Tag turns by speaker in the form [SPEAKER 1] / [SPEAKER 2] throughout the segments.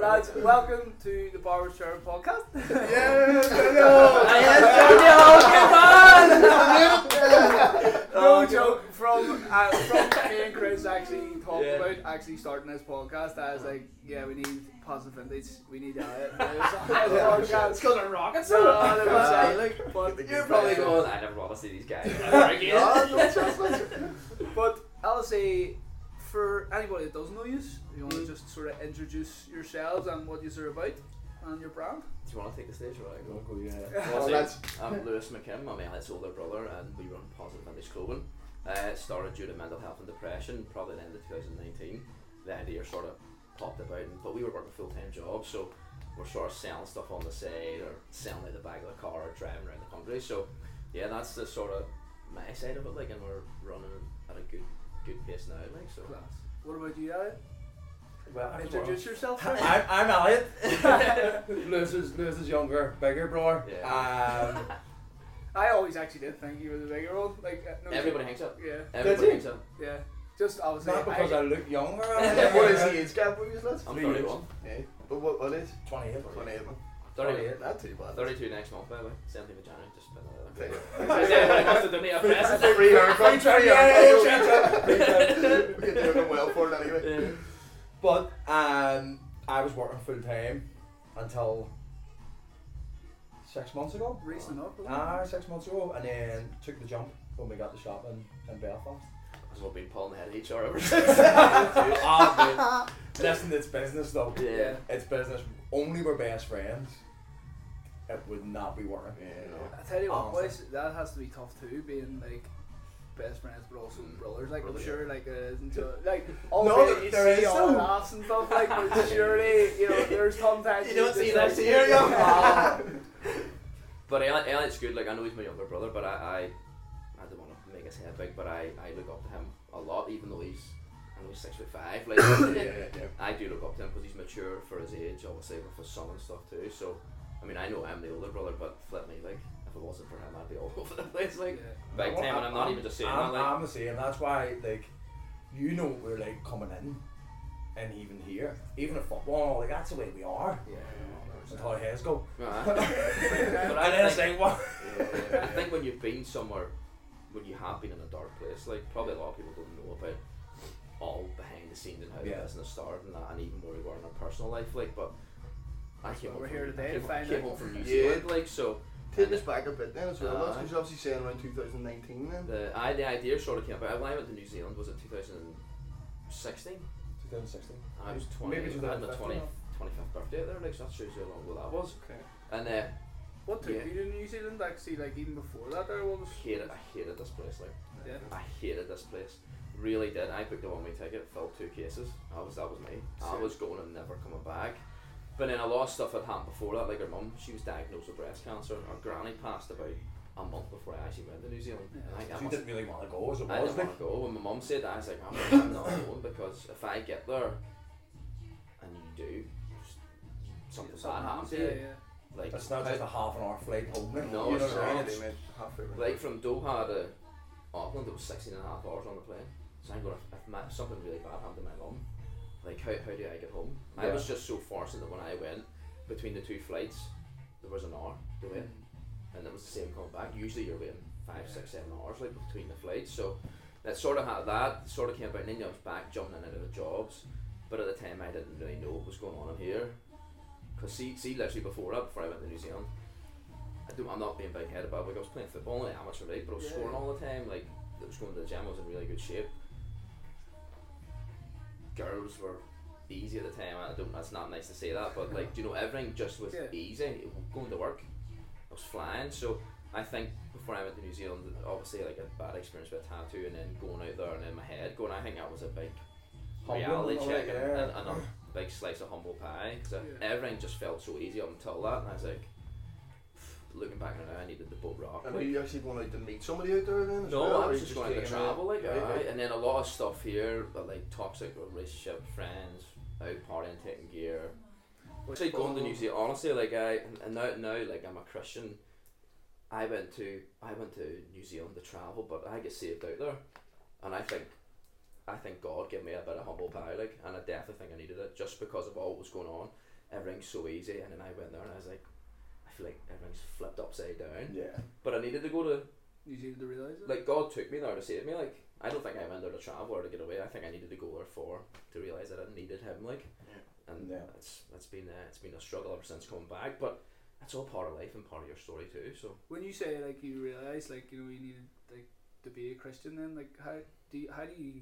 [SPEAKER 1] lads, welcome to the Bar with Sharon podcast.
[SPEAKER 2] Yes, Daniel!
[SPEAKER 1] No
[SPEAKER 2] Oh,
[SPEAKER 1] joke. From uh, from me and Chris actually talking
[SPEAKER 2] Yeah.
[SPEAKER 1] about actually starting this podcast. I was like, yeah, we need positive vintage. We need diet. It's because they're rockets. but
[SPEAKER 2] You're
[SPEAKER 1] you're
[SPEAKER 2] probably
[SPEAKER 1] probably
[SPEAKER 2] going-
[SPEAKER 3] I never want to see these guys ever
[SPEAKER 2] No,
[SPEAKER 3] again.
[SPEAKER 2] no chance, no chance.
[SPEAKER 1] But I'll say, for anybody that doesn't know you, you want to
[SPEAKER 2] Mm.
[SPEAKER 1] just sort of introduce yourselves and what you're about and your brand.
[SPEAKER 3] Do you want to take the stage right?
[SPEAKER 2] Don't go yet.
[SPEAKER 3] Well,
[SPEAKER 2] Oh, that's-
[SPEAKER 3] I'm Lewis McKim, I'm Elliot's older brother, and we run Positive Village Clothing. Uh, started due to mental health and depression, probably the end of 2019. The idea sort of popped about, and- but we were working full time jobs, so we're sort of selling stuff on the side or selling out the back of the car or driving around the country. So, yeah, that's the sort of my side of it, like, and we're running at a good good pace now, like, so.
[SPEAKER 1] Class. What about you, Elliot?
[SPEAKER 2] Well, I'm
[SPEAKER 1] Introduce yourself.
[SPEAKER 2] wrong.
[SPEAKER 1] first.
[SPEAKER 2] I'm, I'm Elliot. Lewis is, Lewis is younger, bigger brother.
[SPEAKER 3] Yeah.
[SPEAKER 2] Um,
[SPEAKER 1] I always actually did think you were the bigger one. Like uh, no
[SPEAKER 3] Everybody hangs up.
[SPEAKER 1] Yeah,
[SPEAKER 3] Everybody
[SPEAKER 2] you?
[SPEAKER 3] hangs up.
[SPEAKER 1] yeah. Just obviously.
[SPEAKER 2] not because I,
[SPEAKER 1] I,
[SPEAKER 2] look younger.
[SPEAKER 4] what is the age gap with you, lads?
[SPEAKER 3] I'm
[SPEAKER 2] Three years.
[SPEAKER 3] 31.
[SPEAKER 4] Yeah. But what, what age?
[SPEAKER 2] 28.
[SPEAKER 4] 28, man.
[SPEAKER 3] 31.
[SPEAKER 4] Not too bad.
[SPEAKER 3] 32 next month, by the way. 17th of January, just by
[SPEAKER 4] Take
[SPEAKER 3] the
[SPEAKER 4] it.
[SPEAKER 3] way.
[SPEAKER 4] Free air,
[SPEAKER 2] Free
[SPEAKER 4] free
[SPEAKER 2] trip,
[SPEAKER 4] air,
[SPEAKER 2] yeah,
[SPEAKER 4] free
[SPEAKER 2] yeah,
[SPEAKER 4] air.
[SPEAKER 2] free trip,
[SPEAKER 4] We're doing well for it anyway.
[SPEAKER 2] But um, I was working full time until six months ago.
[SPEAKER 1] Racing up. wasn't it?
[SPEAKER 2] Ah, six months ago, and then took the jump when we got the shop in, in Belfast.
[SPEAKER 3] That's what been pulling the head HR ever since.
[SPEAKER 2] Ah, mate. Listen, it's business though.
[SPEAKER 3] Yeah.
[SPEAKER 2] It's business. Only we're best friends. It would not be working.
[SPEAKER 4] Yeah, no.
[SPEAKER 1] I tell you what, boys,
[SPEAKER 2] Honestly.
[SPEAKER 1] that has to be tough too. Being like best friends, but also
[SPEAKER 3] Mm.
[SPEAKER 1] brothers. Like I'm
[SPEAKER 3] Brother, yeah.
[SPEAKER 1] sure, like there isn't a- like all
[SPEAKER 2] No,
[SPEAKER 1] the you
[SPEAKER 2] there
[SPEAKER 1] see
[SPEAKER 2] is
[SPEAKER 1] all
[SPEAKER 2] no-
[SPEAKER 1] laughs and stuff. Like, but surely you know, there's sometimes
[SPEAKER 3] You don't
[SPEAKER 1] just
[SPEAKER 3] see
[SPEAKER 1] like-
[SPEAKER 3] that
[SPEAKER 2] Here you go.
[SPEAKER 3] But Elliot, Elliot's good, like I know he's my younger brother, but I I, I don't want to make his head big, but I, I look up to him a lot, even though he's I know he's six foot five. Like
[SPEAKER 2] yeah, yeah.
[SPEAKER 3] I do look up to him because he's mature for his age, obviously, with his son and stuff too. So I mean, I know I'm the older brother, but flip me, like if it wasn't for him, I'd be all over the place, like
[SPEAKER 1] Yeah.
[SPEAKER 3] big
[SPEAKER 2] Well,
[SPEAKER 3] time. And I'm not even just saying
[SPEAKER 2] I'm,
[SPEAKER 3] that, like
[SPEAKER 2] I'm the same. That's why, like, you know, we're like coming in, and even here, even at football, like that's the way we are. That's how our heads go.
[SPEAKER 3] Aye.
[SPEAKER 2] and
[SPEAKER 3] But I
[SPEAKER 2] then it's
[SPEAKER 3] think-
[SPEAKER 2] like, what?
[SPEAKER 3] I think when you've been somewhere, when you have been in a dark place, like probably a lot of people don't know about all behind the scenes and how
[SPEAKER 2] Yeah.
[SPEAKER 3] the business started and that, and even where we were in our personal life. Like, but I came
[SPEAKER 1] what
[SPEAKER 3] home
[SPEAKER 1] we're
[SPEAKER 3] from,
[SPEAKER 1] here today
[SPEAKER 3] I
[SPEAKER 1] to
[SPEAKER 3] came,
[SPEAKER 1] find
[SPEAKER 3] came
[SPEAKER 1] out.
[SPEAKER 3] home from New
[SPEAKER 4] Yeah.
[SPEAKER 3] Zealand, like so.
[SPEAKER 4] Take us back a bit then as well,
[SPEAKER 3] Aye.
[SPEAKER 4] because you're obviously saying around 2019 then.
[SPEAKER 3] The I, the idea sort of came about when I went to New Zealand was it 2016.
[SPEAKER 2] 2016.
[SPEAKER 3] I was 20.
[SPEAKER 2] Maybe
[SPEAKER 3] I had my 20,
[SPEAKER 2] 2015
[SPEAKER 3] 25th birthday there, like so that shows you how long ago that was.
[SPEAKER 4] Okay.
[SPEAKER 3] And uh,
[SPEAKER 1] What took
[SPEAKER 3] Yeah.
[SPEAKER 1] you to New Zealand? Actually, like even before that, there was.
[SPEAKER 3] I hated, I hated this place. Like
[SPEAKER 1] Yeah.
[SPEAKER 3] I hated this place. Really did. I booked a one way ticket, filled two cases. I was that was me. I
[SPEAKER 4] Same.
[SPEAKER 3] was going and never coming back. But then a lot of stuff had happened before that, like her mum, she was diagnosed with breast cancer. Her granny passed about a month before I actually went to New Zealand.
[SPEAKER 1] Yeah,
[SPEAKER 3] And I- I
[SPEAKER 2] So you
[SPEAKER 3] must-
[SPEAKER 2] didn't really want to go, as it
[SPEAKER 3] I
[SPEAKER 2] was.
[SPEAKER 3] didn't
[SPEAKER 2] Like,
[SPEAKER 3] want to go. When my mum said that, I was like, I'm, I'm not going because if I get there and you do, something bad happens to
[SPEAKER 1] Yeah,
[SPEAKER 3] you.
[SPEAKER 1] yeah.
[SPEAKER 3] Like,
[SPEAKER 2] it's not just a half an hour flight home. like,
[SPEAKER 3] No,
[SPEAKER 2] you know
[SPEAKER 3] it's
[SPEAKER 2] what I mean?
[SPEAKER 3] not.
[SPEAKER 2] It's-
[SPEAKER 3] Like from Doha to Auckland, it was 16 and a half hours on the plane. So I'm going, if my, something really bad happened to my mum, like how, how do I get home? I
[SPEAKER 2] Yeah.
[SPEAKER 3] was just so fortunate that when I went, between the two flights, there was an hour to wait.
[SPEAKER 1] Mm.
[SPEAKER 3] And it was the same coming back. Usually you're waiting five, six, seven hours like between the flights. So that sort of had that, sort of came about. And then I was back jumping in and out of jobs. But at the time I didn't really know what was going on in here. Because see, see literally before that, before I went to New Zealand, I do, I'm not being big headed about it, like I was playing football in the amateur league, but I was
[SPEAKER 1] Yeah.
[SPEAKER 3] scoring all the time, like I was going to the gym, I was in really good shape. Girls were easy at the time, I don't that's not nice to say that, but like do you know everything just was
[SPEAKER 1] Yeah.
[SPEAKER 3] easy. Going to work, I was flying, so I think before I went to New Zealand obviously like a bad experience with a tattoo and then going out there and in my head going I think that was a big
[SPEAKER 2] Humbling,
[SPEAKER 3] reality
[SPEAKER 2] like,
[SPEAKER 3] check and,
[SPEAKER 2] yeah.
[SPEAKER 3] and, and a big slice of humble pie because
[SPEAKER 1] Yeah.
[SPEAKER 3] everything just felt so easy up until that and I was like looking back on it I needed the boat rock
[SPEAKER 4] And were
[SPEAKER 3] like,
[SPEAKER 4] you actually going out to meet somebody out there then? as well,
[SPEAKER 3] no I
[SPEAKER 4] or
[SPEAKER 3] was
[SPEAKER 4] you
[SPEAKER 3] just going to
[SPEAKER 4] taking
[SPEAKER 3] travel like
[SPEAKER 4] out- Right,
[SPEAKER 3] aye,
[SPEAKER 4] right.
[SPEAKER 3] and then a lot of stuff here but, like toxic relationship friends out partying taking gear actually going to
[SPEAKER 4] Oh.
[SPEAKER 3] New Zealand honestly like I and now, now like I'm a Christian I went to I went to New Zealand to travel but I get saved out there and I think I think God gave me a bit of humble pie like and I definitely think I needed it just because of all what was going on everything's so easy. And then I went there and I was like, I feel like everything's flipped upside down.
[SPEAKER 2] Yeah.
[SPEAKER 3] But I needed to go to
[SPEAKER 1] You seem to realise it.
[SPEAKER 3] like God took me there to save me. Like I don't think I went there to travel or to get away. I think I needed to go there for to realize that I needed Him. Like, and
[SPEAKER 2] Yeah.
[SPEAKER 3] that's that's been uh, it's been a struggle ever since coming back. But that's all part of life and part of your story too. So
[SPEAKER 1] when you say like you realise like you know you needed like to be a Christian, then like how do you, how do you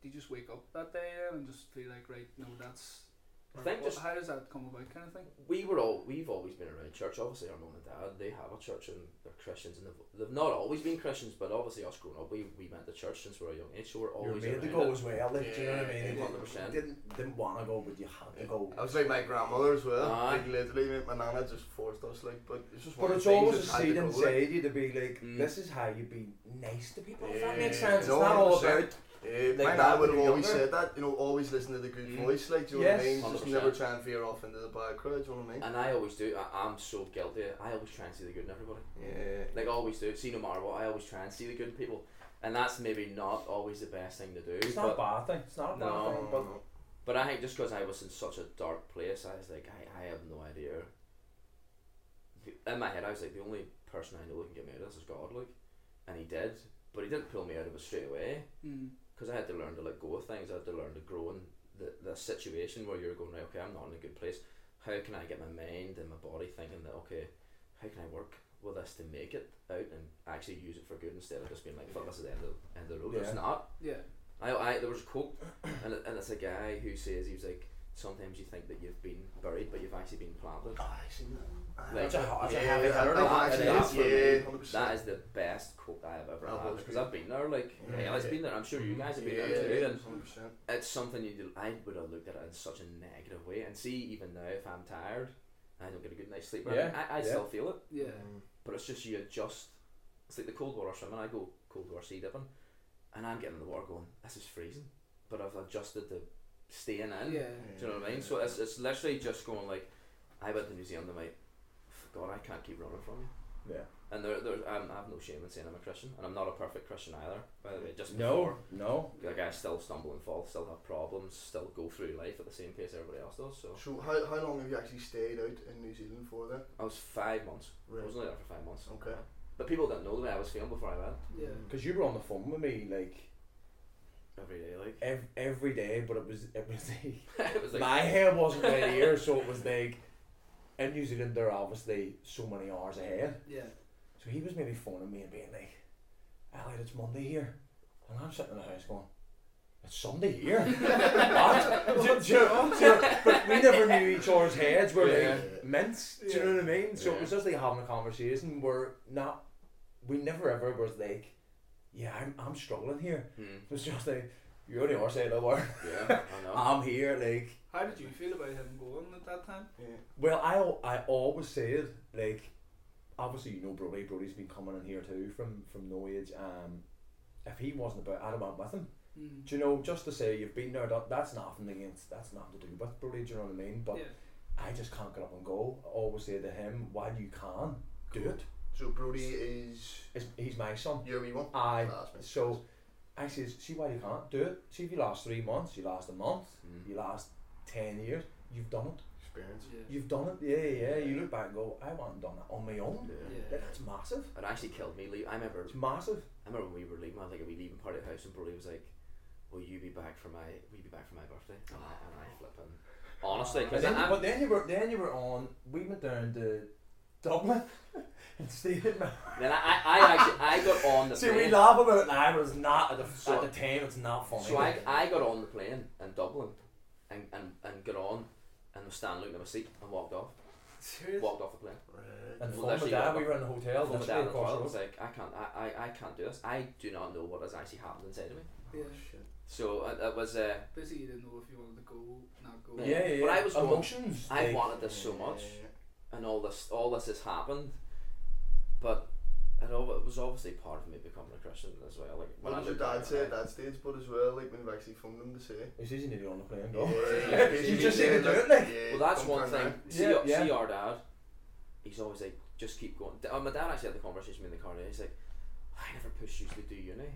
[SPEAKER 1] do you just wake up that day then and just feel like right no that's
[SPEAKER 3] I
[SPEAKER 1] or
[SPEAKER 3] think
[SPEAKER 1] what-
[SPEAKER 3] just-
[SPEAKER 1] how does that come about kind of thing?
[SPEAKER 3] we were all we've always been around church. Obviously, our mum and dad they have a church and they're Christians and they've, they've not always been Christians. But obviously, us growing up, we we went to church since we were a young age, so we're
[SPEAKER 2] You're
[SPEAKER 3] always
[SPEAKER 2] made
[SPEAKER 3] around
[SPEAKER 2] to go
[SPEAKER 3] it.
[SPEAKER 2] as well. Like, do you know what I mean?
[SPEAKER 3] Yeah,
[SPEAKER 2] You didn't-
[SPEAKER 3] 100%.
[SPEAKER 2] Didn't didn't want to go, but you had to go.
[SPEAKER 4] Oh. I was like my grandmother as well.
[SPEAKER 3] Aye.
[SPEAKER 4] Like literally, my my nana just forced us. Like, but it's just one
[SPEAKER 2] But
[SPEAKER 4] of
[SPEAKER 2] it's
[SPEAKER 4] the things
[SPEAKER 2] always a
[SPEAKER 4] that's had to
[SPEAKER 2] seed
[SPEAKER 4] go with
[SPEAKER 2] inside you to be like,
[SPEAKER 3] Mm.
[SPEAKER 2] this is how you be nice to people. If that
[SPEAKER 4] Yeah.
[SPEAKER 2] makes sense,
[SPEAKER 4] No,
[SPEAKER 2] it's not all
[SPEAKER 4] 100%.
[SPEAKER 2] about
[SPEAKER 4] it.
[SPEAKER 2] Like
[SPEAKER 4] Yeah,
[SPEAKER 2] that
[SPEAKER 4] my nana
[SPEAKER 2] when
[SPEAKER 4] would have
[SPEAKER 2] you're
[SPEAKER 4] always
[SPEAKER 2] younger.
[SPEAKER 4] said that. You know, always listen to the good
[SPEAKER 3] Mm.
[SPEAKER 4] voice. Like, do you know what I
[SPEAKER 2] Yes.
[SPEAKER 4] mean? Just
[SPEAKER 3] 100%.
[SPEAKER 4] never try and veer off into the bad crowd. Do you know what I mean?
[SPEAKER 3] And I always do. I, I'm so guilty. I always try and see the good in everybody.
[SPEAKER 4] Yeah.
[SPEAKER 3] Like I always do. See no matter what, I always try and see the good in people, and that's maybe not always the best thing to do.
[SPEAKER 2] It's
[SPEAKER 3] but
[SPEAKER 2] not a bad thing. It's not a bad
[SPEAKER 3] No.
[SPEAKER 2] thing.
[SPEAKER 4] Um,
[SPEAKER 2] But
[SPEAKER 3] But I think just because I was in such a dark place, I was like, I, I have no idea. The- In my head, I was like, the only person I know that can get me out of this is God, like, and He did. But He didn't pull me out of it straight away
[SPEAKER 1] Mm.
[SPEAKER 3] because I had to learn to let go of things. I had to learn to grow in the, the situation where you're going, right, okay, I'm not in a good place. How can I get my mind and my body thinking that, okay, how can I work with this to make it out and actually use it for good instead of just being like, fuck, this is the end of, end of the road.
[SPEAKER 2] Yeah.
[SPEAKER 3] It's not.
[SPEAKER 1] Yeah.
[SPEAKER 3] I, I there was a quote, and, it- and it's a guy who says he was like, sometimes you think that you've been buried, but you've actually been planted.
[SPEAKER 4] Oh, I seen that.
[SPEAKER 3] Like,
[SPEAKER 2] it's a, it's a
[SPEAKER 4] yeah,
[SPEAKER 2] heavy
[SPEAKER 4] I
[SPEAKER 2] hitter.
[SPEAKER 4] don't know
[SPEAKER 3] that-
[SPEAKER 4] what
[SPEAKER 2] like,
[SPEAKER 4] actually
[SPEAKER 3] that-
[SPEAKER 2] it's-
[SPEAKER 3] that's
[SPEAKER 4] is.
[SPEAKER 3] for
[SPEAKER 4] Yeah,
[SPEAKER 3] me.
[SPEAKER 4] 100%.
[SPEAKER 3] That is the best quote I have ever
[SPEAKER 4] I've
[SPEAKER 3] had
[SPEAKER 4] always
[SPEAKER 3] because I've been there. Like,
[SPEAKER 2] Yeah.
[SPEAKER 3] yeah, I've been there. I'm sure you guys have been
[SPEAKER 4] yeah,
[SPEAKER 3] there too.
[SPEAKER 4] yeah,
[SPEAKER 3] And
[SPEAKER 4] 100%.
[SPEAKER 3] it's something you do. I would have looked at it in such a negative way. And see, even now, if I'm tired, I don't get a good night's sleep. or
[SPEAKER 2] Yeah,
[SPEAKER 3] anything, I, I
[SPEAKER 2] yeah.
[SPEAKER 3] still feel it.
[SPEAKER 1] Yeah.
[SPEAKER 3] But it's just you adjust. It's like the cold water swimming. I go cold water sea dipping, and I'm getting in the water going, this is freezing. But I've adjusted to staying in.
[SPEAKER 1] Yeah.
[SPEAKER 3] Do you know what I mean? So it's, it's literally just going like, I went to New Zealand and I'm like, God, I can't keep running from you.
[SPEAKER 2] Yeah.
[SPEAKER 3] And there, there, um, I have no shame in saying I'm a Christian, and I'm not a perfect Christian either. By the way, just
[SPEAKER 2] No, no.
[SPEAKER 3] before, like I still stumble and fall, still have problems, still go through life at the same pace everybody else does. So
[SPEAKER 4] So how, how long have you actually stayed out in New Zealand for then?
[SPEAKER 3] I was five months. I was
[SPEAKER 4] Right.
[SPEAKER 3] only there for five months.
[SPEAKER 4] Okay. Mm.
[SPEAKER 3] But people didn't know the way I was feeling before I went.
[SPEAKER 1] Yeah.
[SPEAKER 2] Because you were on the phone with me like
[SPEAKER 3] Every day, like
[SPEAKER 2] ev- every day, but it was it was the
[SPEAKER 3] it was like
[SPEAKER 2] my hair wasn't right here, so it was like in New Zealand they're obviously so many hours ahead.
[SPEAKER 1] Yeah.
[SPEAKER 2] So he was maybe phoning me and being like, Elliot, it's Monday here. And I'm sitting in the house going, It's Sunday here. what? Do, do, do, but we never knew each other's heads. We're like mints. Do you know what I mean? So
[SPEAKER 3] Yeah.
[SPEAKER 2] it was just like having a conversation. We're not, we never ever was like, Yeah, I'm, I'm struggling here.
[SPEAKER 3] hmm,
[SPEAKER 2] It was just like, You're the other side of the world.
[SPEAKER 3] yeah, I know.
[SPEAKER 2] I'm here. Like,
[SPEAKER 1] How did you feel about him going at that time?
[SPEAKER 4] Yeah.
[SPEAKER 2] Well, I al- I always said like, obviously you know Brody. Brody's been coming in here too from from no age. Um, if he wasn't about, I'd have went with him.
[SPEAKER 1] Mm.
[SPEAKER 2] Do you know? Just to say you've been there. That, that's nothing against. That's nothing to do with Brody. Do you know what I mean? But
[SPEAKER 1] yeah.
[SPEAKER 2] I just can't get up and go. I always say to him, while you can, do it.
[SPEAKER 4] So Brody is
[SPEAKER 2] It's, he's my son.
[SPEAKER 4] your wee one.
[SPEAKER 2] I
[SPEAKER 4] Class, mate.
[SPEAKER 2] so. I says, see why you can't do it. See if you last three months, you last a month,
[SPEAKER 3] Mm.
[SPEAKER 2] you last ten years, you've done it.
[SPEAKER 4] experience.
[SPEAKER 1] Yeah.
[SPEAKER 2] You've done it. Yeah, yeah. You look back and go, I haven't done it on my own.
[SPEAKER 3] Yeah.
[SPEAKER 1] Yeah.
[SPEAKER 2] That's massive.
[SPEAKER 3] It actually killed me. Leave. I remember
[SPEAKER 2] It's massive.
[SPEAKER 3] I remember when we were leaving, I was like, "Are we leaving party at the house?" And Brody was like, "Will you be back for my? Will you be back for my birthday?" And I, and I flipping honestly,
[SPEAKER 2] But
[SPEAKER 3] because
[SPEAKER 2] then,
[SPEAKER 3] I'm
[SPEAKER 2] but then you were then you were on. We went down to Dublin and stayed at my.
[SPEAKER 3] then I, I, I actually I got on the
[SPEAKER 2] See, we
[SPEAKER 3] plane.
[SPEAKER 2] laugh about it now, but it's not at the,
[SPEAKER 3] So-
[SPEAKER 2] at the time. It's not funny.
[SPEAKER 3] so I, I got on the plane in Dublin, and, and, and got on, and was standing looking at my seat and walked off,
[SPEAKER 1] Serious?
[SPEAKER 3] walked off the plane.
[SPEAKER 4] Right.
[SPEAKER 2] and well,
[SPEAKER 3] Well,
[SPEAKER 2] my
[SPEAKER 3] actually,
[SPEAKER 2] dad,
[SPEAKER 3] yeah.
[SPEAKER 2] we were in the hotel.
[SPEAKER 3] Phoned my
[SPEAKER 2] literally
[SPEAKER 3] dad as
[SPEAKER 2] across
[SPEAKER 3] well.
[SPEAKER 2] the
[SPEAKER 3] I
[SPEAKER 2] road.
[SPEAKER 3] was like, I can't, I, I, I can't do this. I do not know what has actually happened inside of me.
[SPEAKER 1] Yeah.
[SPEAKER 4] Oh, Shit.
[SPEAKER 3] So uh, that was. Uh,
[SPEAKER 1] Basically, you didn't know if you wanted to go, not go.
[SPEAKER 2] yeah, yeah,
[SPEAKER 3] But
[SPEAKER 2] yeah.
[SPEAKER 3] I was going-
[SPEAKER 2] emotions.
[SPEAKER 3] I
[SPEAKER 2] like,
[SPEAKER 3] wanted this so much. and all this all this has happened but it, all, it was obviously part of me becoming a Christian as well like
[SPEAKER 4] What
[SPEAKER 3] I
[SPEAKER 4] did your
[SPEAKER 3] look
[SPEAKER 4] dad
[SPEAKER 3] back
[SPEAKER 4] say
[SPEAKER 3] on
[SPEAKER 4] at that stage, but as well, like when you've actually phoned him to say?
[SPEAKER 2] It's easy to do on the plane.
[SPEAKER 4] Yeah,
[SPEAKER 2] Go.
[SPEAKER 4] yeah,
[SPEAKER 2] you
[SPEAKER 4] yeah,
[SPEAKER 2] just
[SPEAKER 4] yeah,
[SPEAKER 2] need to do
[SPEAKER 4] like,
[SPEAKER 2] it. Like,
[SPEAKER 4] yeah,
[SPEAKER 3] it. Oh, well that's
[SPEAKER 4] come
[SPEAKER 3] one
[SPEAKER 4] turn
[SPEAKER 3] thing
[SPEAKER 4] around.
[SPEAKER 3] see,
[SPEAKER 2] Yeah, yeah.
[SPEAKER 3] see our dad he's always like just keep going D- uh, my dad actually had the conversation with me in the car today he's like I never pushed you to do uni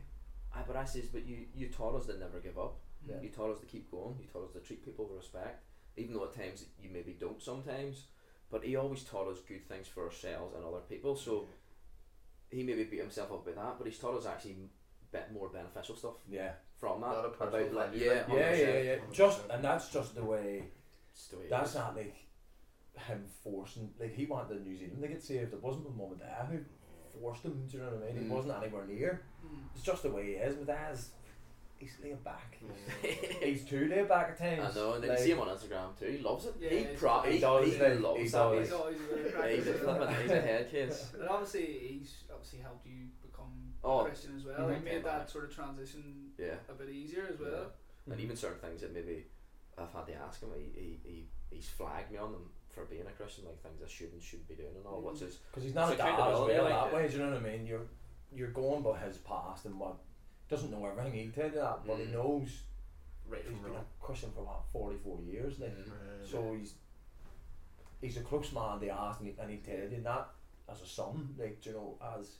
[SPEAKER 3] I, but I says but you, you taught us to never give up
[SPEAKER 2] Yeah.
[SPEAKER 3] you taught us to keep going you taught us to treat people with respect even though at times you maybe don't sometimes. But he always taught us good things for ourselves and other people. So he maybe beat himself up with that, but he's taught us actually bit more beneficial stuff
[SPEAKER 2] yeah,
[SPEAKER 3] from that.
[SPEAKER 4] Not a
[SPEAKER 3] about
[SPEAKER 4] personal
[SPEAKER 3] like,
[SPEAKER 4] value,
[SPEAKER 3] yeah,
[SPEAKER 4] like-
[SPEAKER 2] yeah, yeah,
[SPEAKER 3] 100%.
[SPEAKER 2] yeah. Just and that's just the way.
[SPEAKER 3] It's the way it
[SPEAKER 2] That's
[SPEAKER 3] is.
[SPEAKER 2] not like him forcing. Like he wanted New Zealand to get saved. It wasn't my mum and dad who forced him. Do you know what I mean? He
[SPEAKER 3] Mm.
[SPEAKER 2] wasn't anywhere near.
[SPEAKER 1] Mm.
[SPEAKER 2] It's just the way he is. But dad's he's laid back.
[SPEAKER 4] Yeah.
[SPEAKER 2] He's too laid back at
[SPEAKER 3] I
[SPEAKER 2] times.
[SPEAKER 3] know, and then
[SPEAKER 2] like,
[SPEAKER 3] you see him on Instagram too. He loves it.
[SPEAKER 1] Yeah,
[SPEAKER 3] he
[SPEAKER 1] he's-
[SPEAKER 3] pro-
[SPEAKER 2] He
[SPEAKER 3] he,
[SPEAKER 2] does,
[SPEAKER 3] he
[SPEAKER 2] like,
[SPEAKER 3] loves
[SPEAKER 2] he
[SPEAKER 3] that.
[SPEAKER 2] does.
[SPEAKER 1] He's always really
[SPEAKER 3] Yeah, he's a
[SPEAKER 1] practicing.
[SPEAKER 3] flipping, he's a head case.
[SPEAKER 1] And obviously, he's obviously helped you become
[SPEAKER 3] Oh,
[SPEAKER 1] Christian as well.
[SPEAKER 3] mhm.
[SPEAKER 1] Like made that sort of transition
[SPEAKER 3] Yeah.
[SPEAKER 1] a bit easier as well.
[SPEAKER 2] Hmm.
[SPEAKER 3] and even certain things that maybe I've had to ask him. He, he, he he's flagged me on them for being a Christian, like things I shouldn't shouldn't be doing and all.
[SPEAKER 1] Hmm.
[SPEAKER 3] Which is
[SPEAKER 2] because he's not
[SPEAKER 3] So
[SPEAKER 2] a dad as well
[SPEAKER 3] accountability, like,
[SPEAKER 2] that
[SPEAKER 3] yeah.
[SPEAKER 2] way. Do you know what I mean? You're you're going by his past and what doesn't know everything. He did that, but he
[SPEAKER 3] Mm.
[SPEAKER 2] knows
[SPEAKER 4] Right
[SPEAKER 2] he's
[SPEAKER 4] from
[SPEAKER 2] been
[SPEAKER 4] wrong.
[SPEAKER 2] a Christian for what forty four years. Like,
[SPEAKER 3] Mhm.
[SPEAKER 4] Right.
[SPEAKER 2] So he's he's a close man. They asked and he, and he tell you that as a son, like do you know, as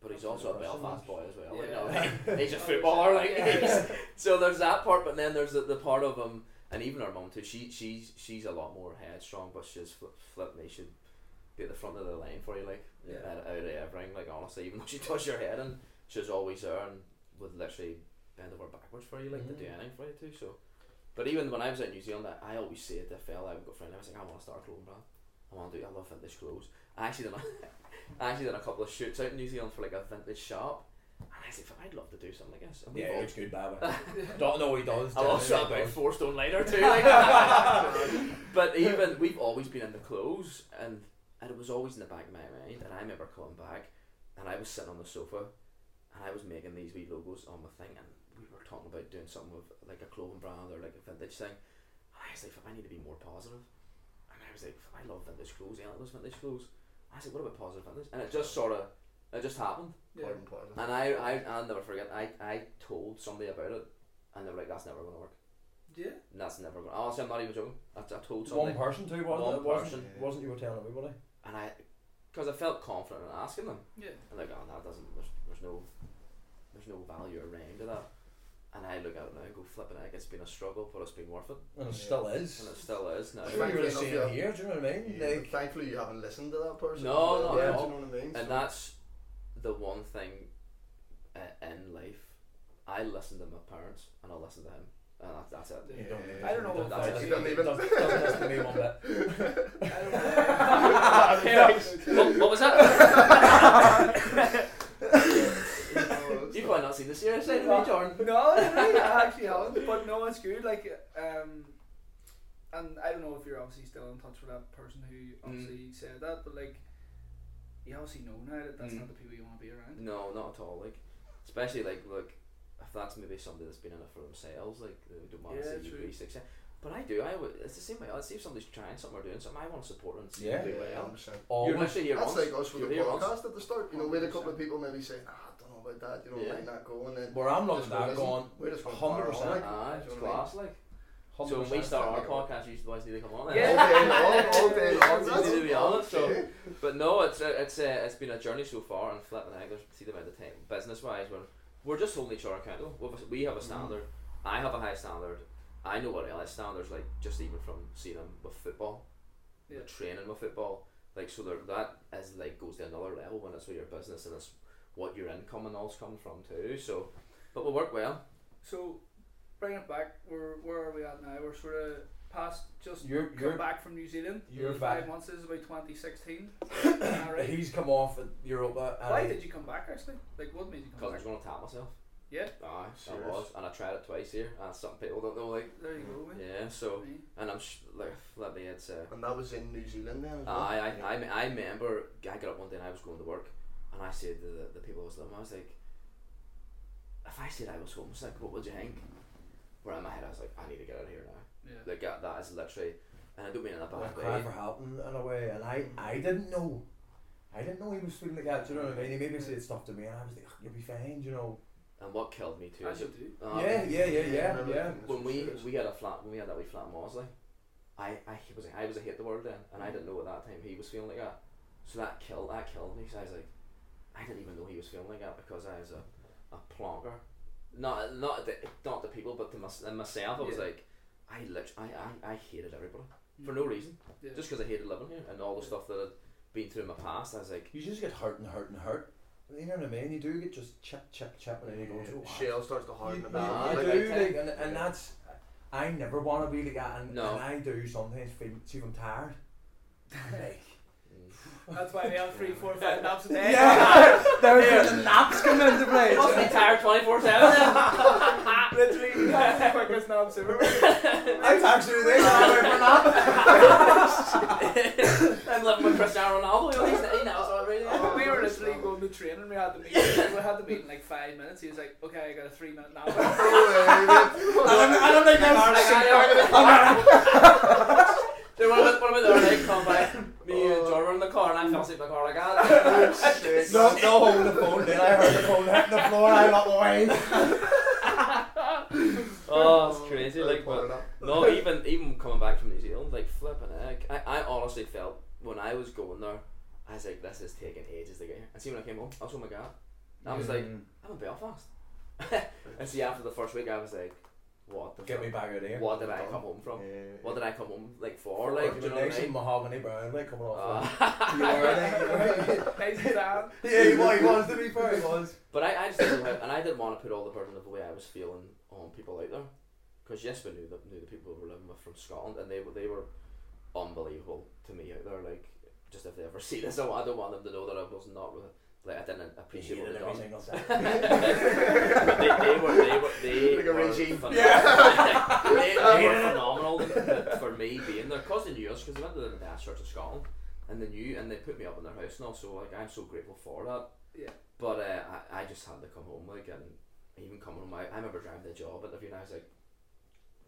[SPEAKER 3] But he's also a
[SPEAKER 2] Christian.
[SPEAKER 3] Belfast boy as well. like,
[SPEAKER 1] Yeah.
[SPEAKER 3] you know, he's a footballer, like
[SPEAKER 1] Yeah.
[SPEAKER 3] he's- so. There's that part, but then there's the, the part of him, and even our mum too. She she's she's a lot more headstrong, but she's flip, flip me. Should be at the front of the line for you, like
[SPEAKER 1] Yeah.
[SPEAKER 3] out, out of everything. Like honestly, even though she does your head, and she's always there and would literally bend over backwards for you, like to do
[SPEAKER 2] Mhm.
[SPEAKER 3] anything for you too. So, but even when I was in New Zealand, I, I always said to Phil, I would go friend. I was like, I want to start a clothing brand. I want to do. I love vintage clothes. I actually done a, I actually done a couple of shoots out in New Zealand for like a vintage shop, and I said, I'd love to do something like this. And we
[SPEAKER 2] yeah,
[SPEAKER 3] all-
[SPEAKER 2] it's good baby. Don't know what he does.
[SPEAKER 3] I'm also
[SPEAKER 2] generally,
[SPEAKER 3] about
[SPEAKER 2] but-
[SPEAKER 3] four stone lighter too. Like, but even we've always been in the clothes, and and it was always in the back of my mind. And I remember coming back, and I was sitting on the sofa, and I was making these wee logos on my thing, and we were talking about doing something with like a clothing brand or like a vintage thing. And I was like, I need to be more positive. And I was like, I love vintage clothes. Yeah, I love vintage clothes. I said, what about positive vintage? And it just sort of, it just happened.
[SPEAKER 1] yeah.
[SPEAKER 4] Pardon, pardon.
[SPEAKER 3] And I, I, I'll never forget. I, I told somebody about it, and they were like, that's never gonna work.
[SPEAKER 1] yeah.
[SPEAKER 3] And that's never oh, going. Honestly, I'm not even joking. I, I told
[SPEAKER 2] one
[SPEAKER 3] somebody,
[SPEAKER 2] person too, wasn't
[SPEAKER 3] One
[SPEAKER 2] it? Wasn't,
[SPEAKER 4] person. Yeah.
[SPEAKER 2] wasn't you were telling everybody?
[SPEAKER 3] and I, because I felt confident in asking them,
[SPEAKER 1] Yeah.
[SPEAKER 3] and like, oh, that doesn't. There's, there's no, there's no value or around to that. And I look out now and go flipping heck, it's been a struggle, but it's been worth it,
[SPEAKER 2] And it
[SPEAKER 4] Yeah.
[SPEAKER 2] still is.
[SPEAKER 3] and it still is now.
[SPEAKER 4] I
[SPEAKER 2] Sure,
[SPEAKER 4] think
[SPEAKER 2] you were the
[SPEAKER 4] enough,
[SPEAKER 2] same
[SPEAKER 4] yeah.
[SPEAKER 2] here. Do you know what I mean?
[SPEAKER 4] Yeah,
[SPEAKER 2] like,
[SPEAKER 4] but thankfully, you haven't listened to that person.
[SPEAKER 3] No,
[SPEAKER 4] Yeah,
[SPEAKER 3] not
[SPEAKER 4] yeah,
[SPEAKER 2] at
[SPEAKER 4] do
[SPEAKER 3] all.
[SPEAKER 4] you know what I mean?
[SPEAKER 3] And
[SPEAKER 4] So-
[SPEAKER 3] that's the one thing uh, in life. I listen to my parents, and I listen to him, and that, that's it.
[SPEAKER 2] you don't
[SPEAKER 4] Yeah.
[SPEAKER 1] I don't know
[SPEAKER 2] Don't-
[SPEAKER 1] what
[SPEAKER 2] don't-
[SPEAKER 3] that's-
[SPEAKER 2] don't-
[SPEAKER 4] even-
[SPEAKER 2] don't- don't listen to me one bit.
[SPEAKER 1] I don't know.
[SPEAKER 3] what, what was that?
[SPEAKER 4] Oh,
[SPEAKER 3] You've
[SPEAKER 4] so-
[SPEAKER 3] probably not seen the series, side of me, Jordan.
[SPEAKER 1] no, I really actually haven't. But no, it's good. Like, um, and I don't know if you're obviously still in touch with that person
[SPEAKER 3] Mm.
[SPEAKER 1] who obviously said that, but like, you obviously know now that that's
[SPEAKER 3] Mm.
[SPEAKER 1] not the people you want to be around.
[SPEAKER 3] No, not at all. Like, especially like look, if that's maybe somebody that's been in it for themselves, like they don't want
[SPEAKER 1] Yeah,
[SPEAKER 3] to see you
[SPEAKER 1] true.
[SPEAKER 3] be success. But I do. I would. It's the same way. I see if somebody's trying something or doing something. I want to support them. And see
[SPEAKER 2] Yeah.
[SPEAKER 3] them do
[SPEAKER 4] Yeah,
[SPEAKER 3] well.
[SPEAKER 4] 100%.
[SPEAKER 3] You're
[SPEAKER 2] Always.
[SPEAKER 3] literally here
[SPEAKER 4] That's
[SPEAKER 3] once.
[SPEAKER 4] like us with
[SPEAKER 3] You're
[SPEAKER 4] the
[SPEAKER 3] here once.
[SPEAKER 4] podcast at the start. You know, we had a couple of
[SPEAKER 1] 100%.
[SPEAKER 4] people maybe saying, ah, I don't know about that, you know,
[SPEAKER 3] Yeah.
[SPEAKER 4] might not go. And then
[SPEAKER 2] Where I'm
[SPEAKER 4] just
[SPEAKER 2] looking at
[SPEAKER 4] listen.
[SPEAKER 2] going,
[SPEAKER 4] we're just going
[SPEAKER 2] 100%.
[SPEAKER 4] far on, like,
[SPEAKER 3] Ah, it's
[SPEAKER 4] do you know what I mean?
[SPEAKER 3] class. Like, so when we
[SPEAKER 2] 100%.
[SPEAKER 3] start our
[SPEAKER 4] Thank you.
[SPEAKER 3] podcast, you boys need to come on. then.
[SPEAKER 1] Yeah.
[SPEAKER 4] All day long, all day long.
[SPEAKER 3] You need to be honest, so-
[SPEAKER 4] Yeah.
[SPEAKER 3] But no, it's a, it's a, it's been a journey so far, and flipping heck, there's see the amount of time business wise when we're just holding each other accountable. We have a, we
[SPEAKER 4] Mm.
[SPEAKER 3] have a standard. I have a high standard. I know what Elliot's standards like, just even from seeing him with football,
[SPEAKER 1] Yeah.
[SPEAKER 3] with training with football. Like so, there, that is like goes to another level when it's with your business and it's what your income and all's coming from too. So, but we work well.
[SPEAKER 1] So, bring it back. We're where are we at now? We're sort of past just
[SPEAKER 2] You're,
[SPEAKER 1] come
[SPEAKER 2] you're,
[SPEAKER 1] back from New Zealand.
[SPEAKER 2] you're
[SPEAKER 1] Five
[SPEAKER 2] back.
[SPEAKER 1] months. This is about 2016. Am I right?
[SPEAKER 2] He's come off at uh, Europa. And
[SPEAKER 1] Why
[SPEAKER 2] he-
[SPEAKER 1] did you come back actually? Like, what made you come
[SPEAKER 3] Cause I
[SPEAKER 1] back?
[SPEAKER 3] was gonna tap myself.
[SPEAKER 1] Yeah.
[SPEAKER 3] Aye, I
[SPEAKER 4] Serious?
[SPEAKER 3] was, and I tried it twice here, and some people don't know. Like,
[SPEAKER 1] There you go. mate.
[SPEAKER 3] yeah. So, and I'm sh- like, let me. It's uh,
[SPEAKER 4] And that was in New Zealand then. as well.
[SPEAKER 3] I, I,
[SPEAKER 4] Yeah.
[SPEAKER 3] I, me- I remember I got up one day and I was going to work and I said to the, the people I was living with, I was like, if I said I was homesick, what would you think? Where in my head I was like, I need to get out of here now.
[SPEAKER 1] Yeah.
[SPEAKER 3] Like that, that is literally, and I don't mean in a
[SPEAKER 2] I
[SPEAKER 3] bad
[SPEAKER 2] cried
[SPEAKER 3] way.
[SPEAKER 2] for help in, in a way, and I, I didn't know. I didn't know he was feeling like that. Do you know what I mean? He maybe said stuff to me, and I was like, "You'll be fine," do you know.
[SPEAKER 3] And what killed me too
[SPEAKER 1] I
[SPEAKER 3] is
[SPEAKER 1] should
[SPEAKER 3] that,
[SPEAKER 1] do.
[SPEAKER 3] um,
[SPEAKER 2] yeah, yeah, yeah,
[SPEAKER 4] I
[SPEAKER 2] yeah,
[SPEAKER 4] remember
[SPEAKER 2] yeah.
[SPEAKER 4] thinking this
[SPEAKER 3] when we
[SPEAKER 4] was serious.
[SPEAKER 3] we had a flat when we had that wee flat in Mosley, I I was like, I was a hit the word then, and I didn't know at that time he was feeling like that, so that killed that killed me 'cause I was like, I didn't even know he was feeling like that because I was a a plonker, not not the, not the people but to mys- and myself I was
[SPEAKER 1] Yeah.
[SPEAKER 3] like, I lit- I, I, I hated everybody for no reason,
[SPEAKER 1] Yeah.
[SPEAKER 3] just because I hated living here and all the stuff that I'd been through in my past. I was like,
[SPEAKER 2] You just get hurt and hurt and hurt. You know what I mean? You do get just chip, chip, chip, and then you go, oh, wow.
[SPEAKER 4] Shell starts to harden
[SPEAKER 2] You,
[SPEAKER 4] a bit.
[SPEAKER 3] Nah,
[SPEAKER 2] you,
[SPEAKER 4] like,
[SPEAKER 2] you do,
[SPEAKER 3] I-
[SPEAKER 2] like, and, and that's. I never want to be like that, and,
[SPEAKER 3] No.
[SPEAKER 2] and I do sometimes feel, see if I'm tired. I'm like,
[SPEAKER 1] That's why we have three, four, five naps a day.
[SPEAKER 2] yeah! There's the naps coming into play!
[SPEAKER 3] I must be tired 24 7.
[SPEAKER 1] Literally, we have the quickest naps ever.
[SPEAKER 2] I'm actually doing this, I'm going for a nap.
[SPEAKER 3] I'm living with Cristiano Ronaldo. He always- he knows what I'm really
[SPEAKER 1] we were literally going to train and we had the meeting. We had the meeting in like five minutes. He was like, okay, I got a three minute nap.
[SPEAKER 2] And I'm, and I'm like,
[SPEAKER 3] Our
[SPEAKER 2] I'm
[SPEAKER 3] leg- our leg- Dude, what about, what about the other night come by? Me
[SPEAKER 2] Oh.
[SPEAKER 3] and Jordan were in the car and I fell asleep in the car like ah. that.
[SPEAKER 2] no, no, hold the phone down. I heard the phone hitting the floor, I'm up away.
[SPEAKER 3] Oh, it's crazy. Like, but no, even even coming back from New Zealand, like flipping heck. I, I honestly felt when I was going there, I was like, this is taking ages to get here. And see when I came home, I was oh my god, I was
[SPEAKER 2] Mm.
[SPEAKER 3] like, I'm in Belfast. and see after the first week, I was like, what the
[SPEAKER 2] Get
[SPEAKER 3] fuck?
[SPEAKER 2] me back out of here.
[SPEAKER 3] What did I come home from? What did I come home like for? Like, do you know what I
[SPEAKER 2] Relation
[SPEAKER 3] mean?
[SPEAKER 2] mahogany brown, like coming off.
[SPEAKER 3] Uh,
[SPEAKER 2] the- You are, like, you know.
[SPEAKER 1] Guys, he's down.
[SPEAKER 2] Yeah, he was, he was, to be fair, he was.
[SPEAKER 3] But I, I just didn't know how, and I didn't want to put all the burden of the way I was feeling on people out there. Because yes, we knew the, knew the people we were living with from Scotland, and they were they were unbelievable to me out there. Like, just if they ever see this, I don't- I don't want them to know that I was not really, like I didn't appreciate what they
[SPEAKER 2] every
[SPEAKER 3] done.
[SPEAKER 2] single second.
[SPEAKER 3] But they, they were they were they
[SPEAKER 4] Like a
[SPEAKER 3] were
[SPEAKER 4] regime.
[SPEAKER 3] phenomenal. they, they were phenomenal for me being there. Cause they knew us, because I went to the National Church of Scotland, and they knew, and they put me up in their house, and also like I'm so grateful for that.
[SPEAKER 1] Yeah.
[SPEAKER 3] But uh, I, I just had to come home like and even coming home I, I remember driving to the job interview and I was like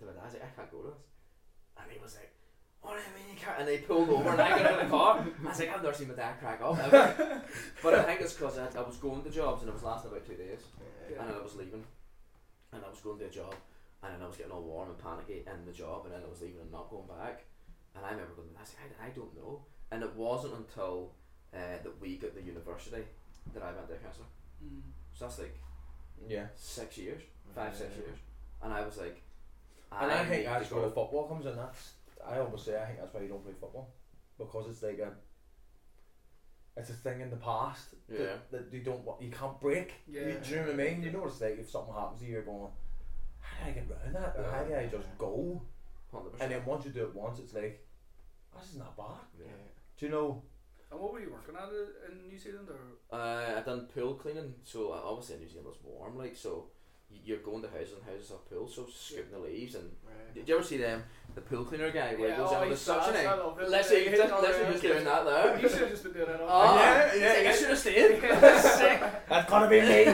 [SPEAKER 3] to my dad I was like I can't go to this and he was like what do you mean you can't and they pulled over and I got out of the car I was like I've never seen my dad crack up ever." but I think it's because I, I was going to jobs and it was lasting about two days and then I was leaving and I was going to a job and then I was getting all warm and panicky in the job and then I was leaving and not going back and I remember going I was like I, I don't know and it wasn't until uh, that we got the university that I went to counselor so that's like
[SPEAKER 2] Yeah.
[SPEAKER 3] six years, five, six years. And I was like,
[SPEAKER 2] And I,
[SPEAKER 3] need
[SPEAKER 2] think
[SPEAKER 3] to
[SPEAKER 2] that's where
[SPEAKER 3] go.
[SPEAKER 2] the football comes in. That's I always say I think that's why you don't play football because it's like a it's a thing in the past
[SPEAKER 3] Yeah.
[SPEAKER 2] that, that you don't want, you can't break. You,
[SPEAKER 1] Yeah.
[SPEAKER 2] do you know what I mean? You know what it's like if something happens to you, you're going, how did I get round that? Or how did I just go?
[SPEAKER 3] 100%.
[SPEAKER 2] And then once you do it once, it's like this is not bad. Do you know?
[SPEAKER 1] And what were you working at in New Zealand? Or
[SPEAKER 3] Uh, I done pool cleaning, so uh, obviously in New Zealand it's warm, like so. y- You're going to houses and houses have pools, so scooping the leaves and. Did you ever see them? The pool cleaner guy where
[SPEAKER 1] Yeah,
[SPEAKER 3] he goes
[SPEAKER 1] oh,
[SPEAKER 3] out with a
[SPEAKER 1] he's fast,
[SPEAKER 3] suction
[SPEAKER 1] I
[SPEAKER 3] egg.
[SPEAKER 1] love him.
[SPEAKER 3] Literally,
[SPEAKER 1] Yeah,
[SPEAKER 3] just-
[SPEAKER 1] he's
[SPEAKER 3] literally just doing that there.
[SPEAKER 1] you should have just been doing it all.
[SPEAKER 3] Oh,
[SPEAKER 2] Yeah, yeah,
[SPEAKER 3] he's like, I
[SPEAKER 2] yeah.
[SPEAKER 3] should have stayed. Sick.
[SPEAKER 2] That's gotta be me.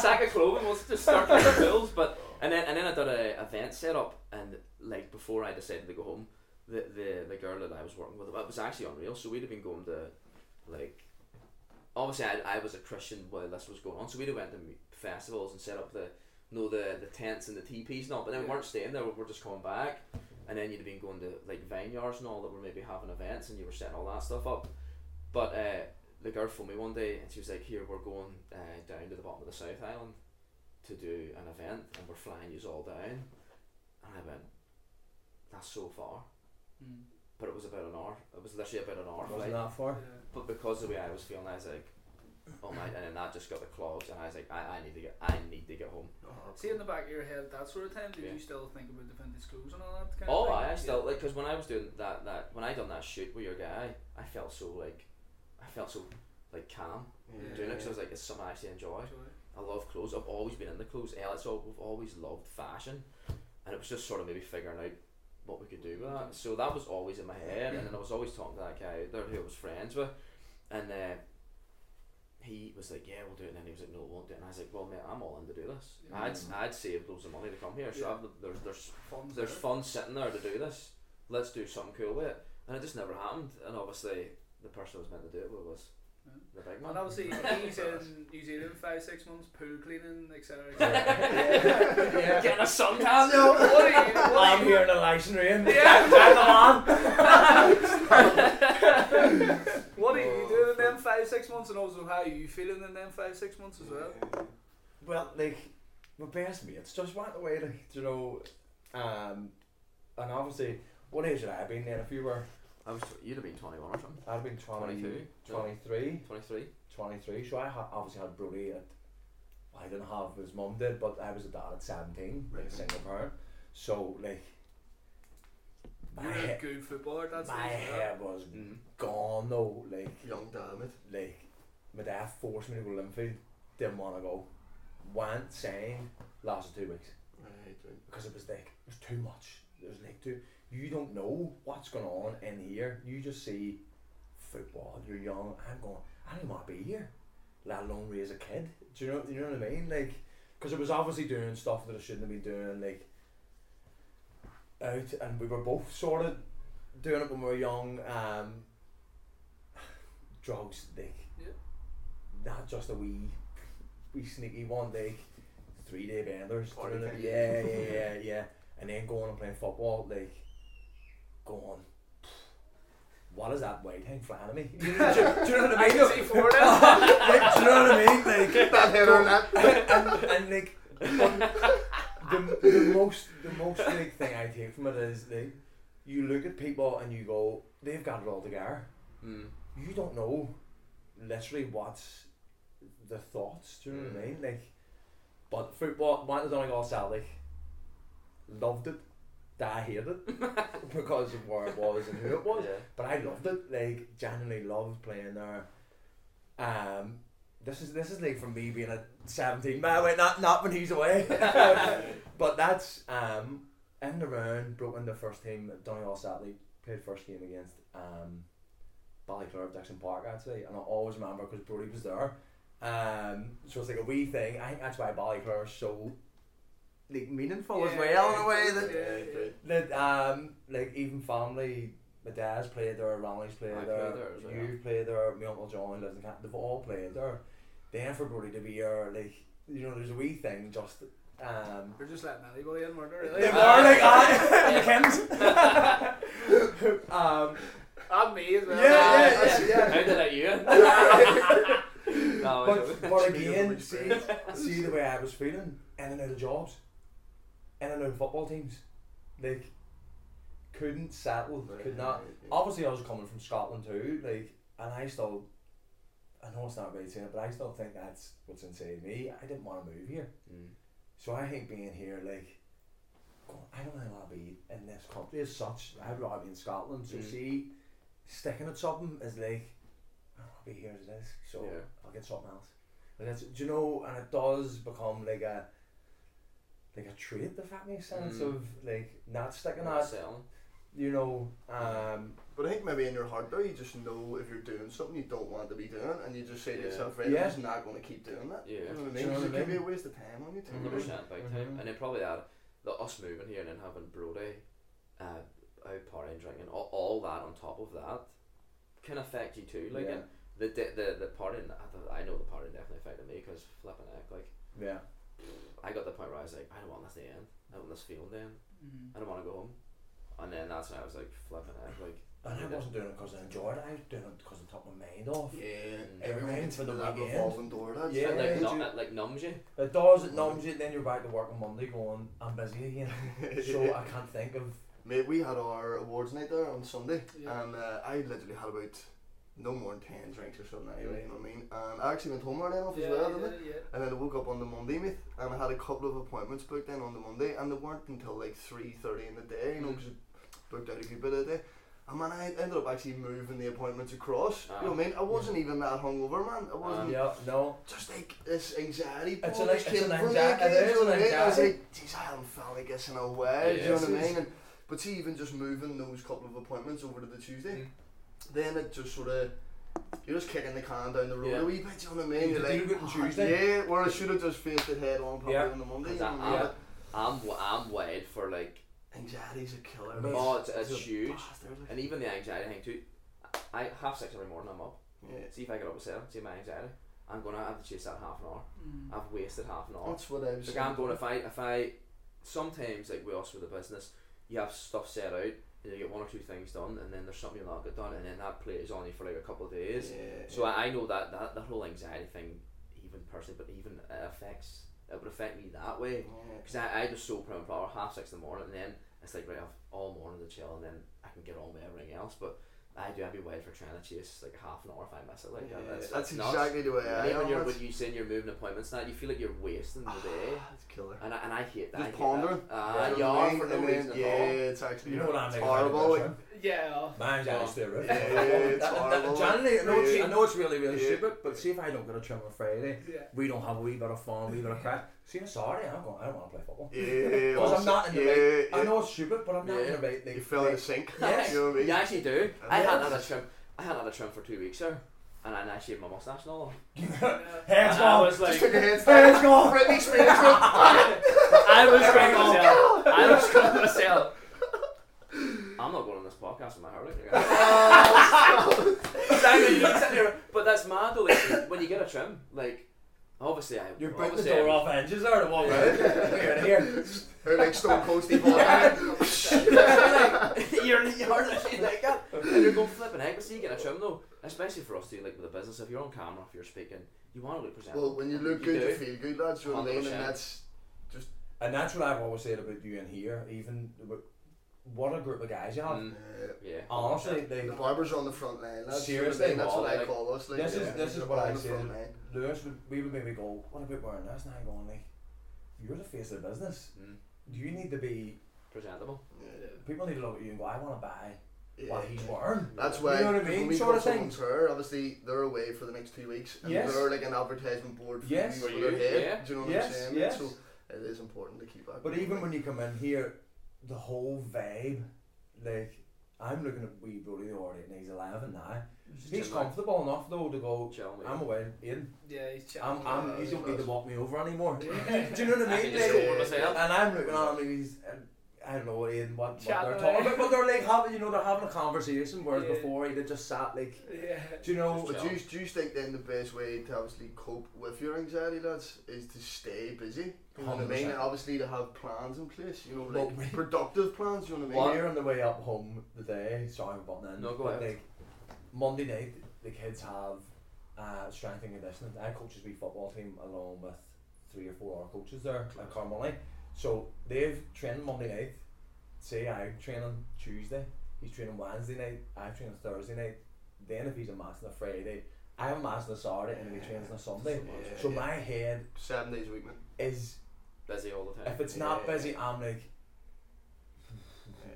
[SPEAKER 3] sack of clothing was to start with the bills, but and then and then I did a event set up and like before I decided to go home, the the, the girl that I was working with it was actually unreal. So we'd have been going to like obviously I, I was a Christian while this was going on, so we'd have went to mu- festivals and set up the you know the the tents and the teepees and all, but then we weren't staying there, we were just coming back. And then you'd have been going to like vineyards and all that were maybe having events and you were setting all that stuff up. But uh, the girl phoned me one day and she was like, Here, we're going uh, down to the bottom of the South Island to do an event and we're flying you all down. And I went, That's so far.
[SPEAKER 1] Mm.
[SPEAKER 3] But it was about an hour. It was literally about an hour flight.
[SPEAKER 2] Wasn't that
[SPEAKER 1] Yeah.
[SPEAKER 2] far?
[SPEAKER 3] But because of the way I was feeling, I was like, Oh my, and then that just got the clogs and I was like, I, I need to get I need to get home.
[SPEAKER 1] See in the back of your head that sort of time, did
[SPEAKER 3] Yeah.
[SPEAKER 1] you still think about defending schools and all that kind of
[SPEAKER 3] Oh,
[SPEAKER 1] thing?
[SPEAKER 3] I, I still like because when I was doing that that when I done that shoot with your guy, I felt so like, I felt so like calm doing it 'cause I was like it's something I actually enjoy.
[SPEAKER 1] Yeah.
[SPEAKER 3] I love clothes. I've always been into clothes. Yeah, it's all, we've always loved fashion, and it was just sort of maybe figuring out what we could do with that. So that was always in my head, and then I was always talking to that guy out there who I was friends with, and uh, he was like, "Yeah, we'll do it," and then he was like, "No, we won't do it," and I was like, "Well, mate, I'm all in to do this. I'd I'd saved loads of money to come here, so
[SPEAKER 1] Mm. Yeah.
[SPEAKER 3] I've, there's there's
[SPEAKER 1] Funds
[SPEAKER 3] there's
[SPEAKER 1] there.
[SPEAKER 3] fun sitting there to do this. Let's do something cool with it." And it just never happened. And obviously, the person who was meant to do it with was
[SPEAKER 1] Yeah.
[SPEAKER 3] the big man.
[SPEAKER 1] And obviously, he's in New Zealand five, six months, pool cleaning, etc. etc.
[SPEAKER 3] Getting a suntan.
[SPEAKER 1] what are you? What are
[SPEAKER 2] I'm
[SPEAKER 1] you
[SPEAKER 2] here in a license rain.
[SPEAKER 1] Yeah.
[SPEAKER 2] I'm the man.
[SPEAKER 1] What are you doing in them five, six months, and also how are you feeling in them five, six months as well?
[SPEAKER 2] Well, like my best mates just went away. Like do you know, Um, and obviously, what age would I have been then? If you were,
[SPEAKER 3] I was you'd have been twenty one or something.
[SPEAKER 2] I'd have been 20,
[SPEAKER 3] 22,
[SPEAKER 2] 23,
[SPEAKER 3] Twenty three.
[SPEAKER 2] 23. So I ha- obviously had Brody at, I didn't have his mum did, but I was a dad at 17, like a
[SPEAKER 4] Right.
[SPEAKER 2] single parent. So, like, my,
[SPEAKER 1] You're a
[SPEAKER 2] he-
[SPEAKER 1] good footballer. That's
[SPEAKER 2] my
[SPEAKER 1] easy, yeah.
[SPEAKER 2] hair was
[SPEAKER 3] Mm.
[SPEAKER 2] gone though. Like,
[SPEAKER 4] Young damn it.
[SPEAKER 2] like my dad forced me to go to Linfield. Didn't want to go. Went saying lasted two weeks
[SPEAKER 4] Right, right.
[SPEAKER 2] because it was like it was too much. It was like too. You don't know what's going on in here. You just see football. You're young. I'm going. I don't want to be here, let alone raise a kid. Do you know? You know what I mean? Like, because it was obviously doing stuff that I shouldn't have been doing. Like, out and we were both sort of doing it when we were young. Um, drugs, like,
[SPEAKER 1] Yeah.
[SPEAKER 2] not just a wee, wee sneaky one, like three day benders. do you
[SPEAKER 4] Party
[SPEAKER 2] know what I
[SPEAKER 4] thing.
[SPEAKER 2] mean? Yeah, yeah, yeah, yeah. And then going and playing football, like, going. What is that white thing flying at me? Do you know, do you- do you know what I mean?
[SPEAKER 1] See for it.
[SPEAKER 2] like, do you know what I mean? Like,
[SPEAKER 4] Get that head on that.
[SPEAKER 2] and, and like the, the most the most big thing I take from it is like you look at people and you go they've got it all together
[SPEAKER 3] Mm.
[SPEAKER 2] you don't know literally what's the thoughts do you know what I mean like but football went to Donegal Celtic loved it I hated it because of where it was and who it was
[SPEAKER 3] Yeah.
[SPEAKER 2] but I loved it. Like genuinely loved playing there. Um, this is this is like from me being a seventeen. By the way, not not when he's away. but that's um in the round. Broke in the first team. Donegal Saturday played first game against um Ballyclare Dixon Park actually, and I always remember because Brody was there. Um, so it's like a wee thing. I think that's why Ballyclare is so like meaningful as
[SPEAKER 1] Yeah,
[SPEAKER 2] well in a
[SPEAKER 1] yeah,
[SPEAKER 2] way
[SPEAKER 1] yeah,
[SPEAKER 2] that
[SPEAKER 1] yeah, yeah.
[SPEAKER 2] that um like even family my dad's played there Ronnie's played
[SPEAKER 3] I played
[SPEAKER 2] there,
[SPEAKER 3] there as well.
[SPEAKER 2] you played there my uncle John lives in Canada they've all played there then for Brody to be here like you know there's a wee thing just um
[SPEAKER 1] They're just letting anybody in, weren't they?
[SPEAKER 2] they
[SPEAKER 1] Really?
[SPEAKER 2] were
[SPEAKER 3] are,
[SPEAKER 2] like I Kent um
[SPEAKER 1] and me as well.
[SPEAKER 2] Yeah,
[SPEAKER 3] yeah,
[SPEAKER 2] yeah, yeah.
[SPEAKER 3] How did I you? no, I
[SPEAKER 2] but, but
[SPEAKER 3] don't.
[SPEAKER 4] Just me
[SPEAKER 2] again
[SPEAKER 4] over
[SPEAKER 2] see,
[SPEAKER 4] the
[SPEAKER 2] see the way I was feeling in and out of jobs in and out of football teams like couldn't settle could not obviously I was coming from Scotland too, like, and I still, I know it's not really saying it, but I still think that's what's inside me. I didn't want to move here,
[SPEAKER 3] Mm.
[SPEAKER 2] so I think being here, like, going, I don't really want to be in this country as such. I'd rather be in Scotland. So
[SPEAKER 3] Mm.
[SPEAKER 2] see, sticking at something is like, I don't want to be here as this, so
[SPEAKER 3] Yeah.
[SPEAKER 2] I'll get something else. And it's, do you know? And it does become like a. Like a trait, if that makes sense,
[SPEAKER 3] Mm.
[SPEAKER 2] of like not sticking
[SPEAKER 3] Not
[SPEAKER 2] at,
[SPEAKER 3] selling.
[SPEAKER 2] you know, um,
[SPEAKER 4] But I think maybe in your heart though, you just know if you're doing something you don't want to be doing, and you just say to
[SPEAKER 3] Yeah.
[SPEAKER 4] yourself, right,
[SPEAKER 2] Yeah.
[SPEAKER 4] I'm just not going to keep doing that.
[SPEAKER 3] Yeah.
[SPEAKER 4] You know
[SPEAKER 2] Do
[SPEAKER 4] what I
[SPEAKER 2] you
[SPEAKER 4] mean?
[SPEAKER 2] know
[SPEAKER 4] 'Cause
[SPEAKER 2] what
[SPEAKER 4] it
[SPEAKER 2] I
[SPEAKER 4] can be a
[SPEAKER 2] mean?
[SPEAKER 4] waste of time on you. too.
[SPEAKER 2] Mhm.
[SPEAKER 3] Hundred percent, big time.
[SPEAKER 2] Mhm.
[SPEAKER 3] And then probably that, the us moving here and then having Brody, uh, out partying, drinking, all, all that on top of that, can affect you too. Like
[SPEAKER 2] Yeah.
[SPEAKER 3] and the de- the the partying, I- I know the partying definitely affected me because flipping heck, like
[SPEAKER 2] Yeah.
[SPEAKER 3] I got to the point where I was like, I don't want this to end. I don't want this feeling to end.
[SPEAKER 1] Mm.
[SPEAKER 3] I don't want to go home. And then that's when I was like flipping heck, like
[SPEAKER 2] And I wasn't doing it because I enjoyed it, I was doing it because I took my mind off.
[SPEAKER 4] Yeah.
[SPEAKER 2] Everyone
[SPEAKER 4] Everyone's
[SPEAKER 2] for the
[SPEAKER 4] that
[SPEAKER 2] weekend.
[SPEAKER 4] revolving door. That's
[SPEAKER 2] Yeah,
[SPEAKER 3] it, like,
[SPEAKER 2] did
[SPEAKER 3] num-
[SPEAKER 2] you-
[SPEAKER 3] it, like numbs you.
[SPEAKER 2] It does, it numbs you, then you're back to work on Monday going, I'm busy again.
[SPEAKER 4] it.
[SPEAKER 2] so I can't think of.
[SPEAKER 4] Mate, we had our awards night there on Sunday,
[SPEAKER 1] Yeah.
[SPEAKER 4] and uh, I literally had about no more than 10 drinks or something anyway, you know what I mean? And I actually went home early enough
[SPEAKER 1] Yeah,
[SPEAKER 4] as well, didn't I?
[SPEAKER 1] yeah, yeah.
[SPEAKER 4] And then I woke up on the Monday, mate, and I had a couple of appointments booked in on the Monday, and they weren't until like 3.30 in the day, you know,
[SPEAKER 1] Mm.
[SPEAKER 4] because I booked out a good bit of the day. And man, I ended up actually moving the appointments across, you
[SPEAKER 1] Ah.
[SPEAKER 4] know what I mean? I wasn't even that hungover, man. I wasn't,
[SPEAKER 2] Yeah, no.
[SPEAKER 4] just like this anxiety
[SPEAKER 2] It's
[SPEAKER 4] ball
[SPEAKER 2] an-
[SPEAKER 4] just
[SPEAKER 2] it's
[SPEAKER 4] came
[SPEAKER 2] an
[SPEAKER 4] over me
[SPEAKER 2] anxi-
[SPEAKER 4] again,
[SPEAKER 2] it is
[SPEAKER 4] do you know
[SPEAKER 2] an
[SPEAKER 4] what I mean? I was
[SPEAKER 2] anxiety.
[SPEAKER 4] like, geez, I haven't felt like this in a while, do
[SPEAKER 3] Yeah.
[SPEAKER 4] you know what I
[SPEAKER 2] It's-
[SPEAKER 4] mean? And, but see, even just moving those couple of appointments over to the Tuesday,
[SPEAKER 2] Mm.
[SPEAKER 4] then it just sort of you're just kicking the can down the road
[SPEAKER 3] Yeah.
[SPEAKER 4] a wee bit, do you know what I mean?
[SPEAKER 2] You
[SPEAKER 4] You're
[SPEAKER 2] do
[SPEAKER 4] like,
[SPEAKER 2] it on
[SPEAKER 4] "Ah,
[SPEAKER 2] Tuesday."
[SPEAKER 4] yeah, where I should have just faced it head on probably
[SPEAKER 2] Yeah.
[SPEAKER 4] on the Monday. you
[SPEAKER 3] Cause
[SPEAKER 4] know
[SPEAKER 3] I-
[SPEAKER 4] what
[SPEAKER 2] I-
[SPEAKER 4] I mean? But
[SPEAKER 3] I'm w- I'm wed for like
[SPEAKER 4] Anxiety's a killer.
[SPEAKER 2] Mate.
[SPEAKER 4] mate.
[SPEAKER 3] oh it's, it's
[SPEAKER 4] a
[SPEAKER 3] huge.
[SPEAKER 4] bastard, like.
[SPEAKER 3] And even the anxiety thing too. I I- half six every morning I'm up.
[SPEAKER 4] Yeah.
[SPEAKER 3] See if I get up at seven, see my anxiety. I'm gonna have to chase that half an hour.
[SPEAKER 1] Mm.
[SPEAKER 3] I've wasted half an hour.
[SPEAKER 4] That's what I was
[SPEAKER 3] Like
[SPEAKER 4] saying.
[SPEAKER 3] I'm going if I if I sometimes like we us with the business, you have stuff set out, you get one or two things done and then there's something you'll not get done and then that plays on you for like a couple of days.
[SPEAKER 4] Yeah,
[SPEAKER 3] So
[SPEAKER 4] yeah.
[SPEAKER 3] I, I know that, that that whole anxiety thing, even personally, but even it affects it would affect me that way. Because I, I was so prim and proper, half six in the morning, and then it's like, right, I've all morning to chill, and then I can get on with everything else. But I do, I'd be wild for trying to chase like a half an hour if I miss it. Like, that.
[SPEAKER 4] that's,
[SPEAKER 3] that's, that's nuts.
[SPEAKER 4] exactly the way
[SPEAKER 3] And
[SPEAKER 4] I
[SPEAKER 3] then when,
[SPEAKER 4] am.
[SPEAKER 3] you're,
[SPEAKER 4] that's-
[SPEAKER 3] when you saying you're moving appointments now, you feel like you're wasting the day.
[SPEAKER 4] That's killer.
[SPEAKER 3] And I, and I hate that.
[SPEAKER 4] Just
[SPEAKER 3] I hate
[SPEAKER 4] pondering.
[SPEAKER 3] That. Uh,
[SPEAKER 4] You know what I
[SPEAKER 3] yeah,
[SPEAKER 4] mean?
[SPEAKER 3] for no
[SPEAKER 4] And then-
[SPEAKER 3] reason
[SPEAKER 4] Yeah,
[SPEAKER 3] at all.
[SPEAKER 4] it's actually
[SPEAKER 2] You know what I
[SPEAKER 4] it's
[SPEAKER 2] mean?
[SPEAKER 4] horrible. like,
[SPEAKER 1] Yeah.
[SPEAKER 2] Mine's
[SPEAKER 3] Oh.
[SPEAKER 2] Alice the Roof.
[SPEAKER 4] Yeah, it's horrible.
[SPEAKER 2] Generally, I know, it's,
[SPEAKER 4] Yeah.
[SPEAKER 2] I know it's really, really
[SPEAKER 4] Yeah.
[SPEAKER 2] stupid, but see if I don't get a trim on Friday,
[SPEAKER 1] Yeah.
[SPEAKER 2] we don't have a wee bit of fun, a wee bit of crack. See, on Saturday, I'm going, I don't want to play football.
[SPEAKER 4] yeah, yeah,
[SPEAKER 2] Because I'm not in the
[SPEAKER 4] yeah,
[SPEAKER 2] right.
[SPEAKER 4] yeah.
[SPEAKER 2] I know it's stupid, but I'm not in the
[SPEAKER 3] Yeah.
[SPEAKER 2] right. Like,
[SPEAKER 4] You fell in the sink. You know what I mean?
[SPEAKER 3] You actually do. I
[SPEAKER 4] Yeah.
[SPEAKER 3] hadn't had a trim. I hadn't had a trim for two weeks, sir, and I shaved my mustache and all.
[SPEAKER 2] Hands
[SPEAKER 5] And I
[SPEAKER 2] gone.
[SPEAKER 5] was like,
[SPEAKER 4] Took your hands
[SPEAKER 2] Hands gone.
[SPEAKER 4] Britney Spears.
[SPEAKER 5] I was going myself. I was going myself.
[SPEAKER 3] I'm not going on this podcast with my hair like that. Exactly, you sit there- but that's mad though. Like, when you get a trim, like obviously I.
[SPEAKER 2] You're biting the
[SPEAKER 3] obviously
[SPEAKER 2] door
[SPEAKER 3] I-
[SPEAKER 2] off edges there to walk out. Here and here.
[SPEAKER 4] Or like Stone Cold Steve Austin.
[SPEAKER 3] you're in the yard and shit like that. And you're going flipping out. But see, you get a trim though, especially for us too, like with the business. If you're on camera, if you're speaking, you want to look presentable.
[SPEAKER 4] Well, when you look good, you
[SPEAKER 3] do.
[SPEAKER 4] feel good, lads. You know what I mean? And
[SPEAKER 3] 100%.
[SPEAKER 4] that's just.
[SPEAKER 2] And that's what I've always said about you in here, even about what a group of guys you have.
[SPEAKER 3] Mm,
[SPEAKER 4] Uh,
[SPEAKER 3] yeah.
[SPEAKER 2] Honestly, they,
[SPEAKER 4] the barbers are on the front line, lads. you know what I
[SPEAKER 2] Seriously,
[SPEAKER 4] mean? that's
[SPEAKER 3] well,
[SPEAKER 4] what I
[SPEAKER 3] like,
[SPEAKER 4] call us. Like,
[SPEAKER 2] this is
[SPEAKER 4] yeah.
[SPEAKER 2] this is what I
[SPEAKER 4] On the
[SPEAKER 2] say.
[SPEAKER 4] front line.
[SPEAKER 2] Lewis would we would maybe go, What about wearing this? And I going like, You're the face of the business.
[SPEAKER 3] Mm,
[SPEAKER 2] You need to be
[SPEAKER 3] presentable.
[SPEAKER 4] Yeah.
[SPEAKER 2] people need to look at you and go, I wanna buy
[SPEAKER 4] Yeah.
[SPEAKER 2] what he's wearing.
[SPEAKER 4] That's
[SPEAKER 2] You
[SPEAKER 4] why
[SPEAKER 2] know what I
[SPEAKER 4] when
[SPEAKER 2] mean?
[SPEAKER 4] we
[SPEAKER 2] Sort
[SPEAKER 4] got
[SPEAKER 2] of thing.
[SPEAKER 4] someone's hair, obviously they're away for the next two weeks, and
[SPEAKER 2] Yes.
[SPEAKER 4] they're like an advertisement board for
[SPEAKER 2] Yes.
[SPEAKER 4] you
[SPEAKER 3] For
[SPEAKER 4] with
[SPEAKER 3] you,
[SPEAKER 4] their head.
[SPEAKER 3] yeah.
[SPEAKER 4] Do you know what
[SPEAKER 2] Yes,
[SPEAKER 4] I'm saying?
[SPEAKER 2] yes.
[SPEAKER 4] So it is important to keep that.
[SPEAKER 2] But even when you come in here, the whole vibe, like I'm looking at wee Brody already and he's eleven now. He's
[SPEAKER 3] chill out.
[SPEAKER 2] comfortable enough though to go
[SPEAKER 3] Chill, mate.
[SPEAKER 2] I'm away, Ian.
[SPEAKER 1] Yeah, he's chatting.
[SPEAKER 2] I'm, I'm, you don't need to walk me over anymore. Do you know what
[SPEAKER 3] I
[SPEAKER 2] I
[SPEAKER 3] can
[SPEAKER 2] mean?
[SPEAKER 3] just
[SPEAKER 2] Like,
[SPEAKER 3] go over myself.
[SPEAKER 2] and I'm looking at him and he's, and I don't know what, Ian, what, what they're
[SPEAKER 1] Chatting
[SPEAKER 2] talking
[SPEAKER 1] away.
[SPEAKER 2] about, but they're like having, you know, they're having a conversation, whereas
[SPEAKER 1] Yeah.
[SPEAKER 2] before he'd have just sat like,
[SPEAKER 1] Yeah.
[SPEAKER 2] do you know,
[SPEAKER 3] Just
[SPEAKER 4] But do you, do you think then the best way to obviously cope with your anxiety, lads, is to stay busy? You know what I mean?
[SPEAKER 2] 100%.
[SPEAKER 4] And obviously to have plans in place, you know,
[SPEAKER 2] Well,
[SPEAKER 4] like
[SPEAKER 2] we-
[SPEAKER 4] productive plans, you know what I mean?
[SPEAKER 2] Well, you're on the way up home today. Sorry, I'm butting in.
[SPEAKER 3] No, go
[SPEAKER 2] but
[SPEAKER 3] ahead.
[SPEAKER 2] Like, Monday night, the kids have uh, strength and conditioning. I coach his wee football team along with three or four other coaches there at Carmoney. So they've trained Monday night. Say I'm training Tuesday. He's training Wednesday night. I'm training Thursday night. Then if he's a match on a Friday, I have a match on a Saturday, and if he trains on a Sunday.
[SPEAKER 4] Yeah,
[SPEAKER 2] So
[SPEAKER 4] yeah.
[SPEAKER 2] my head
[SPEAKER 4] Seven days a week, man.
[SPEAKER 2] is
[SPEAKER 3] Busy all the time.
[SPEAKER 2] if it's not
[SPEAKER 4] Yeah.
[SPEAKER 2] busy, I'm like,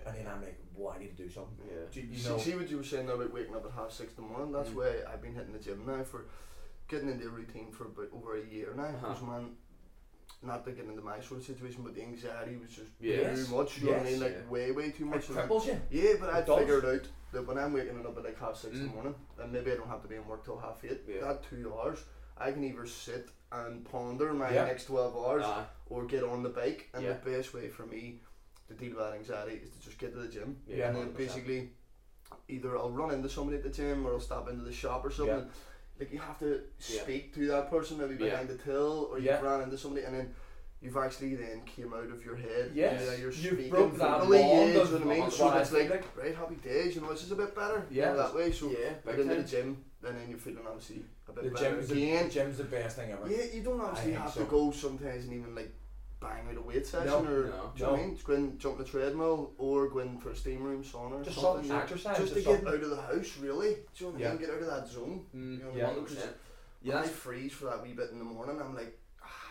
[SPEAKER 2] and then I'm like, well, I need to do something.
[SPEAKER 3] Yeah.
[SPEAKER 2] Do
[SPEAKER 4] You
[SPEAKER 2] you
[SPEAKER 4] see,
[SPEAKER 2] know?
[SPEAKER 4] see what you were saying about waking up at half six in the morning. That's
[SPEAKER 3] Mm.
[SPEAKER 4] why I've been hitting the gym now for getting into a routine for about over a year now.
[SPEAKER 3] Uh-huh.
[SPEAKER 4] Because man, not to get into my sort of situation, but the anxiety was just
[SPEAKER 3] Yes.
[SPEAKER 4] too much. You know what I mean?
[SPEAKER 3] Yes.
[SPEAKER 4] Like
[SPEAKER 3] Yeah.
[SPEAKER 4] way, way too
[SPEAKER 2] It
[SPEAKER 4] much. And I'm-
[SPEAKER 2] cripples you.
[SPEAKER 4] yeah, but I
[SPEAKER 2] It does.
[SPEAKER 4] figured out that when I'm waking up at like half six in the
[SPEAKER 3] Mm.
[SPEAKER 4] morning, and maybe I don't have to be in work till half eight.
[SPEAKER 3] Yeah.
[SPEAKER 4] That two hours, I can either sit and ponder my
[SPEAKER 2] Yeah.
[SPEAKER 4] next twelve hours
[SPEAKER 3] Uh,
[SPEAKER 4] or get on the bike. And
[SPEAKER 3] Yeah.
[SPEAKER 4] the best way for me to deal with that anxiety is to just get to the gym.
[SPEAKER 3] yeah.
[SPEAKER 4] and then
[SPEAKER 3] 100%.
[SPEAKER 4] basically, either I'll run into somebody at the gym or I'll stop into the shop or something. Like you have to
[SPEAKER 3] Yeah.
[SPEAKER 4] speak to that person maybe
[SPEAKER 3] Yeah.
[SPEAKER 4] behind the till, or you've
[SPEAKER 2] Yeah.
[SPEAKER 4] ran into somebody, and then you've actually then came out of your head.
[SPEAKER 2] Yes.
[SPEAKER 4] yeah, you're
[SPEAKER 2] You've
[SPEAKER 4] speaking
[SPEAKER 2] broke that
[SPEAKER 4] verbally,
[SPEAKER 2] bond
[SPEAKER 4] yeah, do you know
[SPEAKER 2] of-
[SPEAKER 4] what I mean?
[SPEAKER 2] of
[SPEAKER 4] So
[SPEAKER 2] what I
[SPEAKER 4] it's like,
[SPEAKER 2] feel like.
[SPEAKER 4] right, happy days. You know, this is a bit better. you
[SPEAKER 2] Yeah.
[SPEAKER 4] know, that way. So
[SPEAKER 3] yeah,
[SPEAKER 4] get
[SPEAKER 3] big
[SPEAKER 4] into the
[SPEAKER 3] time.
[SPEAKER 4] gym, and then you're feeling obviously a bit
[SPEAKER 2] The
[SPEAKER 4] better
[SPEAKER 2] gym's the,
[SPEAKER 4] again.
[SPEAKER 2] gym's the best thing ever.
[SPEAKER 4] Yeah, you don't obviously
[SPEAKER 2] think
[SPEAKER 4] have
[SPEAKER 2] so.
[SPEAKER 4] to go sometimes and even like bang out a weight session
[SPEAKER 2] No,
[SPEAKER 4] or
[SPEAKER 3] no,
[SPEAKER 4] do you know what I
[SPEAKER 2] no.
[SPEAKER 4] mean? Just go and jump on the treadmill or go in for a steam room sauna or
[SPEAKER 2] Just
[SPEAKER 4] something.
[SPEAKER 2] something exercise.
[SPEAKER 4] just to
[SPEAKER 2] or
[SPEAKER 4] get
[SPEAKER 2] something.
[SPEAKER 4] out of the house, really. Do you know what I
[SPEAKER 2] Yeah.
[SPEAKER 4] mean? Get out of that zone.
[SPEAKER 3] Mm,
[SPEAKER 4] You know what
[SPEAKER 2] yeah.
[SPEAKER 4] I mean? 'Cause
[SPEAKER 3] 100%.
[SPEAKER 4] when
[SPEAKER 3] Yeah,
[SPEAKER 4] I freeze for that wee bit in the morning, I'm like,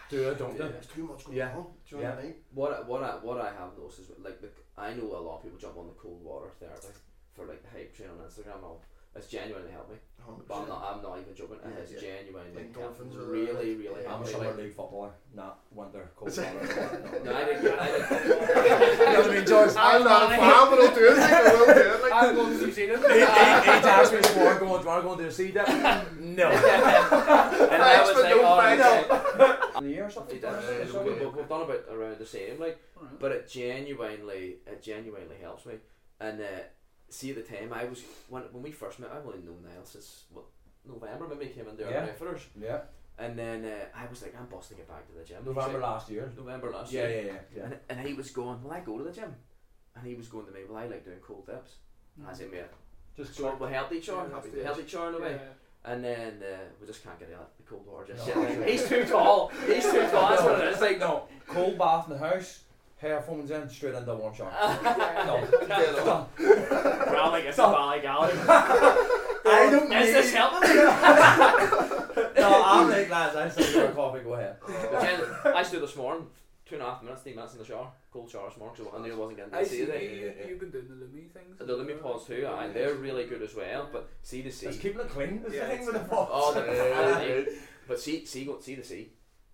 [SPEAKER 2] do it, don't do
[SPEAKER 3] Yeah.
[SPEAKER 2] it.
[SPEAKER 4] there's too much going
[SPEAKER 2] Yeah.
[SPEAKER 4] on. Do you know what I mean?
[SPEAKER 3] What I, what I, what I have noticed is like the, I know a lot of people jump on the cold water therapy for like the hype train on Instagram. I'll, it's genuinely helped me,
[SPEAKER 4] 100%.
[SPEAKER 3] but I'm not I'm not even joking. It
[SPEAKER 4] Yeah,
[SPEAKER 3] has
[SPEAKER 4] yeah.
[SPEAKER 3] genuinely
[SPEAKER 4] Like
[SPEAKER 3] helped
[SPEAKER 4] dolphins are
[SPEAKER 3] really
[SPEAKER 4] like-
[SPEAKER 3] really
[SPEAKER 4] yeah.
[SPEAKER 2] I'm a
[SPEAKER 3] helped me.
[SPEAKER 2] summer
[SPEAKER 3] Like,
[SPEAKER 2] league footballer, not winter cold water. no.
[SPEAKER 3] no, I didn't. I didn't.
[SPEAKER 2] You know what I mean, George?
[SPEAKER 4] I'm not a fan, but I'll do it. Like, I will do it. Like,
[SPEAKER 1] I'm going to New Zealand.
[SPEAKER 2] He, he, he asked me before, going, do you want to go into the sea dip? No.
[SPEAKER 3] and I was like,
[SPEAKER 4] no
[SPEAKER 3] oh,
[SPEAKER 4] thanks.
[SPEAKER 3] okay.
[SPEAKER 2] the year or something?
[SPEAKER 3] It does.
[SPEAKER 4] Yeah,
[SPEAKER 3] It's-
[SPEAKER 4] yeah,
[SPEAKER 3] we-
[SPEAKER 4] yeah.
[SPEAKER 3] we- We've done about around the same, like,
[SPEAKER 1] Alright.
[SPEAKER 3] but it genuinely, it genuinely helps me. And uh, see, at the time I was when when we first met, I've only known Niall since what November when we came in there
[SPEAKER 2] Yeah.
[SPEAKER 3] yeah. outfitters.
[SPEAKER 2] Yeah.
[SPEAKER 3] And then uh, I was like, I'm busting to get back to the gym. He's
[SPEAKER 2] November
[SPEAKER 3] like,
[SPEAKER 2] last year.
[SPEAKER 3] November last
[SPEAKER 2] Yeah,
[SPEAKER 3] year.
[SPEAKER 2] yeah, yeah. yeah.
[SPEAKER 3] And, and he was going, Well, I go to the gym. And he was going to me, Well, I like doing cold dips. And I said, Mate,
[SPEAKER 2] Just
[SPEAKER 3] so
[SPEAKER 2] go.
[SPEAKER 3] we helped each other.
[SPEAKER 1] Yeah,
[SPEAKER 3] helped
[SPEAKER 1] that's
[SPEAKER 3] each other in a way. And then uh, we just can't get out the cold water just
[SPEAKER 2] No.
[SPEAKER 3] yet. He's too tall. He's too tall. That's what it is. Like
[SPEAKER 2] no, cold bath in the house, hair foaming in, straight into warm shower. No,
[SPEAKER 4] Dead on.
[SPEAKER 2] stop.
[SPEAKER 5] Probably gets a Bally
[SPEAKER 2] I don't
[SPEAKER 5] Is this
[SPEAKER 2] need.
[SPEAKER 5] helping?
[SPEAKER 2] No, I'm like lads. I'm still for a coffee. Go ahead.
[SPEAKER 3] But then I stood this morning, two and a half minutes, three minutes in the shower, cold shower this morning, 'cause I knew I wasn't getting
[SPEAKER 1] I
[SPEAKER 3] to
[SPEAKER 1] see
[SPEAKER 3] see
[SPEAKER 1] you,
[SPEAKER 3] it.
[SPEAKER 1] you, you've been doing the Lumi things.
[SPEAKER 3] The Lumi pods too, aye, they're really good as well. But see the sea.
[SPEAKER 2] It's keeping it clean. That's
[SPEAKER 1] Yeah,
[SPEAKER 2] the thing
[SPEAKER 1] it's
[SPEAKER 2] with the
[SPEAKER 1] good.
[SPEAKER 2] pots.
[SPEAKER 3] Oh, the-
[SPEAKER 4] Yeah,
[SPEAKER 3] But see, see, go- see the sea.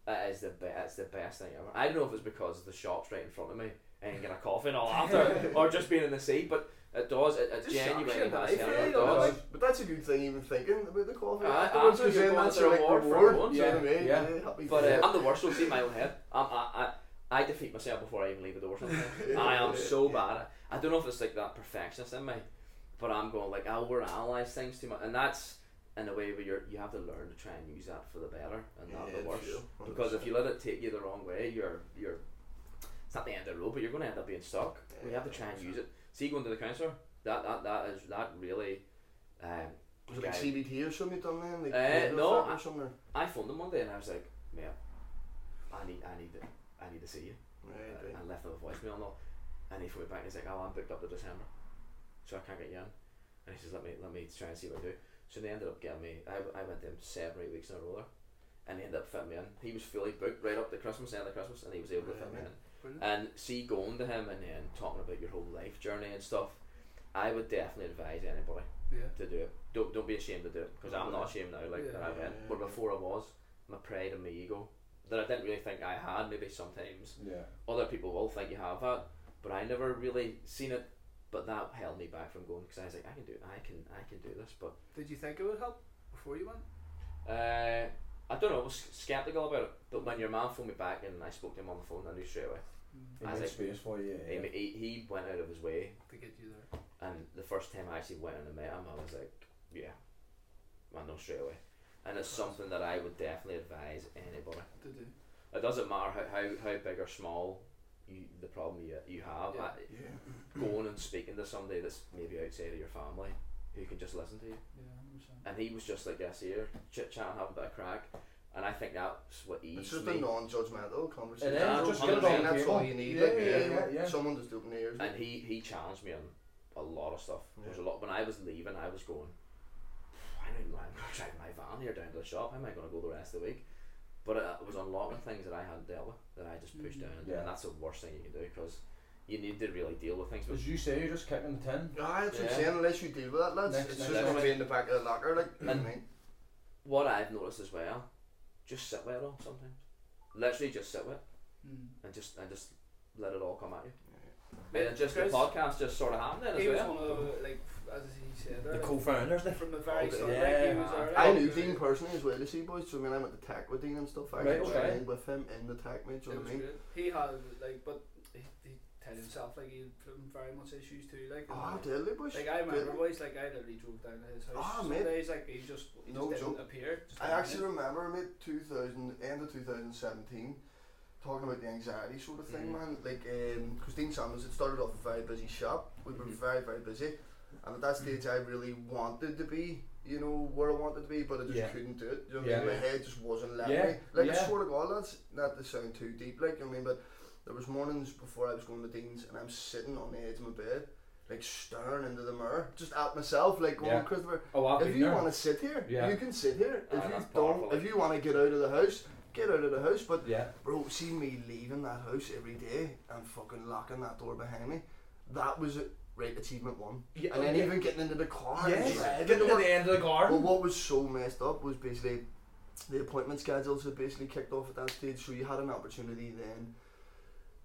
[SPEAKER 3] That is the best. That's the best thing ever. I don't know if it's because the shop's right in front of me and get a coffee and all after, or just being in the sea. But it does. It, it
[SPEAKER 1] Just shocks
[SPEAKER 3] genuinely
[SPEAKER 1] your
[SPEAKER 3] has
[SPEAKER 1] life,
[SPEAKER 3] helped.
[SPEAKER 1] yeah,
[SPEAKER 3] It
[SPEAKER 1] you know,
[SPEAKER 3] does.
[SPEAKER 1] like-
[SPEAKER 4] But that's a good thing, even thinking about the coffee.
[SPEAKER 3] Aye,
[SPEAKER 4] afterwards,
[SPEAKER 3] after
[SPEAKER 4] because
[SPEAKER 3] you're going
[SPEAKER 4] that's
[SPEAKER 3] to
[SPEAKER 4] your, like,
[SPEAKER 3] reward for
[SPEAKER 4] reward,
[SPEAKER 3] it once,
[SPEAKER 4] you know what I mean?
[SPEAKER 2] yeah.
[SPEAKER 4] happy
[SPEAKER 3] But
[SPEAKER 4] days.
[SPEAKER 3] uh, I'm the worst. You'll see in my own head. I'm, I, I, I defeat myself before I even leave the door. Sometimes. I am so bad. at- I don't know if it's like that perfectionist in me, but I'm going like I overanalyze things too much, and that's in a way where you're, you have to learn to try and use that for the better and not the worse. Because if you let it take you the wrong way, you're you're it's not the end of the road, but you're going to end up being stuck. We have to try and use it. See, going to the counselor, that that that is that really. Um,
[SPEAKER 4] Was it like
[SPEAKER 3] guy-
[SPEAKER 4] CBT or something you done then? Like,
[SPEAKER 3] Eh,
[SPEAKER 4] yoga
[SPEAKER 3] no,
[SPEAKER 4] fit
[SPEAKER 3] I-
[SPEAKER 4] Or something? or-
[SPEAKER 3] I phoned them one day and I was like, "Mate, I need I need to I need to see you."
[SPEAKER 4] Right,
[SPEAKER 3] I, I left him a voicemail note, and he phoned me back and he's like, "Oh, I'm booked up to December, so I can't get you in." And he says, "Let me let me try and see what I do." So they ended up getting me. I, I went to him seven or eight weeks in a row there, and he ended up fitting me in. He was fully booked right up to Christmas, end of Christmas, and he was able to fit me in.
[SPEAKER 1] Brilliant.
[SPEAKER 3] And see, going to him and then talking about your whole life journey and stuff, I would definitely advise anybody
[SPEAKER 1] Yeah.
[SPEAKER 3] to do it. Don't don't be ashamed to do it because I'm not ashamed now. Like that I
[SPEAKER 4] Yeah.
[SPEAKER 3] went, but before I was, my pride and my ego that I didn't really think I had. Maybe sometimes
[SPEAKER 2] Yeah.
[SPEAKER 3] other people will think you have that, but I never really seen it. But that held me back from going because I was like, I can do, it. I can, I can do this. But
[SPEAKER 1] Did you think it would help before you went?
[SPEAKER 3] uh, I don't know. I was skeptical about it. But when your man phoned me back and I spoke to him on the phone, I knew straight away.
[SPEAKER 2] It
[SPEAKER 3] I
[SPEAKER 2] makes
[SPEAKER 3] think-
[SPEAKER 2] space for you.
[SPEAKER 3] He
[SPEAKER 2] Yeah.
[SPEAKER 3] He, he went out of his way
[SPEAKER 1] Mm. To get you there.
[SPEAKER 3] And the first time I actually went in and met him, I was like, yeah, I know straight away. And it's something that I would definitely advise anybody.
[SPEAKER 1] To do.
[SPEAKER 3] It doesn't matter how, how, how big or small you, the problem you, you have.
[SPEAKER 1] Yeah.
[SPEAKER 3] I-
[SPEAKER 4] Yeah.
[SPEAKER 3] going and speaking to somebody that's maybe outside of your family who can just listen to you.
[SPEAKER 1] Yeah,
[SPEAKER 3] And he was just like this here, chit chatting, having a bit of crack. And I think that's what eased
[SPEAKER 4] It's just
[SPEAKER 3] me.
[SPEAKER 4] a non-judgmental conversation.
[SPEAKER 2] It
[SPEAKER 3] is, just get it
[SPEAKER 4] I mean,
[SPEAKER 3] on
[SPEAKER 2] the
[SPEAKER 4] That's
[SPEAKER 2] table.
[SPEAKER 4] all you need.
[SPEAKER 2] Yeah,
[SPEAKER 4] like,
[SPEAKER 2] yeah,
[SPEAKER 4] eh,
[SPEAKER 2] yeah, yeah.
[SPEAKER 4] Someone just open their ears.
[SPEAKER 3] and he he challenged me on a lot of stuff. There was a lot when I was leaving. I was going. I don't even know. I'm gonna drive my van here down to the shop. How am I gonna go the rest of the week? But it, it was unlocking things that I hadn't dealt with that I just pushed
[SPEAKER 1] Mhm.
[SPEAKER 3] down,
[SPEAKER 2] Yeah.
[SPEAKER 3] and that's the worst thing you can do because you need to really deal with things. But
[SPEAKER 2] As you say, you're just kicking the tin.
[SPEAKER 4] Ah, that's what
[SPEAKER 3] Yeah.
[SPEAKER 4] I'm saying. Unless you deal with it, lads,
[SPEAKER 2] Next-
[SPEAKER 4] it's
[SPEAKER 2] next
[SPEAKER 4] just going
[SPEAKER 3] time.
[SPEAKER 4] to be in the back of the locker. Like, you know what I mean?
[SPEAKER 3] what I've noticed as well, just sit with it all sometimes. Literally, just sit with it
[SPEAKER 1] Mm.
[SPEAKER 3] and just and just let it all come at you.
[SPEAKER 1] Yeah.
[SPEAKER 3] And just
[SPEAKER 1] Chris-
[SPEAKER 3] the podcast just sort of happened then
[SPEAKER 1] He
[SPEAKER 3] as
[SPEAKER 1] was
[SPEAKER 3] well.
[SPEAKER 1] one of the, like, as he said,
[SPEAKER 2] The
[SPEAKER 1] uh,
[SPEAKER 2] co-founders. They
[SPEAKER 1] from the very
[SPEAKER 4] Oh,
[SPEAKER 1] start,
[SPEAKER 2] yeah,
[SPEAKER 1] like, he was
[SPEAKER 3] man.
[SPEAKER 1] there.
[SPEAKER 4] I
[SPEAKER 1] like,
[SPEAKER 4] knew
[SPEAKER 1] he
[SPEAKER 4] Dean
[SPEAKER 1] was-
[SPEAKER 4] personally as well, the sea boys. So I mean, I went to tech with Dean and stuff. I
[SPEAKER 2] Right,
[SPEAKER 4] actually
[SPEAKER 2] okay.
[SPEAKER 4] trained with him in the tech, mate. Do you
[SPEAKER 1] It
[SPEAKER 4] know
[SPEAKER 1] was
[SPEAKER 4] what I mean?
[SPEAKER 1] good. He had, like, but he, he tell himself, like, he had very much issues too. Like,
[SPEAKER 4] Oh, deadly boys.
[SPEAKER 1] Like I remember
[SPEAKER 4] Deadly.
[SPEAKER 1] boys, like I literally drove down to his house.
[SPEAKER 4] Ah,
[SPEAKER 1] some
[SPEAKER 4] mate.
[SPEAKER 1] days, like he just he
[SPEAKER 4] No
[SPEAKER 1] just didn't
[SPEAKER 4] joke.
[SPEAKER 1] appear. Just
[SPEAKER 4] I
[SPEAKER 1] didn't
[SPEAKER 4] actually remember mid 2000, end of 2017, talking about the anxiety sort of thing,
[SPEAKER 2] Mm-hmm.
[SPEAKER 3] Mhm.
[SPEAKER 4] man. Like, um, Christine Samuels, it started off a very busy shop. We were
[SPEAKER 2] Mm-hmm.
[SPEAKER 3] Mhm.
[SPEAKER 4] very, very busy. And at that stage, I really wanted to be, you know, where I wanted to be, but I just
[SPEAKER 2] Yeah.
[SPEAKER 4] couldn't do it. You know what I
[SPEAKER 2] Yeah.
[SPEAKER 4] mean? My head just wasn't letting
[SPEAKER 2] Yeah,
[SPEAKER 4] me. Like,
[SPEAKER 2] yeah.
[SPEAKER 4] I swear to God, that's not to sound too deep, like, you know what I mean? But there was mornings before I was going to Dean's, and I'm sitting on the edge of my bed, like, staring into the mirror, just at myself, like, going,
[SPEAKER 2] Yeah.
[SPEAKER 4] Christopher,
[SPEAKER 2] Oh, I've
[SPEAKER 4] if
[SPEAKER 2] been
[SPEAKER 4] you
[SPEAKER 2] there.
[SPEAKER 4] want to sit here,
[SPEAKER 2] Yeah.
[SPEAKER 4] you can sit here.
[SPEAKER 3] Aye,
[SPEAKER 4] If you
[SPEAKER 3] that's
[SPEAKER 4] don't,
[SPEAKER 3] powerful.
[SPEAKER 4] if you want to get out of the house, get out of the house. But
[SPEAKER 2] Yeah.
[SPEAKER 4] bro, see me leaving that house every day and fucking locking that door behind me. That was it. Right, achievement one.
[SPEAKER 2] Yeah,
[SPEAKER 4] and then
[SPEAKER 2] yeah.
[SPEAKER 4] even getting into the car and
[SPEAKER 2] Yes.
[SPEAKER 4] driving.
[SPEAKER 2] Getting to
[SPEAKER 4] Well,
[SPEAKER 2] the end of the
[SPEAKER 4] well,
[SPEAKER 2] garden.
[SPEAKER 4] what was so messed up was basically the appointment schedules had basically kicked off at that stage, so you had an opportunity then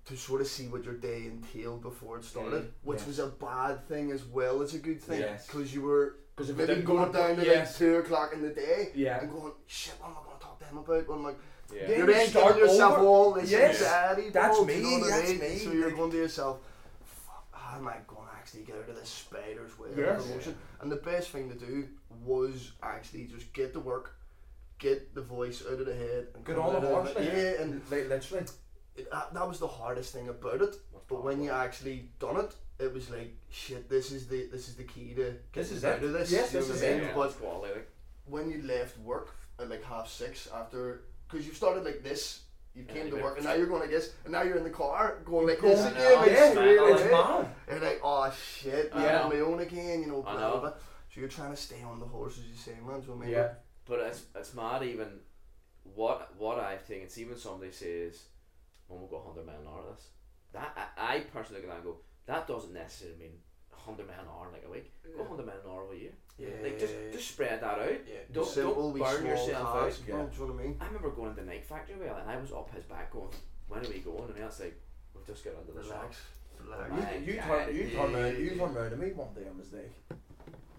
[SPEAKER 4] to sort of see what your day entailed before it started,
[SPEAKER 3] Mm,
[SPEAKER 4] which
[SPEAKER 2] yes.
[SPEAKER 4] was a bad thing as well as a good thing
[SPEAKER 2] Yes.
[SPEAKER 4] because you were
[SPEAKER 2] Because if it
[SPEAKER 4] Maybe
[SPEAKER 2] didn't
[SPEAKER 4] going
[SPEAKER 2] go
[SPEAKER 4] down to
[SPEAKER 2] yes.
[SPEAKER 4] like two o'clock in the day
[SPEAKER 2] Yeah.
[SPEAKER 4] and going, shit, what am I going to talk to them about? Well, I'm like,
[SPEAKER 3] Yeah.
[SPEAKER 2] Yeah.
[SPEAKER 4] you're
[SPEAKER 2] you
[SPEAKER 4] then
[SPEAKER 2] start
[SPEAKER 4] giving yourself
[SPEAKER 2] over.
[SPEAKER 4] all this
[SPEAKER 2] Yes.
[SPEAKER 4] anxiety.
[SPEAKER 2] That's
[SPEAKER 4] bro, do you
[SPEAKER 2] me,
[SPEAKER 4] know what I
[SPEAKER 2] that's
[SPEAKER 4] mean?
[SPEAKER 2] me.
[SPEAKER 4] So you're
[SPEAKER 2] Like-
[SPEAKER 4] going to yourself, fuck, how am I going to actually get out of this spider's web
[SPEAKER 2] Yes.
[SPEAKER 4] of emotion? And the best thing to do was actually just get to work, get the voice out of the head. And
[SPEAKER 2] Get
[SPEAKER 4] come
[SPEAKER 2] on the
[SPEAKER 4] out of
[SPEAKER 2] horse.
[SPEAKER 4] it.
[SPEAKER 2] like,
[SPEAKER 4] Yeah, and
[SPEAKER 2] like, literally.
[SPEAKER 4] it, that, that was the hardest thing about it. But when you actually done it, it was like, shit, this is the this is the key to
[SPEAKER 2] This
[SPEAKER 4] getting
[SPEAKER 2] is
[SPEAKER 4] out
[SPEAKER 2] it.
[SPEAKER 4] of this.
[SPEAKER 2] Yes,
[SPEAKER 4] you know
[SPEAKER 2] this
[SPEAKER 4] what
[SPEAKER 2] is
[SPEAKER 4] I
[SPEAKER 2] it.
[SPEAKER 4] mean?
[SPEAKER 3] yeah,
[SPEAKER 4] But
[SPEAKER 3] it's quality, like,
[SPEAKER 4] when you left work at like half six after, because you started like this, you
[SPEAKER 3] Yeah,
[SPEAKER 4] came
[SPEAKER 3] you
[SPEAKER 4] to
[SPEAKER 3] went-
[SPEAKER 4] work, and now you're going like this, and now you're in the car going like
[SPEAKER 2] Going
[SPEAKER 4] this
[SPEAKER 2] like
[SPEAKER 4] again,
[SPEAKER 5] that,
[SPEAKER 4] like
[SPEAKER 5] yeah,
[SPEAKER 4] straight
[SPEAKER 5] man,
[SPEAKER 2] It's
[SPEAKER 4] away.
[SPEAKER 2] mad.
[SPEAKER 4] And like, oh shit,
[SPEAKER 3] I
[SPEAKER 4] man,
[SPEAKER 3] know.
[SPEAKER 4] on my own again, you know,
[SPEAKER 3] I
[SPEAKER 4] blah
[SPEAKER 3] know.
[SPEAKER 4] blah blah. So you're trying to stay on the horse, as you say, man. So maybe
[SPEAKER 2] Yeah.
[SPEAKER 3] But it's it's mad even what what I think it's even somebody says, "Well, we'll go 100 mile an hour." This that I, I personally look at that and go, that doesn't necessarily mean 100 mile an hour in like a week. Go 100 mile an hour a year.
[SPEAKER 4] yeah,
[SPEAKER 3] Like just just spread that out.
[SPEAKER 4] yeah.
[SPEAKER 3] don't- don't
[SPEAKER 4] simple, wee
[SPEAKER 3] burn
[SPEAKER 4] small
[SPEAKER 3] yourself out,
[SPEAKER 4] tasks,
[SPEAKER 2] yeah.
[SPEAKER 4] man, Do you know what I mean?
[SPEAKER 3] I remember going to the Nike factory well, and I was up his back going, "When are we going?" And I was like, "We've just got under the shop."
[SPEAKER 4] Relax, relax.
[SPEAKER 3] My
[SPEAKER 2] You, you
[SPEAKER 3] God.
[SPEAKER 2] turn, you turn
[SPEAKER 4] Yeah.
[SPEAKER 2] round, you turn round to me one day and was like,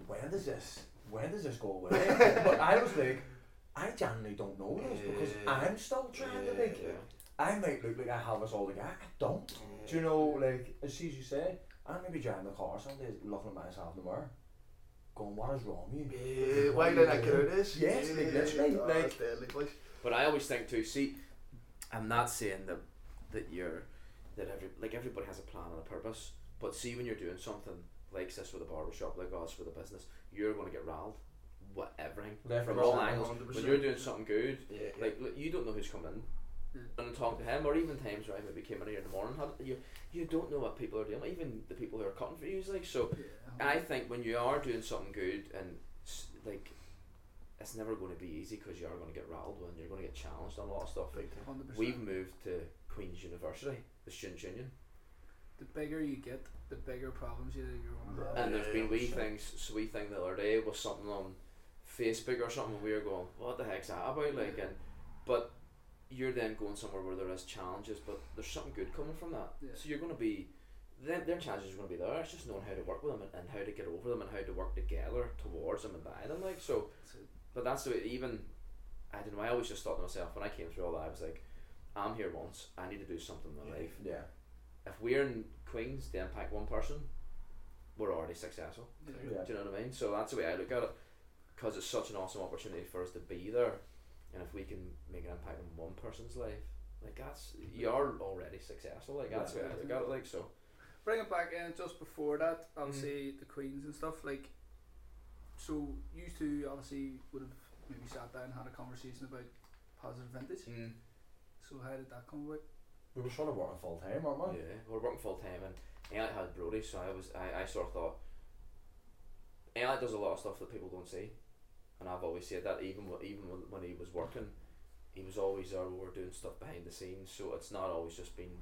[SPEAKER 2] when does this, when does this go away? but I was like, I genuinely don't know this
[SPEAKER 3] Eh,
[SPEAKER 2] because
[SPEAKER 4] Yeah.
[SPEAKER 2] I'm still trying to like, I might look like I have us all together. I
[SPEAKER 3] Eh.
[SPEAKER 2] don't. Ah, Do you
[SPEAKER 4] Yeah.
[SPEAKER 2] know, like, as soon as you say, I may be driving the car some days, looking at myself in the mirror, going, what is wrong with you?
[SPEAKER 4] Yeah, why did I get out of this?
[SPEAKER 2] Yes, like, literally,
[SPEAKER 4] yeah, Oh,
[SPEAKER 2] like-
[SPEAKER 4] that's deadly, boys.
[SPEAKER 3] But I always think too. See, I'm not saying that that you're that every like everybody has a plan and a purpose. But see, when you're doing something like this with a barber shop, like us with a business, you're going to get riled. What everything
[SPEAKER 2] Left
[SPEAKER 3] from
[SPEAKER 2] and
[SPEAKER 3] all
[SPEAKER 2] right,
[SPEAKER 3] angles.
[SPEAKER 4] 100%.
[SPEAKER 3] When you're doing something good,
[SPEAKER 4] Yeah, yeah.
[SPEAKER 3] like look, you don't know who's coming in.
[SPEAKER 1] Mm.
[SPEAKER 3] And talk to him, or even times where I maybe came in here in the morning, had, you you don't know what people are doing, even the people who are cutting for you. Like so, I think when you are doing something good and s- like, it's never going to be easy because you are going to get rattled and you're going to get challenged on a lot of stuff.
[SPEAKER 4] Big time.
[SPEAKER 3] We've moved to Queen's University, the Students' Union,
[SPEAKER 1] The bigger you get, the bigger problems you you're gonna have.
[SPEAKER 3] and there's been wee
[SPEAKER 4] Oh, Yeah.
[SPEAKER 3] things, so wee thing the other day was something on Facebook or something, and we were going, "What the heck's that about?" Like, and but you're then going somewhere where there is challenges, but there's something good coming from that.
[SPEAKER 1] Yeah.
[SPEAKER 3] So you're going to be, then their challenges are going to be there. It's just knowing how to work with them and, and how to get over them and how to work together towards them and by them. Like so,
[SPEAKER 1] So,
[SPEAKER 3] But that's the way, even, I don't know, I always just thought to myself when I came through all that, I was like, I'm here once, I need to do something in my life.
[SPEAKER 2] Yeah.
[SPEAKER 3] If we're in Queens to impact one person, we're already successful.
[SPEAKER 1] yeah.
[SPEAKER 2] Yeah.
[SPEAKER 3] Do you know what I mean? So that's the way I look at it, because it's such an awesome opportunity for us to be there. And if we can make an impact on one person's life, like that's, you're already successful. Like that's the way I look at it, like so.
[SPEAKER 1] Bring it back in just before that, obviously
[SPEAKER 3] Mm.
[SPEAKER 1] the Queens and stuff, like so you two obviously would have maybe sat down and had a conversation about positive vintage. So how did that come about?
[SPEAKER 2] We were sort of working full time, weren't we?
[SPEAKER 3] Yeah, we we're working full time, and Elliot had Brody, so I was I, I sort of thought Elliot does a lot of stuff that people don't see, and I've always said that even wh- even when- when he was working, he was always there. We were doing stuff behind the scenes, so it's not always just been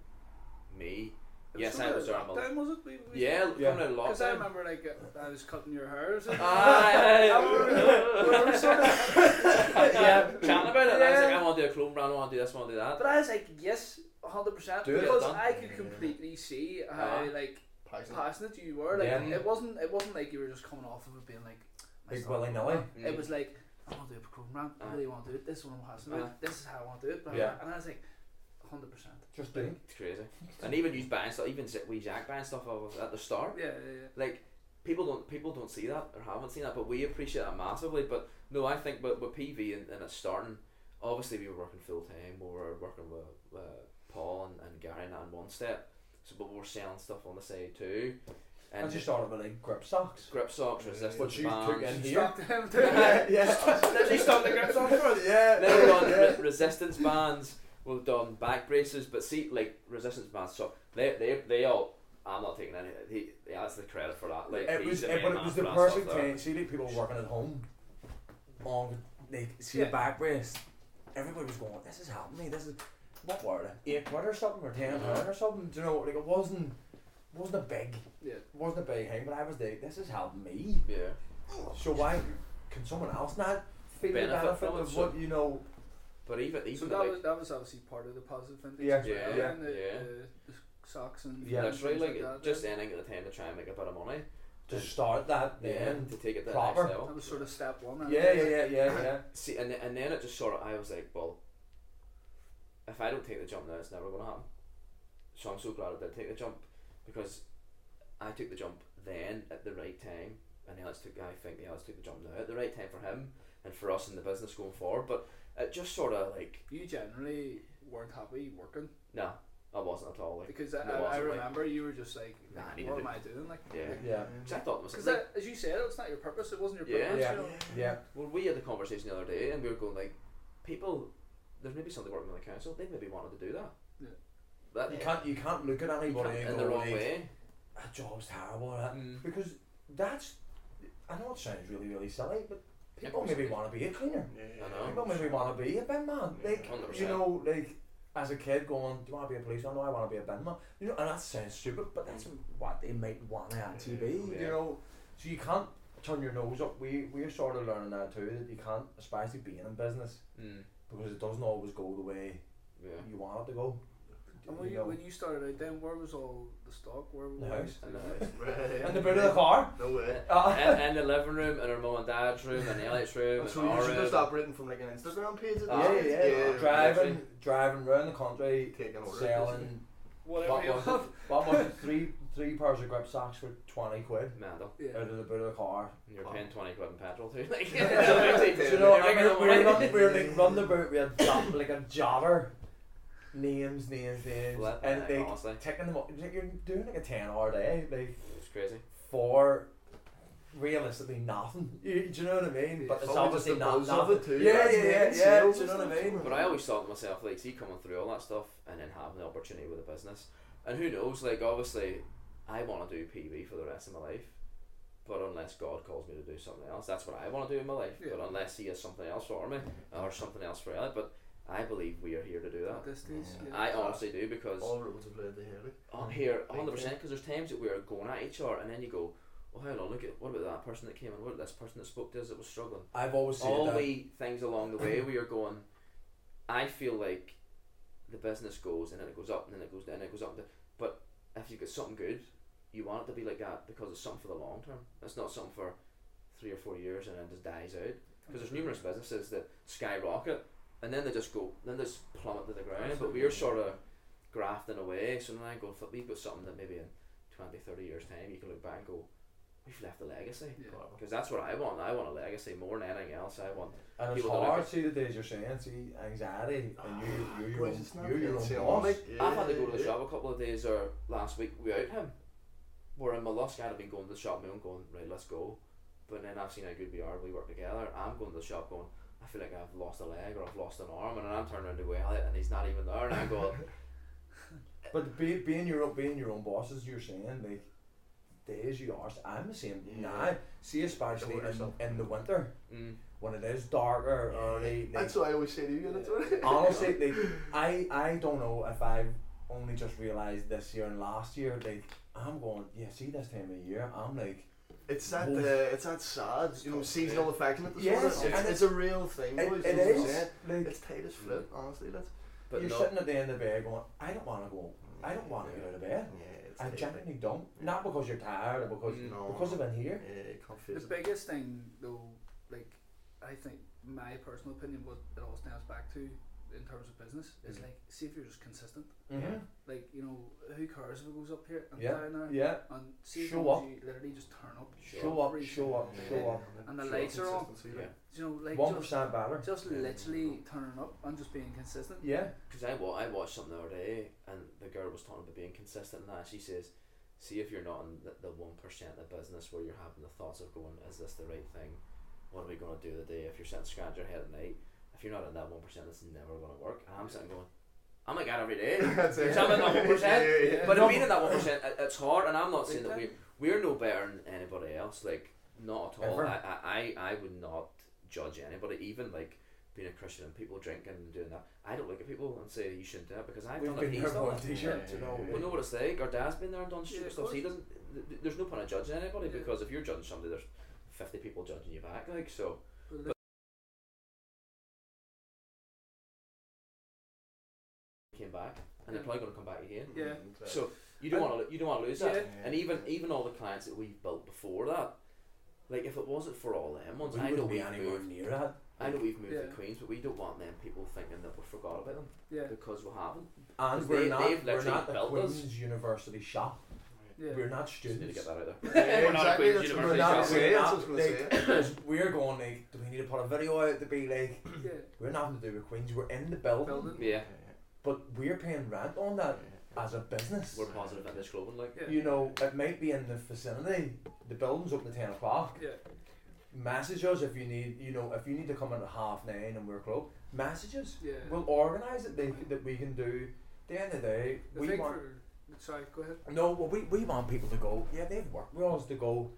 [SPEAKER 3] me.
[SPEAKER 1] It
[SPEAKER 3] Yes,
[SPEAKER 1] sort
[SPEAKER 3] I
[SPEAKER 1] of
[SPEAKER 3] was there, I'm a-
[SPEAKER 1] lockdown, was it? We, we
[SPEAKER 3] Yeah,
[SPEAKER 2] Yeah.
[SPEAKER 3] coming out of
[SPEAKER 1] Because I
[SPEAKER 3] lockdown.
[SPEAKER 1] remember like uh, I was cutting your hair. So
[SPEAKER 3] Aye.
[SPEAKER 1] I remember- we were sort of-
[SPEAKER 3] yeah, chatting about it. I was like,
[SPEAKER 1] Yeah.
[SPEAKER 3] I want to do a clone brand, I want to do this, I want to do that.
[SPEAKER 1] But I was like, yes, hundred percent,
[SPEAKER 2] Do it.
[SPEAKER 1] because
[SPEAKER 3] Done. Uh-huh.
[SPEAKER 1] I could completely see how
[SPEAKER 3] Yeah.
[SPEAKER 1] like
[SPEAKER 4] Packs in.
[SPEAKER 1] passionate you were. Like
[SPEAKER 2] Yeah.
[SPEAKER 1] it wasn't, it wasn't like you were just coming off of it being like.
[SPEAKER 2] Big
[SPEAKER 1] "Myself,
[SPEAKER 2] willy nilly."
[SPEAKER 1] It was like I want to do a Pokemon rant. I
[SPEAKER 3] Uh.
[SPEAKER 1] really want to do it. This is what I'm passionate about. This is how I want to do it. Blah,
[SPEAKER 2] Yeah.
[SPEAKER 1] blah. And I was like, hundred percent.
[SPEAKER 2] Just doing.
[SPEAKER 3] It's crazy. And even you buying stuff, even we Jack buying stuff of- at the start.
[SPEAKER 1] Yeah, yeah,
[SPEAKER 3] like people don't people don't see that or haven't seen that, but we appreciate that massively. But no, I think with, with PV and, and it's starting. Obviously, we were working full time. We were working with uh, Paul and, and Gary and that in one step. So, but we were selling stuff on the side too,
[SPEAKER 2] And
[SPEAKER 3] and
[SPEAKER 2] just started with like grip socks.
[SPEAKER 3] grip socks, resistance
[SPEAKER 2] What you
[SPEAKER 3] bands.
[SPEAKER 2] took in
[SPEAKER 1] yeah.
[SPEAKER 2] here.
[SPEAKER 1] Stop them doing
[SPEAKER 3] Yeah.
[SPEAKER 1] that.
[SPEAKER 2] yeah.
[SPEAKER 3] She stopped the grip
[SPEAKER 2] socks for Yeah.
[SPEAKER 3] Then we've done re- resistance bands. We've done back braces, but see, like resistance bands. So they they they all. I'm not taking any. He, he has the credit for that. Like
[SPEAKER 2] it
[SPEAKER 3] he's
[SPEAKER 2] was,
[SPEAKER 3] the
[SPEAKER 2] it,
[SPEAKER 3] main
[SPEAKER 2] but it
[SPEAKER 3] man
[SPEAKER 2] was
[SPEAKER 3] for
[SPEAKER 2] the
[SPEAKER 3] that stuff
[SPEAKER 2] perfect
[SPEAKER 3] there.
[SPEAKER 2] time. See, like people working at home, on like see
[SPEAKER 1] Yeah.
[SPEAKER 2] the back brace. Everybody was going, "This is happening. This is what were they? Eight quid or something, or ten
[SPEAKER 3] Yeah.
[SPEAKER 2] pound or something." Do you know? Like it wasn't, wasn't a big,
[SPEAKER 1] Yeah.
[SPEAKER 2] wasn't a big thing. But I was like, "This is helping me."
[SPEAKER 3] Yeah.
[SPEAKER 2] So why can someone else not feel
[SPEAKER 3] Benefit
[SPEAKER 2] the benefit
[SPEAKER 3] from it,
[SPEAKER 2] of
[SPEAKER 3] so-
[SPEAKER 2] what you know?
[SPEAKER 3] But even
[SPEAKER 1] So
[SPEAKER 3] even like,
[SPEAKER 1] that was that was obviously part of the positive vintage
[SPEAKER 2] Yeah.
[SPEAKER 1] as well.
[SPEAKER 3] Yeah.
[SPEAKER 1] And the,
[SPEAKER 3] Yeah.
[SPEAKER 1] the, the socks and
[SPEAKER 2] Yeah.
[SPEAKER 1] and
[SPEAKER 3] That's right.
[SPEAKER 1] things
[SPEAKER 3] Like,
[SPEAKER 1] that,
[SPEAKER 3] just
[SPEAKER 1] yeah.
[SPEAKER 3] ending at the time to try and make a bit of money.
[SPEAKER 2] To start that
[SPEAKER 3] Yeah.
[SPEAKER 2] then.
[SPEAKER 3] To take it to the
[SPEAKER 2] proper.
[SPEAKER 3] next level.
[SPEAKER 1] that was sort of step one. I
[SPEAKER 2] Yeah, yeah,
[SPEAKER 1] guess.
[SPEAKER 2] yeah, yeah, yeah.
[SPEAKER 3] See, and, and then it just sort of, I was like, well, if I don't take the jump now, it's never going to happen. So I'm so glad I did take the jump because I took the jump then at the right time, and Alex took, I think Alex took the jump now at the right time for him and for us in the business going forward. But it just sort of like,
[SPEAKER 1] You generally weren't happy working.
[SPEAKER 3] no, I wasn't at all. Like,
[SPEAKER 1] Because I,
[SPEAKER 3] No,
[SPEAKER 1] I, I
[SPEAKER 3] wasn't, like-
[SPEAKER 1] remember you were just like,
[SPEAKER 3] Nah, I need
[SPEAKER 1] what
[SPEAKER 3] to
[SPEAKER 1] am
[SPEAKER 3] do-
[SPEAKER 1] I doing? Like,
[SPEAKER 3] yeah.
[SPEAKER 2] Yeah.
[SPEAKER 3] Because I thought it was
[SPEAKER 1] because
[SPEAKER 3] like,
[SPEAKER 1] as you said, it's not your purpose. It wasn't your
[SPEAKER 3] Yeah.
[SPEAKER 1] purpose.
[SPEAKER 2] Yeah.
[SPEAKER 1] you know?
[SPEAKER 2] Yeah.
[SPEAKER 3] well, we had the conversation the other day, and we were going like, people, there's maybe somebody working on the council. They maybe wanted to do that.
[SPEAKER 1] Yeah.
[SPEAKER 3] That
[SPEAKER 2] You can't you can't look at anybody
[SPEAKER 3] in
[SPEAKER 2] and
[SPEAKER 3] the
[SPEAKER 2] go
[SPEAKER 3] wrong
[SPEAKER 2] like,
[SPEAKER 3] way.
[SPEAKER 2] that job's terrible or that.
[SPEAKER 3] Mm.
[SPEAKER 2] because that's I know it sounds really really silly, but people
[SPEAKER 3] Everyone's
[SPEAKER 2] maybe
[SPEAKER 3] like-
[SPEAKER 2] want to be a cleaner.
[SPEAKER 3] I know.
[SPEAKER 2] People maybe want to be a bin man.
[SPEAKER 4] Yeah.
[SPEAKER 2] Like you
[SPEAKER 3] 100%.
[SPEAKER 2] know, like as a kid going, do you want to be a policeman? No, I want to be a bin man. You know, and that sounds stupid, but that's what they might want to actually be. You
[SPEAKER 3] Yeah.
[SPEAKER 2] know, so you can't turn your nose up. We we're sort of learning that too that you can't aspire to being in business
[SPEAKER 3] Mm.
[SPEAKER 2] because it doesn't always go the way
[SPEAKER 3] Yeah.
[SPEAKER 2] you want it to go.
[SPEAKER 1] And when
[SPEAKER 2] You
[SPEAKER 1] you,
[SPEAKER 2] know.
[SPEAKER 1] when you started out, then where was all the stock? Where
[SPEAKER 2] The
[SPEAKER 1] where-
[SPEAKER 2] house.
[SPEAKER 3] I know.
[SPEAKER 4] Right.
[SPEAKER 2] And the boot of the car.
[SPEAKER 4] No way.
[SPEAKER 2] Uh,
[SPEAKER 3] and, and the living room, and her mum and dad's room, and Elliot's room,
[SPEAKER 4] So
[SPEAKER 3] and
[SPEAKER 4] you
[SPEAKER 3] our
[SPEAKER 4] should
[SPEAKER 3] room.
[SPEAKER 4] just operating from like an Instagram page. At
[SPEAKER 3] Ah,
[SPEAKER 2] yeah,
[SPEAKER 4] the
[SPEAKER 2] yeah,
[SPEAKER 4] moment?
[SPEAKER 2] yeah.
[SPEAKER 3] yeah,
[SPEAKER 2] driving,
[SPEAKER 3] literally.
[SPEAKER 2] driving around the country,
[SPEAKER 4] Taking orders.
[SPEAKER 2] selling.
[SPEAKER 1] Whatever.
[SPEAKER 3] What
[SPEAKER 1] you
[SPEAKER 3] was
[SPEAKER 1] have.
[SPEAKER 3] it?
[SPEAKER 2] What was it? Three, three pairs of grip socks for twenty quid
[SPEAKER 3] Mandel.
[SPEAKER 1] Yeah.
[SPEAKER 2] out of the boot of the car.
[SPEAKER 3] And you're
[SPEAKER 4] Wow.
[SPEAKER 3] paying 20 quid in petrol too. Like,
[SPEAKER 2] Do you know, I mean, we were running, we were like
[SPEAKER 4] Yeah.
[SPEAKER 2] running about, we had jab, like a jabber, names, names, names,
[SPEAKER 3] Flip,
[SPEAKER 2] and
[SPEAKER 3] like,
[SPEAKER 2] like
[SPEAKER 3] honestly.
[SPEAKER 2] taking them up. Like, you're doing like a ten hour day, like
[SPEAKER 3] It's crazy.
[SPEAKER 2] for realistically nothing. You, do you know what I mean?
[SPEAKER 1] Yeah,
[SPEAKER 2] But it's
[SPEAKER 4] probably
[SPEAKER 2] obviously
[SPEAKER 4] just the
[SPEAKER 2] not
[SPEAKER 4] buzz of
[SPEAKER 2] nothing.
[SPEAKER 4] it too.
[SPEAKER 2] Yeah, yeah,
[SPEAKER 4] That's
[SPEAKER 2] yeah,
[SPEAKER 4] making
[SPEAKER 2] yeah.
[SPEAKER 4] sales
[SPEAKER 2] Do you know
[SPEAKER 4] and
[SPEAKER 2] what I
[SPEAKER 4] stuff.
[SPEAKER 2] mean?
[SPEAKER 3] But I always thought to myself, like, see coming through all that stuff and then having the opportunity with a business. And who knows, like, obviously, I want to do PB for the rest of my life. But unless God calls me to do something else, that's what I want to do in my life.
[SPEAKER 1] Yeah.
[SPEAKER 3] But unless He has something else for me or something else for Elliot, but I believe we are here to do that.
[SPEAKER 1] At this stage.
[SPEAKER 2] Yeah.
[SPEAKER 1] Yeah.
[SPEAKER 3] I honestly do because
[SPEAKER 4] All roads have led to Hurley.
[SPEAKER 3] on here,
[SPEAKER 4] Big
[SPEAKER 3] 100% because there's times that we're going at each other and then you go, oh, hold on, look at what about that person that came and what about this person that spoke to us that was struggling?
[SPEAKER 2] I've always said
[SPEAKER 3] All
[SPEAKER 2] that.
[SPEAKER 3] the things along the way we are going, I feel like the business goes and then it goes up and then it goes down and it goes up. and down. But if you get something good, you want it to be like that because it's something for the long term. It's not something for three or four years and then it just dies out. Because there's numerous businesses that skyrocket and then they just go, then they just plummet to the ground. But we're sort of grafting away. So now I go, "Fuck, we've got something that maybe in 20, 30 years' time you can look back and go, we've left a legacy.
[SPEAKER 1] Yeah.
[SPEAKER 3] Because that's what I want. I want a legacy more than anything else. I want.
[SPEAKER 2] And it's
[SPEAKER 3] People don't
[SPEAKER 2] hard,
[SPEAKER 3] like
[SPEAKER 2] see the days you're saying, see anxiety, and you, you're your
[SPEAKER 4] Boys,
[SPEAKER 2] own,
[SPEAKER 4] Ah, it's not
[SPEAKER 2] you're your
[SPEAKER 4] being
[SPEAKER 2] own
[SPEAKER 4] sales.
[SPEAKER 2] boss.
[SPEAKER 4] Yeah,
[SPEAKER 3] I've had to go to the
[SPEAKER 4] yeah.
[SPEAKER 3] shop a couple of days or last week without him. Where in Mollusk, I'd have been going to the shop my own going, right, let's go. But then I've seen how good we are, we work together. I'm going to the shop going, I feel like I've lost a leg or I've lost an arm, and then I'm turning around to go out and he's not even there. And I go,
[SPEAKER 2] But be, being your own, being your own boss, as you're saying, like days you are. I'm the same.
[SPEAKER 4] Yeah.
[SPEAKER 2] Nah, see especially
[SPEAKER 4] Don't worry
[SPEAKER 2] in,
[SPEAKER 4] yourself.
[SPEAKER 2] in the winter
[SPEAKER 3] mm,
[SPEAKER 2] when it is darker early. Like,
[SPEAKER 4] That's what I always say to you. That's what I-
[SPEAKER 2] honestly, like, I I don't know if I've only just realised this year and last year. Like I'm going, yeah, see this time of year, I'm like,
[SPEAKER 4] It's that
[SPEAKER 2] Wolf.
[SPEAKER 4] uh, it's that sad, you know, seasonal affecting it.
[SPEAKER 2] Yes,
[SPEAKER 4] Yes, it's,
[SPEAKER 2] and
[SPEAKER 4] it's a real thing.
[SPEAKER 2] it,
[SPEAKER 4] boys,
[SPEAKER 2] it
[SPEAKER 4] you know what I'm
[SPEAKER 2] is.
[SPEAKER 4] saying?
[SPEAKER 2] Like
[SPEAKER 4] It's tight as flip, honestly. That's
[SPEAKER 3] but
[SPEAKER 2] you're
[SPEAKER 3] no,
[SPEAKER 2] sitting at the end of the bed going, I don't want to go. I don't want to get out of bed.
[SPEAKER 4] Yeah, it's
[SPEAKER 2] I
[SPEAKER 4] tight,
[SPEAKER 2] genuinely don't. Not because you're tired or because
[SPEAKER 3] Mm.
[SPEAKER 4] No.
[SPEAKER 2] because of in here.
[SPEAKER 4] like, yeah, it can't
[SPEAKER 1] The
[SPEAKER 4] phase it.
[SPEAKER 1] biggest thing, though, like I think my personal opinion, what it all stems back to in terms of business, is
[SPEAKER 2] Mhm.
[SPEAKER 1] like see if you're just consistent.
[SPEAKER 3] Mm-hmm.
[SPEAKER 2] Mhm.
[SPEAKER 1] Like you know, who cares if it goes up here and
[SPEAKER 2] Yeah.
[SPEAKER 1] down there?
[SPEAKER 2] Yeah.
[SPEAKER 1] And see
[SPEAKER 2] Show
[SPEAKER 1] if
[SPEAKER 2] up.
[SPEAKER 1] you literally just turn up.
[SPEAKER 2] Show up,
[SPEAKER 1] Every-
[SPEAKER 2] show up, show up.
[SPEAKER 1] And the
[SPEAKER 4] Show
[SPEAKER 1] lights are on.
[SPEAKER 4] consistency, like.
[SPEAKER 1] You know, like
[SPEAKER 2] One
[SPEAKER 1] just,
[SPEAKER 2] percent better.
[SPEAKER 1] just literally turning up and just being consistent.
[SPEAKER 2] Yeah.
[SPEAKER 3] Because I, wa- I watched something the other day, and the girl was talking about being consistent, and that she says, "See if you're not in the- the one percent of business where you're having the thoughts of going, is this the right thing? What are we going to do today? If you're sitting scratching your head at night, if you're not in that one percent, it's never going to work." And I'm sitting going, "I'm like that every day."
[SPEAKER 4] That's it.
[SPEAKER 3] Some of them are percent,
[SPEAKER 4] Yeah, yeah, yeah.
[SPEAKER 3] But being in that one percent, it- it's hard, and I'm not saying that we we're no better than anybody else. Like not at all.
[SPEAKER 2] Ever.
[SPEAKER 3] I, I I I would not judge anybody, even like being a Christian and people drinking and doing that. I don't look at people and say you shouldn't do that because I've
[SPEAKER 2] We've
[SPEAKER 3] done
[SPEAKER 2] been
[SPEAKER 3] it. He's
[SPEAKER 2] here
[SPEAKER 3] done
[SPEAKER 2] for
[SPEAKER 3] it.
[SPEAKER 2] a t-shirt, you know.
[SPEAKER 3] We know what it's like. Our dad's been there and done
[SPEAKER 1] Yeah,
[SPEAKER 3] stupid
[SPEAKER 1] of
[SPEAKER 3] stuff. So he
[SPEAKER 1] course.
[SPEAKER 3] doesn't. th- th- There's no point in judging anybody
[SPEAKER 1] Yeah.
[SPEAKER 3] because if you're judging somebody, there's fifty people judging you back. Like so.
[SPEAKER 1] But
[SPEAKER 3] But- Came back, and they're probably going to come back again.
[SPEAKER 1] Yeah.
[SPEAKER 3] So you don't
[SPEAKER 1] And-
[SPEAKER 3] want to you don't want to lose that.
[SPEAKER 1] Yeah.
[SPEAKER 3] And even even all the clients that we've built before that, like if it wasn't for all them ones,
[SPEAKER 2] We
[SPEAKER 3] I know
[SPEAKER 2] wouldn't be
[SPEAKER 3] we've
[SPEAKER 2] anywhere
[SPEAKER 3] moved.
[SPEAKER 2] near that.
[SPEAKER 3] I know we've moved
[SPEAKER 1] Yeah.
[SPEAKER 3] to Queens, but we don't want them people thinking that we forgot about them
[SPEAKER 1] Yeah,
[SPEAKER 3] because we haven't.
[SPEAKER 2] And
[SPEAKER 3] 'Cause
[SPEAKER 2] we're
[SPEAKER 3] they-
[SPEAKER 2] not.
[SPEAKER 3] they've
[SPEAKER 2] We're
[SPEAKER 3] literally
[SPEAKER 2] not the
[SPEAKER 3] built us.
[SPEAKER 2] Queen's University shop.
[SPEAKER 1] yeah.
[SPEAKER 2] We're not
[SPEAKER 3] Just need to
[SPEAKER 2] students.
[SPEAKER 3] get that out there.
[SPEAKER 4] Yeah,
[SPEAKER 3] We're not
[SPEAKER 4] exactly,
[SPEAKER 3] a
[SPEAKER 4] that's
[SPEAKER 3] Queen's
[SPEAKER 4] what
[SPEAKER 2] We're
[SPEAKER 3] University
[SPEAKER 2] not.
[SPEAKER 3] shop.
[SPEAKER 4] Yeah,
[SPEAKER 2] We're
[SPEAKER 4] that's what
[SPEAKER 2] not.
[SPEAKER 4] I was gonna
[SPEAKER 2] Like, because we're going like, do we need to put a video out to be like?
[SPEAKER 1] yeah.
[SPEAKER 2] We're nothing to do with Queens. We're in the building,
[SPEAKER 1] Building.
[SPEAKER 3] Yeah,
[SPEAKER 4] Yeah,
[SPEAKER 2] but we're paying rent on that.
[SPEAKER 4] yeah.
[SPEAKER 2] as a business.
[SPEAKER 3] We're positive vintage clothing, like.
[SPEAKER 1] Yeah.
[SPEAKER 2] You know, it might be in the vicinity. The building's open at ten o'clock.
[SPEAKER 1] Yeah.
[SPEAKER 2] Message us if you need. You know, if you need to come in at half nine and we're closed. Message us.
[SPEAKER 1] Yeah.
[SPEAKER 2] We'll organise it that, that we can do. At the end of the day,
[SPEAKER 1] the
[SPEAKER 2] we
[SPEAKER 1] thing
[SPEAKER 2] want
[SPEAKER 1] for sorry, go ahead.
[SPEAKER 2] no. Well, we, we want people to go. Yeah, they've worked with us to go.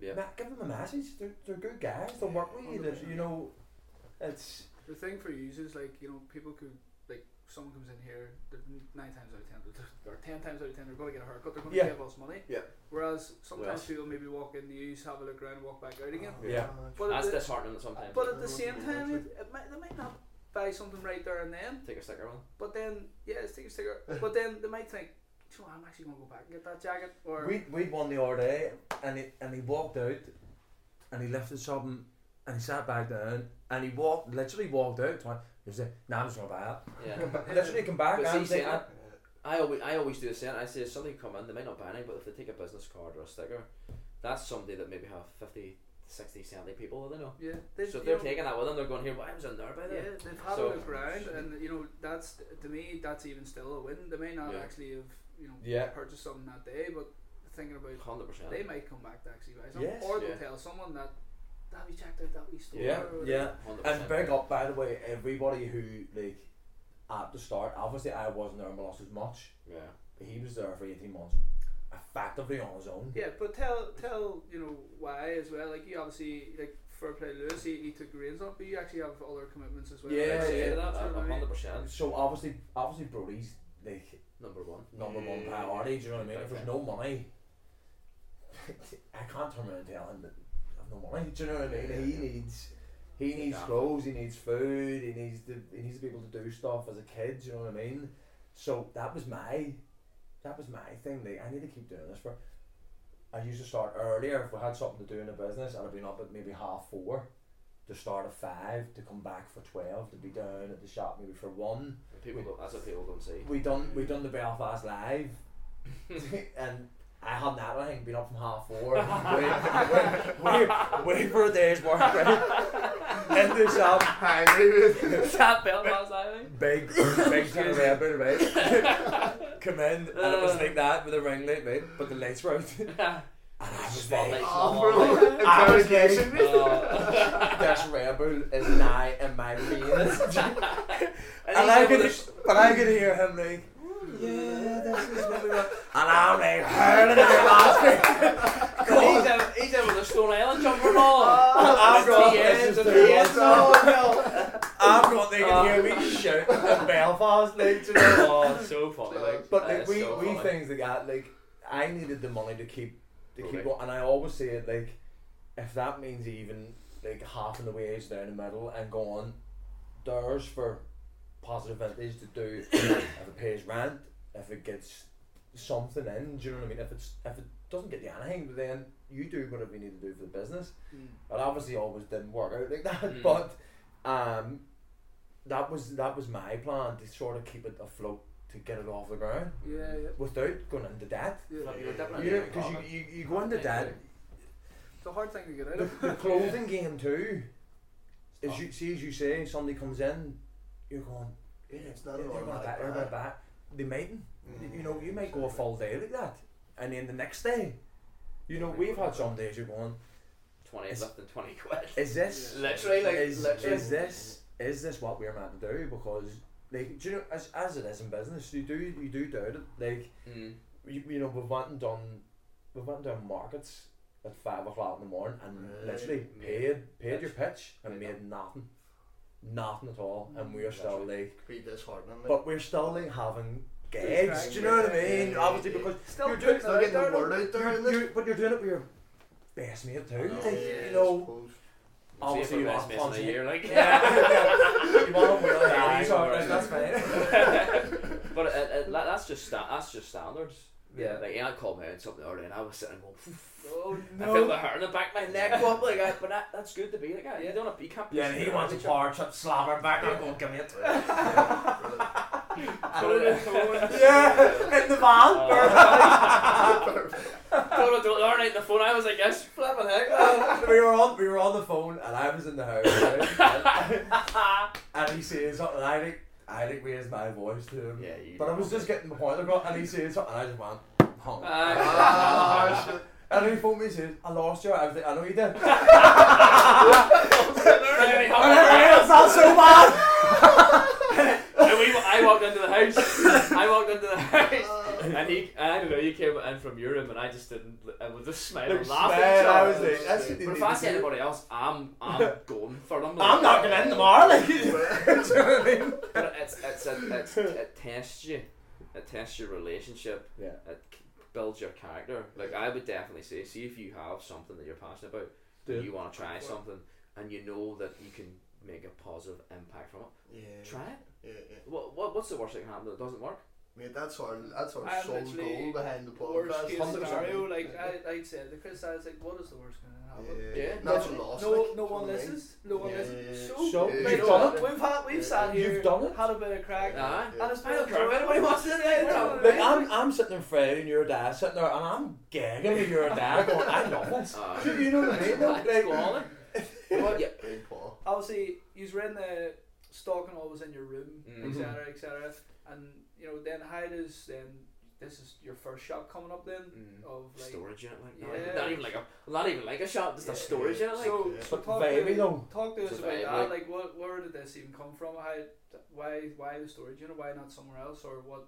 [SPEAKER 3] Yeah.
[SPEAKER 2] Ma- give them a message. They're, they're good guys. They'll work with you. They're- You know, it's
[SPEAKER 1] The thing for you is like you know people could like someone comes in here they're n- nine times out of ten they're- or ten times out of ten they're going to get a haircut they're going to
[SPEAKER 2] Yeah.
[SPEAKER 1] save us money.
[SPEAKER 3] Yeah.
[SPEAKER 1] Whereas sometimes
[SPEAKER 3] Whereas-
[SPEAKER 1] people maybe walk in the use have a look around and walk back out again.
[SPEAKER 2] Yeah.
[SPEAKER 1] But at
[SPEAKER 3] That's
[SPEAKER 1] the,
[SPEAKER 3] disheartening sometimes.
[SPEAKER 1] but
[SPEAKER 3] But
[SPEAKER 1] at the same time it, it might, they might not buy something right there and then.
[SPEAKER 3] Take a sticker on.
[SPEAKER 1] But then yeah, it's take a sticker. but then they might think, "Do you know, what, I'm actually going to go back and get that jacket or
[SPEAKER 2] we we won the other day, and he and he walked out, and he lifted something, and he sat back down, and he walked literally walked out. twice. He said, "Nah, I'm just gonna buy that."
[SPEAKER 3] Yeah.
[SPEAKER 2] Literally come back
[SPEAKER 3] But see,
[SPEAKER 2] and
[SPEAKER 3] see,
[SPEAKER 2] say,
[SPEAKER 3] I-
[SPEAKER 2] I,
[SPEAKER 3] I always, I always do the same. I say if somebody come in, they might not buy any, but if they take a business card or a sticker, that's somebody that maybe have 50, 60, 70 people that they know.
[SPEAKER 1] yeah. They,
[SPEAKER 3] so if
[SPEAKER 1] you
[SPEAKER 3] they're
[SPEAKER 1] know,
[SPEAKER 3] taking that with them, they're going here. Why was I in there by
[SPEAKER 1] Yeah,
[SPEAKER 3] then?
[SPEAKER 1] they've had
[SPEAKER 3] So-
[SPEAKER 1] a look around, and you know that's to me that's even still a win. They may not
[SPEAKER 3] Yeah.
[SPEAKER 1] actually have you know
[SPEAKER 2] Yeah.
[SPEAKER 1] purchased something that day, but thinking about
[SPEAKER 3] Hundred percent.
[SPEAKER 1] they might come back to actually buy something,
[SPEAKER 2] Yes.
[SPEAKER 1] or they'll
[SPEAKER 3] Yeah.
[SPEAKER 1] tell someone that have you checked out that wee store?
[SPEAKER 2] yeah,
[SPEAKER 1] Or-
[SPEAKER 2] yeah. And
[SPEAKER 3] Hundred percent.
[SPEAKER 2] big up, by the way, everybody who like at the start. Obviously, I wasn't there in Molossus as much,
[SPEAKER 3] Yeah.
[SPEAKER 2] but he was there for eighteen months, effectively on his own.
[SPEAKER 1] Yeah, but tell tell you know why as well. Like you obviously like fair play, Lewis. He, he took the reins up, but you actually have other commitments as well.
[SPEAKER 2] Yeah,
[SPEAKER 1] Like, so
[SPEAKER 2] yeah.
[SPEAKER 1] you know what I mean?
[SPEAKER 3] Hundred percent.
[SPEAKER 2] So obviously, obviously, Brody's like
[SPEAKER 3] Number one.
[SPEAKER 2] number one priority. Do you know what I mean? If there's no money, I can't turn around and tell him that I've no money. Do you know what I mean? He needs. He needs
[SPEAKER 3] Yeah.
[SPEAKER 2] clothes, he needs food, he needs to he needs to be able to do stuff as a kid, do you know what I mean? So that was my that was my thing. Like, I need to keep doing this for I used to start earlier if we had something to do in the business, I'd have been up at maybe half four to start at five, to come back for twelve, to be down at the shop maybe for one.
[SPEAKER 3] And people don't, that's what people don't see.
[SPEAKER 2] We done we done the Belfast live, and I had that. I think been up from half four. wait, wait, wait for a day's work. Right? In the shop,
[SPEAKER 4] Hi, David.
[SPEAKER 5] That belt last night.
[SPEAKER 2] big big kind of rabbit, right? Come in, and it was like that with the ring light, right? But the lights were out, and
[SPEAKER 5] I
[SPEAKER 2] I was
[SPEAKER 5] Spotlights.
[SPEAKER 2] like,
[SPEAKER 4] Oh, bro.
[SPEAKER 2] I was "Oh,
[SPEAKER 4] Interrogation.
[SPEAKER 2] "This Red Bull is nigh in my veins." And I could, but I could hear him like, yeah, this is what we want. And I'm like, hurling at him
[SPEAKER 5] he's out, he's out with a Stone Island jumper on.
[SPEAKER 2] I'm going, this is too much.
[SPEAKER 5] no,
[SPEAKER 2] I'm going, they can
[SPEAKER 5] Uh,
[SPEAKER 2] hear me shouting in Belfast, like, you know.
[SPEAKER 5] Oh, so funny. Like,
[SPEAKER 2] But
[SPEAKER 5] that
[SPEAKER 2] like,
[SPEAKER 5] is
[SPEAKER 2] we,
[SPEAKER 5] so
[SPEAKER 2] we
[SPEAKER 5] funny.
[SPEAKER 2] things like that, like, I needed the money to keep, to keep
[SPEAKER 3] Right.
[SPEAKER 2] going. And I always say it, like, if that means even, like, half of the ways down the middle and going, there's for positive vintage to do if it pays rent, if it gets something in, do you know what I mean? If it's if it doesn't get you anything, then you do whatever you need to do for the business.
[SPEAKER 1] Mm.
[SPEAKER 2] It obviously always didn't work out like that,
[SPEAKER 3] Mm.
[SPEAKER 2] but um, that was that was my plan to sort of keep it afloat to get it off the ground
[SPEAKER 1] yeah, yeah.
[SPEAKER 2] without going into debt.
[SPEAKER 1] yeah.
[SPEAKER 5] You were definitely
[SPEAKER 2] You know,
[SPEAKER 5] in the
[SPEAKER 2] because
[SPEAKER 5] car.
[SPEAKER 2] you, you, you go into debt.
[SPEAKER 1] It's a hard thing to get out
[SPEAKER 2] The,
[SPEAKER 1] of.
[SPEAKER 2] the clothing game too. As
[SPEAKER 3] tough.
[SPEAKER 2] you see, as you say, somebody comes in, you're going.
[SPEAKER 4] Yeah, it's not
[SPEAKER 2] they're
[SPEAKER 4] an
[SPEAKER 2] going
[SPEAKER 4] automatic
[SPEAKER 2] back. They're going
[SPEAKER 4] buy.
[SPEAKER 2] back. They mightn't. You know, you might go a full day like that, and then the next day, you know, we've had some days you're going,
[SPEAKER 3] Twenty
[SPEAKER 2] It's-
[SPEAKER 3] less than twenty quid.
[SPEAKER 2] is this
[SPEAKER 3] Literally, like
[SPEAKER 2] is,
[SPEAKER 3] literally.
[SPEAKER 2] is this is this what we're meant to do? Because like, do you know, as, as it is in business, you do you do doubt it. Like,
[SPEAKER 3] Mm.
[SPEAKER 2] you, you know, we've went and done we've went and done markets at five o'clock in the morning and
[SPEAKER 4] Right.
[SPEAKER 2] literally
[SPEAKER 3] Made
[SPEAKER 2] paid paid your
[SPEAKER 3] pitch.
[SPEAKER 2] pitch and
[SPEAKER 3] Made
[SPEAKER 2] made nothing, nothing at all, and we're still
[SPEAKER 3] Literally.
[SPEAKER 2] like,
[SPEAKER 4] Pretty disheartening.
[SPEAKER 2] but we're still like having gigs.
[SPEAKER 1] Trying
[SPEAKER 2] Do you know what I
[SPEAKER 4] to- yeah,
[SPEAKER 2] mean?
[SPEAKER 4] yeah,
[SPEAKER 2] Obviously
[SPEAKER 4] yeah.
[SPEAKER 2] because
[SPEAKER 1] Still
[SPEAKER 2] you're
[SPEAKER 1] putting
[SPEAKER 2] doing
[SPEAKER 1] it
[SPEAKER 4] Still getting
[SPEAKER 1] out
[SPEAKER 4] the
[SPEAKER 1] there,
[SPEAKER 4] word out there,
[SPEAKER 2] you're,
[SPEAKER 4] isn't it?
[SPEAKER 2] you're, but you're doing it with your best mate
[SPEAKER 3] I
[SPEAKER 2] too.
[SPEAKER 3] know.
[SPEAKER 2] Like,
[SPEAKER 4] Oh,
[SPEAKER 2] you
[SPEAKER 4] Yeah, I
[SPEAKER 2] know,
[SPEAKER 4] suppose.
[SPEAKER 2] obviously you
[SPEAKER 3] See if we're
[SPEAKER 2] want
[SPEAKER 3] best mates in a
[SPEAKER 2] punchy-
[SPEAKER 3] year, like.
[SPEAKER 2] yeah, you want to wheel
[SPEAKER 3] Yeah,
[SPEAKER 2] yeah,
[SPEAKER 3] you want
[SPEAKER 2] that's fine.
[SPEAKER 3] But it, it, that- that's just sta- that's just standards.
[SPEAKER 2] Yeah.
[SPEAKER 3] Like yeah, I called me out something early, and I was sitting going.
[SPEAKER 1] Oh
[SPEAKER 3] I feel
[SPEAKER 1] no!
[SPEAKER 3] the hurt in the back of my neck. Well, like, I, but that, that's good to be like. I, you don't have to be can't be
[SPEAKER 2] Yeah, and he
[SPEAKER 3] scared
[SPEAKER 2] wants a
[SPEAKER 3] of each other.
[SPEAKER 2] power trip slobber back up and give me it. Yeah, in the
[SPEAKER 3] Oh.
[SPEAKER 2] Ah.
[SPEAKER 3] Told her to learn it on the phone. I was like, yes, flipping heck.
[SPEAKER 2] we were on we were on the phone and I was in the house right? and, and he says something and I think I like raised my voice to him.
[SPEAKER 3] Yeah, you
[SPEAKER 2] But I was just getting the point across, and he said something, and I just went, hung.
[SPEAKER 4] Ah, shit.
[SPEAKER 2] and then he phoned me and said, I lost you. I was like, I know you did.
[SPEAKER 5] I,
[SPEAKER 2] not so bad.
[SPEAKER 5] we, I walked into the house. I walked into the house, and he, I don't know, you came in from your room, and I just didn't. I was just smiling,
[SPEAKER 2] Look,
[SPEAKER 5] laughing.
[SPEAKER 2] man,
[SPEAKER 5] so
[SPEAKER 2] I was like, that's what they
[SPEAKER 3] But
[SPEAKER 2] need
[SPEAKER 3] if I
[SPEAKER 2] to
[SPEAKER 3] see
[SPEAKER 2] do.
[SPEAKER 3] anybody else, I'm I'm going for them.
[SPEAKER 2] I'm not going to end tomorrow. Like, do you know what I mean?
[SPEAKER 3] But it's it's a, it's it tests you, it tests your relationship,
[SPEAKER 2] Yeah.
[SPEAKER 3] it c- builds your character. Like I would definitely say, see if you have something that you're passionate about,
[SPEAKER 2] Do it.
[SPEAKER 3] you want to try something, and you know that you can make a positive impact from it.
[SPEAKER 4] Yeah.
[SPEAKER 3] Try it.
[SPEAKER 4] Yeah, yeah.
[SPEAKER 3] What, what what's the worst that can happen that doesn't work?
[SPEAKER 4] Mate, that's our that's our
[SPEAKER 1] I'm
[SPEAKER 4] sole
[SPEAKER 1] literally
[SPEAKER 4] goal behind the
[SPEAKER 1] Worst
[SPEAKER 4] podcast.
[SPEAKER 1] case
[SPEAKER 4] 100%.
[SPEAKER 1] scenario, like I, I said, the Chris, I was like, what is the worst going to happen?
[SPEAKER 4] Yeah.
[SPEAKER 3] Yeah.
[SPEAKER 4] That's
[SPEAKER 1] Nothing.
[SPEAKER 4] lost.
[SPEAKER 1] No, no
[SPEAKER 4] like, do you
[SPEAKER 1] one
[SPEAKER 4] know what I mean?
[SPEAKER 1] listens. No one
[SPEAKER 4] Yeah,
[SPEAKER 1] listens.
[SPEAKER 4] yeah,
[SPEAKER 1] So,
[SPEAKER 4] yeah.
[SPEAKER 2] So,
[SPEAKER 1] like,
[SPEAKER 2] you've
[SPEAKER 1] look,
[SPEAKER 2] done it.
[SPEAKER 1] We've had, we've sat here.
[SPEAKER 2] You've done it.
[SPEAKER 1] Had a bit of crack.
[SPEAKER 3] Aye.
[SPEAKER 1] And it's
[SPEAKER 3] I don't
[SPEAKER 1] been
[SPEAKER 3] care if anybody wants to say it.
[SPEAKER 1] Yeah.
[SPEAKER 2] Like I'm, I'm sitting in Friday and you're a dad sitting there and I'm gagging with your dad going, I love this.
[SPEAKER 3] Aye.
[SPEAKER 2] Do you know what I mean? though?
[SPEAKER 3] It's
[SPEAKER 2] Like,
[SPEAKER 3] galling.
[SPEAKER 1] But
[SPEAKER 3] Yeah.
[SPEAKER 4] Big Paul.
[SPEAKER 1] obviously, you've read the stalking always in your room,
[SPEAKER 3] Mhm.
[SPEAKER 1] etc., etc. And you know, then how does then this is your first shop coming up then
[SPEAKER 3] Mm.
[SPEAKER 1] of like
[SPEAKER 3] Storage unit, like not,
[SPEAKER 1] Yeah.
[SPEAKER 3] even- not even like a not even like a shop, just a
[SPEAKER 4] Yeah.
[SPEAKER 3] storage unit. Like
[SPEAKER 1] so,
[SPEAKER 4] Yeah.
[SPEAKER 1] so
[SPEAKER 2] But
[SPEAKER 1] talk,
[SPEAKER 2] baby,
[SPEAKER 1] to,
[SPEAKER 2] though.
[SPEAKER 1] talk to us
[SPEAKER 3] So
[SPEAKER 1] about
[SPEAKER 3] baby.
[SPEAKER 1] that. Like, what, where did this even come from? How, why, why the storage unit? Why not somewhere else? Or what?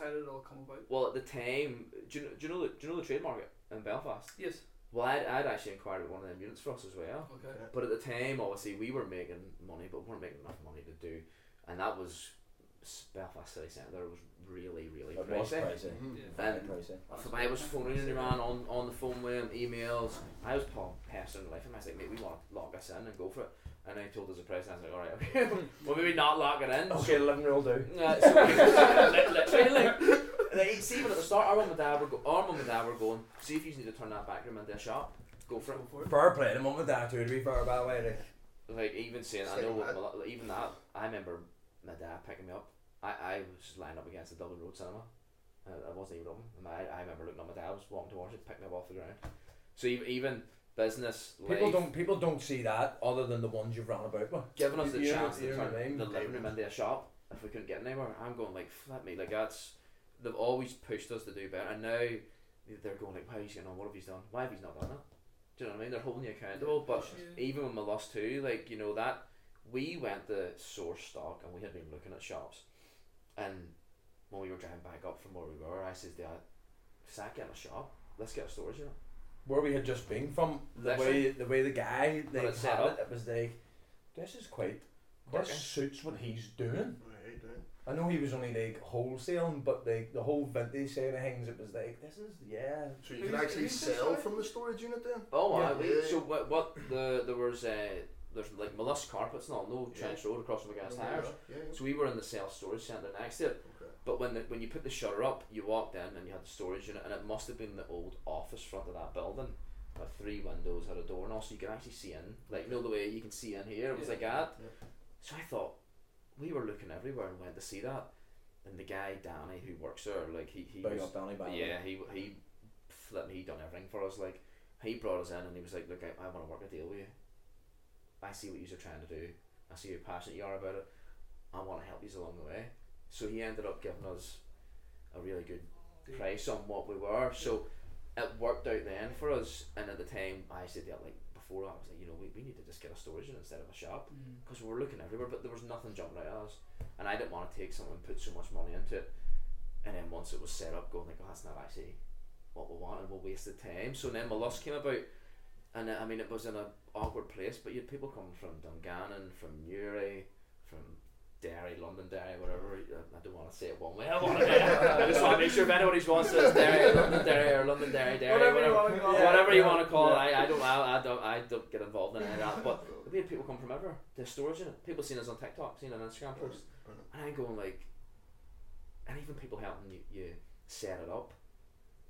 [SPEAKER 1] How did it all come about?
[SPEAKER 3] well, at the time, do you, know- do you know the, do you know the trade market in Belfast?
[SPEAKER 1] Yes.
[SPEAKER 3] Well, I'd, I'd actually inquired at one of them units for us as well.
[SPEAKER 1] Okay.
[SPEAKER 3] But at the time, obviously, we were making money, but we weren't making enough money to do. And that was s- Belfast City Centre. There was really, really
[SPEAKER 2] It was
[SPEAKER 3] pricey.
[SPEAKER 2] crazy.
[SPEAKER 1] Yeah.
[SPEAKER 3] And
[SPEAKER 2] Very crazy.
[SPEAKER 3] for me, I was phoning the man on, on the phone with him, emails. I was Paul pestering life, and I was like, mate, we want to lock us in and go for it. And I told us the price, and I was like, all right, okay, well, maybe not lock it in.
[SPEAKER 2] Okay, living real do.
[SPEAKER 3] Uh, so, li- literally, like, like, see, even at the start, our mum and dad were go- our mum and dad were going, see if you need to turn that back room into a shop, go for it.
[SPEAKER 1] Go for it.
[SPEAKER 2] Fair play to mum and dad too, to be fair, eh? by the way. Like,
[SPEAKER 3] like even saying I
[SPEAKER 4] Say
[SPEAKER 3] know
[SPEAKER 4] what?
[SPEAKER 3] what, my- even that I remember my dad picking me up. I, I was lined up against the Dublin Road Cinema. I, I wasn't even open. And I, I remember looking at my dad was walking towards it, picking me up off the ground. So even, even business
[SPEAKER 2] people
[SPEAKER 3] life,
[SPEAKER 2] don't people don't see that other than the ones you've run about with.
[SPEAKER 3] giving us the
[SPEAKER 2] you know-
[SPEAKER 3] chance
[SPEAKER 2] you
[SPEAKER 3] to
[SPEAKER 2] know what I
[SPEAKER 3] turn
[SPEAKER 2] mean?
[SPEAKER 3] the living room into a shop if we couldn't get anywhere. I'm going like flip me like that's they've always pushed us to do better and now they're going like why are you getting on what have you done why have you not done that do you know what I mean they're holding you accountable but
[SPEAKER 1] Yeah.
[SPEAKER 3] even when we lost two, like you know that we went to source stock and we had been looking at shops, and when we were driving back up from where we were, I said, "Dad, sack get a shop. Let's get a storage unit."
[SPEAKER 2] Where we had just been from, the
[SPEAKER 3] Literally.
[SPEAKER 2] way the way the guy they
[SPEAKER 3] Well,
[SPEAKER 2] had
[SPEAKER 3] it's set up.
[SPEAKER 2] it, it was like this is quite
[SPEAKER 3] Quirky.
[SPEAKER 2] this suits what he's doing.
[SPEAKER 4] Right, right.
[SPEAKER 2] I know he was only like wholesaling, but like the whole vintage side of things, it was like this is yeah.
[SPEAKER 4] So you
[SPEAKER 1] Who's-
[SPEAKER 4] can actually
[SPEAKER 1] who's this
[SPEAKER 4] sell
[SPEAKER 1] guy?
[SPEAKER 4] from the storage unit then?
[SPEAKER 3] Oh,
[SPEAKER 2] Yeah.
[SPEAKER 3] aye, we,
[SPEAKER 4] Yeah.
[SPEAKER 3] so what? What the there was uh, there's like mollusk carpets and all, no trench road across from against tires.
[SPEAKER 4] Yeah, yeah.
[SPEAKER 3] So we were in the self storage centre next to it.
[SPEAKER 4] Okay.
[SPEAKER 3] But when the, when you put the shutter up, you walked in and you had the storage unit, and it must have been the old office front of that building. Had three windows, had a door, and also you could actually see in. Like, you know the way you can see in here? It was
[SPEAKER 1] Yeah.
[SPEAKER 3] like that.
[SPEAKER 4] Yeah.
[SPEAKER 3] So I thought, we were looking everywhere and went to see that. And the guy, Danny, who works there, like, he, he
[SPEAKER 2] Big
[SPEAKER 3] was
[SPEAKER 2] up Danny by the way.
[SPEAKER 3] yeah, he he flipped he done everything for us. Like he brought us in and he was like, Look, I, I want to work a deal with you. I see what you're trying to do. I see how passionate you are about it. I want to help you along the way. So he ended up giving us a really good price on what we were. So it worked out then for us. And at the time, I said that like before, I was like, you know, we, we need to just get a storage unit instead of a shop
[SPEAKER 1] Mm.
[SPEAKER 3] because we were looking everywhere, but there was nothing jumping out at us. And I didn't want to take something and put so much money into it. And then once it was set up, going like, oh, that's not actually what we wanted. We wasted time. So then my loss came about, and uh, I mean, it was in an awkward place. But you had people coming from Dungannon, from Newry, from Derry, Londonderry, whatever. I- I don't want to say it one way. I, want to, I just want to make sure if anybody wants to, it's Derry, Londonderry, or Londonderry, Derry,
[SPEAKER 1] Whatever,
[SPEAKER 3] whatever
[SPEAKER 1] you want to call
[SPEAKER 2] Yeah.
[SPEAKER 1] it.
[SPEAKER 3] whatever you want to call
[SPEAKER 2] yeah.
[SPEAKER 3] it. I, I don't. I, I don't. I don't get involved in any of that. But we had people come from everywhere. The storage unit. People seen us on TikTok, seen on Instagram posts, and I'm going like, and even people helping you, you set it up,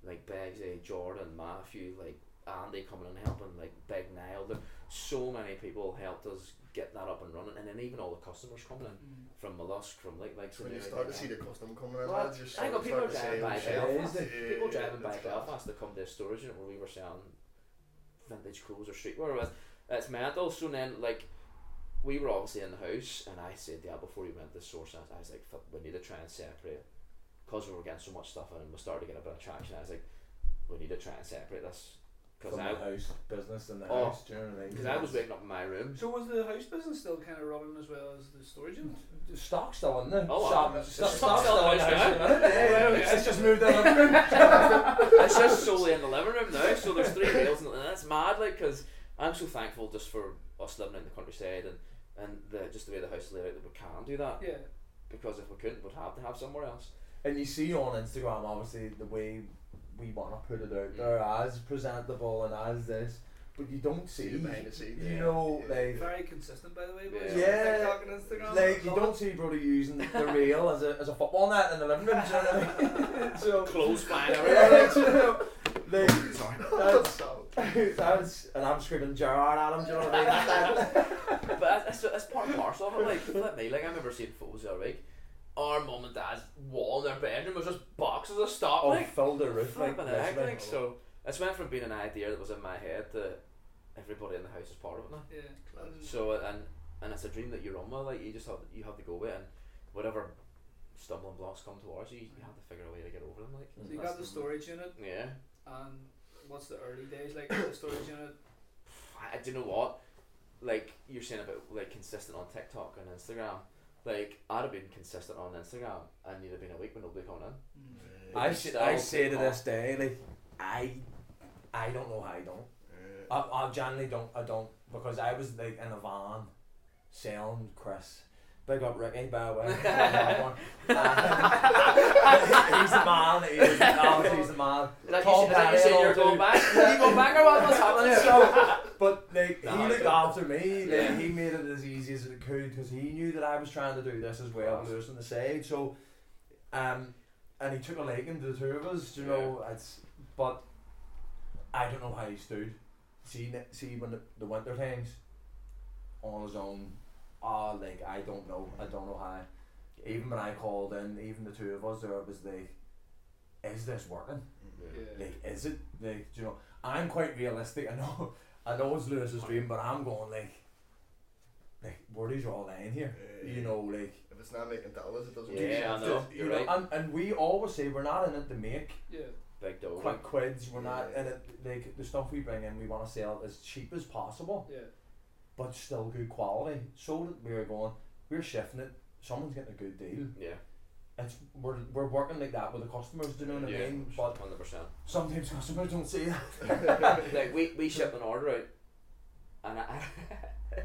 [SPEAKER 3] like Begsy, Jordan, Matthew, like Andy coming and helping, like Big Niall. There, so many people helped us get that up and running, and then even all the customers coming in
[SPEAKER 1] Mm.
[SPEAKER 3] from Mollusk, from like like
[SPEAKER 4] When you
[SPEAKER 3] Newry,
[SPEAKER 4] start to
[SPEAKER 3] like,
[SPEAKER 4] see the custom coming in,
[SPEAKER 3] Well,
[SPEAKER 4] lads, you're
[SPEAKER 3] I
[SPEAKER 4] sort
[SPEAKER 3] got
[SPEAKER 4] of
[SPEAKER 3] people
[SPEAKER 4] starting to
[SPEAKER 3] driving
[SPEAKER 4] say,
[SPEAKER 3] by
[SPEAKER 4] "Oh, shit."
[SPEAKER 3] Belfast.
[SPEAKER 2] Yeah,
[SPEAKER 3] people
[SPEAKER 4] yeah,
[SPEAKER 3] driving by
[SPEAKER 4] that's class.
[SPEAKER 3] Belfast to come to a storage unit where we were selling vintage clothes or streetwear. It was, it's mental. So then, like, we were obviously in the house, and I said, yeah, before we went to the source, I was, I was like, "Fuck, we need to try and separate because we were getting so much stuff in and we started to get a bit of traction. I was like, we need to try and separate this because
[SPEAKER 2] From
[SPEAKER 3] I
[SPEAKER 2] the house business and the
[SPEAKER 3] Oh,
[SPEAKER 2] house generally.
[SPEAKER 3] because I was waking up in my
[SPEAKER 2] Mm.
[SPEAKER 3] room.
[SPEAKER 1] So was the house business still kind of running as well as the storage unit?
[SPEAKER 2] The stock's still in there.
[SPEAKER 3] Oh,
[SPEAKER 2] Stock- stock-
[SPEAKER 3] wow. Stock's
[SPEAKER 2] stock's
[SPEAKER 3] still
[SPEAKER 2] still in
[SPEAKER 3] in
[SPEAKER 2] the house.
[SPEAKER 3] there.
[SPEAKER 2] at the minute. Yeah, yeah, yeah. It's just moved in.
[SPEAKER 3] it's just solely in the living room now, so there's three meals, and that's mad. Like, because I'm so thankful just for us living in the countryside and and the, just the way the house is laid out that we can do that
[SPEAKER 1] Yeah.
[SPEAKER 3] because if we couldn't, we'd have to have somewhere else.
[SPEAKER 2] And you see on Instagram, obviously, the way we want to put it out there as presentable and as this, but you don't see.
[SPEAKER 4] See the behind the scenes,
[SPEAKER 2] You
[SPEAKER 4] yeah.
[SPEAKER 2] know,
[SPEAKER 4] Yeah.
[SPEAKER 2] like.
[SPEAKER 1] Very consistent, by the way, boys.
[SPEAKER 2] Yeah.
[SPEAKER 1] on TikTok and Instagram.
[SPEAKER 2] Like you
[SPEAKER 1] Love it.
[SPEAKER 2] don't see Brody using the rail as a as a football net in the living room. Do you know what I mean? so
[SPEAKER 3] Clothes flying
[SPEAKER 2] yeah,
[SPEAKER 3] everywhere.
[SPEAKER 2] like, you know, like
[SPEAKER 4] Sorry.
[SPEAKER 2] That's-
[SPEAKER 4] So-
[SPEAKER 2] that's and I'm screaming Gerard at him. Do you know what I mean?
[SPEAKER 3] but that's, that's, that's part and parcel of it. Like, flip me. Like, I remember seeing photos the other week. Our mum and dad's wall in their bedroom was just boxes of stock.
[SPEAKER 2] oh,
[SPEAKER 3] like,
[SPEAKER 2] filled the roof like
[SPEAKER 3] Flipping heck,
[SPEAKER 2] literally.
[SPEAKER 3] like, so it's went from being an idea that was in my head to everybody in the house is part of it now.
[SPEAKER 1] Yeah. And
[SPEAKER 3] So and and it's a dream that you're on with. Like you just have you have to go with it, and whatever stumbling blocks come towards you, you have to figure a way to get over them. Like
[SPEAKER 2] Mm.
[SPEAKER 1] so you got the storage unit,
[SPEAKER 3] yeah,
[SPEAKER 1] and what's the early days like for the storage unit?
[SPEAKER 3] I, do you know what? Like you're saying about like consistent on TikTok and Instagram. Like I'd have been consistent on Instagram, and you'd have been a week when nobody coming in.
[SPEAKER 2] I,
[SPEAKER 3] It's
[SPEAKER 2] s- I
[SPEAKER 3] still
[SPEAKER 2] say to
[SPEAKER 3] hot.
[SPEAKER 2] this day, like, I, I don't know how I don't. I, I generally don't. I don't because I was like in a van, selling Chris. Big up Ricky, by the way. Um, he's the man. He's, obviously he's the man. Tom
[SPEAKER 3] Like you, said- like you
[SPEAKER 2] Petty
[SPEAKER 3] said,
[SPEAKER 2] and
[SPEAKER 3] you're
[SPEAKER 2] all
[SPEAKER 3] going
[SPEAKER 2] too.
[SPEAKER 3] back. Are you going back or what? What's happening here?
[SPEAKER 2] So, but like
[SPEAKER 3] Nah,
[SPEAKER 2] he looked
[SPEAKER 3] I-
[SPEAKER 2] after me. Like,
[SPEAKER 3] Yeah.
[SPEAKER 2] He made it as easy as it could because he knew that I was trying to do this as well. and losing the side, so um, and he took a liking to the two of us. You know, it's but I don't know how he stood. See, ne- see when the, the winter times on his own. Ah, like I don't know. I don't know how. Even when I called in, even the two of us, there was like, is this working?
[SPEAKER 1] Yeah.
[SPEAKER 2] Like, is it like do you know? I'm quite realistic. I know, I know it's Lewis's dream, but I'm going like, like where do you draw a line here? You know, like
[SPEAKER 4] If it's not making dollars, it doesn't.
[SPEAKER 3] Yeah, I
[SPEAKER 4] do shit.
[SPEAKER 3] know.
[SPEAKER 2] you
[SPEAKER 3] You're
[SPEAKER 2] know,
[SPEAKER 3] right.
[SPEAKER 2] and, and we always say we're not in it to make
[SPEAKER 1] Yeah.
[SPEAKER 3] Big dog.
[SPEAKER 2] quick quids. We're not
[SPEAKER 4] Yeah.
[SPEAKER 2] in it like the stuff we bring in. We want to sell as cheap as possible,
[SPEAKER 1] Yeah.
[SPEAKER 2] but still good quality. So that we're going, we're shifting it. Someone's getting a good deal.
[SPEAKER 3] Yeah.
[SPEAKER 2] It's we're, we're working like that with the customers. Do you know what I
[SPEAKER 3] yeah.
[SPEAKER 2] mean? But
[SPEAKER 3] hundred percent.
[SPEAKER 2] sometimes customers don't see that.
[SPEAKER 3] like we, we shipped an order out and I,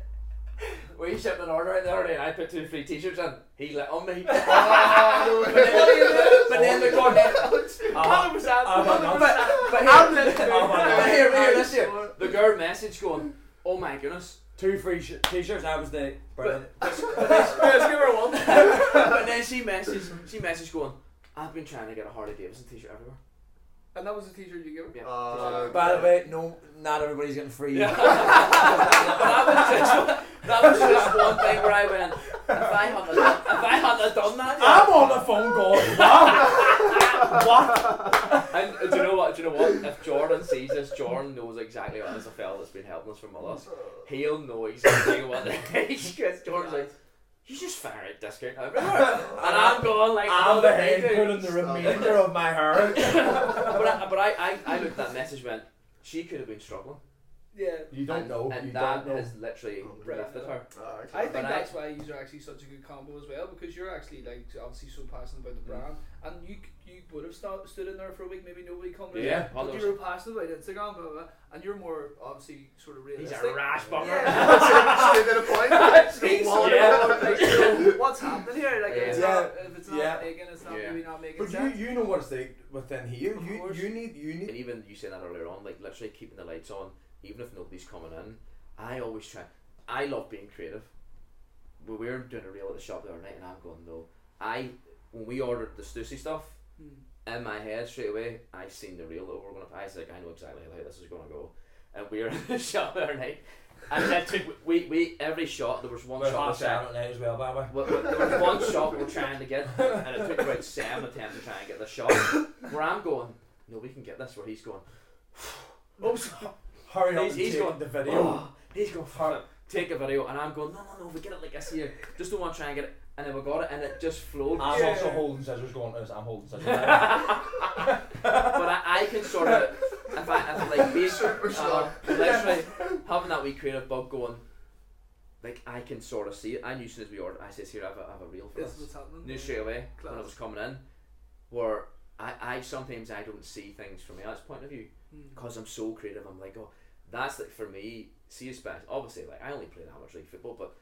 [SPEAKER 3] we shipped an order out the other day and I put two free t-shirts in he let on me but then, but then the got
[SPEAKER 2] I'm-
[SPEAKER 3] 100%
[SPEAKER 2] I'm not-
[SPEAKER 3] but
[SPEAKER 2] I'm
[SPEAKER 3] here,
[SPEAKER 2] I'm not-
[SPEAKER 3] but here, here, this here the girl message going oh my goodness
[SPEAKER 2] Two free sh- t-shirts. I was the brilliant.
[SPEAKER 3] let's give her one but then she messaged she messaged going I've been trying to get a Harley Davidson t-shirt everywhere
[SPEAKER 1] And that was the t-shirt you gave her.
[SPEAKER 3] yeah.
[SPEAKER 4] Uh,
[SPEAKER 2] By the way, no, not everybody's getting free.
[SPEAKER 3] Yeah. that, was just, that was just one thing where I went, if I hadn't done, if I hadn't done that, yeah.
[SPEAKER 2] I'm on the phone going. Wow. what?
[SPEAKER 3] And uh, do you know what? Do you know what? If Jordan sees this, Jordan knows exactly what as a fella that's been helping us for months. He'll know exactly what it is because Jordan's like, you just fire at discount now, bro." and I'm going like,
[SPEAKER 2] I'm
[SPEAKER 3] "No,
[SPEAKER 2] the
[SPEAKER 3] thank
[SPEAKER 2] head
[SPEAKER 3] you."
[SPEAKER 2] pulling the remainder of my hair.
[SPEAKER 3] But I, but I, I, I looked at that message went, she could have been struggling.
[SPEAKER 1] Yeah.
[SPEAKER 2] You don't
[SPEAKER 3] and,
[SPEAKER 2] know.
[SPEAKER 3] and
[SPEAKER 2] you
[SPEAKER 3] that
[SPEAKER 2] don't know.
[SPEAKER 3] has literally lifted her.
[SPEAKER 4] Ah,
[SPEAKER 1] I think
[SPEAKER 4] okay.
[SPEAKER 3] But I-
[SPEAKER 1] that's why you're actually such a good combo as well because you're actually like obviously so passionate
[SPEAKER 3] Mm.
[SPEAKER 1] about the brand, and you c- you would have st- stood in there for a week, maybe nobody coming.
[SPEAKER 3] Yeah,
[SPEAKER 1] in, but you
[SPEAKER 3] 100%.
[SPEAKER 1] were passionate about Instagram, blah, blah, blah, and you're more obviously sort of
[SPEAKER 3] He's
[SPEAKER 1] realistic.
[SPEAKER 3] a rash bummer.
[SPEAKER 4] Straight to the point.
[SPEAKER 1] He's
[SPEAKER 4] Wallet
[SPEAKER 1] yeah.
[SPEAKER 4] out.
[SPEAKER 1] like, so what's happening here? Like, it's
[SPEAKER 2] Yeah.
[SPEAKER 1] not, if it's not
[SPEAKER 2] Yeah.
[SPEAKER 1] making, it's not
[SPEAKER 3] Yeah.
[SPEAKER 1] maybe not making
[SPEAKER 2] But
[SPEAKER 1] sense.
[SPEAKER 2] you, you know what it's like within here.
[SPEAKER 1] Of
[SPEAKER 2] You,
[SPEAKER 1] course.
[SPEAKER 2] you need, you
[SPEAKER 3] And
[SPEAKER 2] need.
[SPEAKER 3] even you said that earlier on, like literally keeping the lights on, even if nobody's coming in. I always try. I love being creative. We were doing a reel at the shop the other night, and I'm going no. I when we ordered the Stussy stuff
[SPEAKER 1] Mm.
[SPEAKER 3] in my head straight away, I seen the reel that we we're gonna. I was like, I know exactly how this is gonna go. And we were in the shop the other night, and then took, we we every shot there was one
[SPEAKER 2] We're
[SPEAKER 3] shot.
[SPEAKER 2] half
[SPEAKER 3] we tried-
[SPEAKER 2] silent now as well, by the way.
[SPEAKER 3] well, well, there was one shot we're trying to get, and it took about seven attempts to try and get the shot. Where I'm going, no, we can get this. Where he's going, oh, so-
[SPEAKER 2] Hurry up
[SPEAKER 3] He's-
[SPEAKER 2] and
[SPEAKER 3] he's
[SPEAKER 2] take
[SPEAKER 3] going-
[SPEAKER 2] the video.
[SPEAKER 3] oh, he's going, fuck. take a video, and I'm going, no, no, no, we get it like this here. Just don't want to try and get it. And then we got it, and it just flowed.
[SPEAKER 2] I'm
[SPEAKER 1] Yeah.
[SPEAKER 2] also holding scissors going, "Yes, I'm holding scissors.
[SPEAKER 3] but I, I can sort of, if I, if like, being,
[SPEAKER 4] Super
[SPEAKER 3] uh,
[SPEAKER 4] slow.
[SPEAKER 3] literally having that wee creative bug going, like, I can sort of see it. I knew as soon as we ordered, I says, here, I have a, I have a reel for
[SPEAKER 1] This
[SPEAKER 3] this.
[SPEAKER 1] is what's happening.
[SPEAKER 3] knew straight away when
[SPEAKER 1] Class.
[SPEAKER 3] it was coming in, where I, I sometimes I don't see things from Elliot's point of view
[SPEAKER 1] Mm.
[SPEAKER 3] because I'm so creative. I'm like, oh, that's like for me. See, especially obviously, like I only played amateur league football, but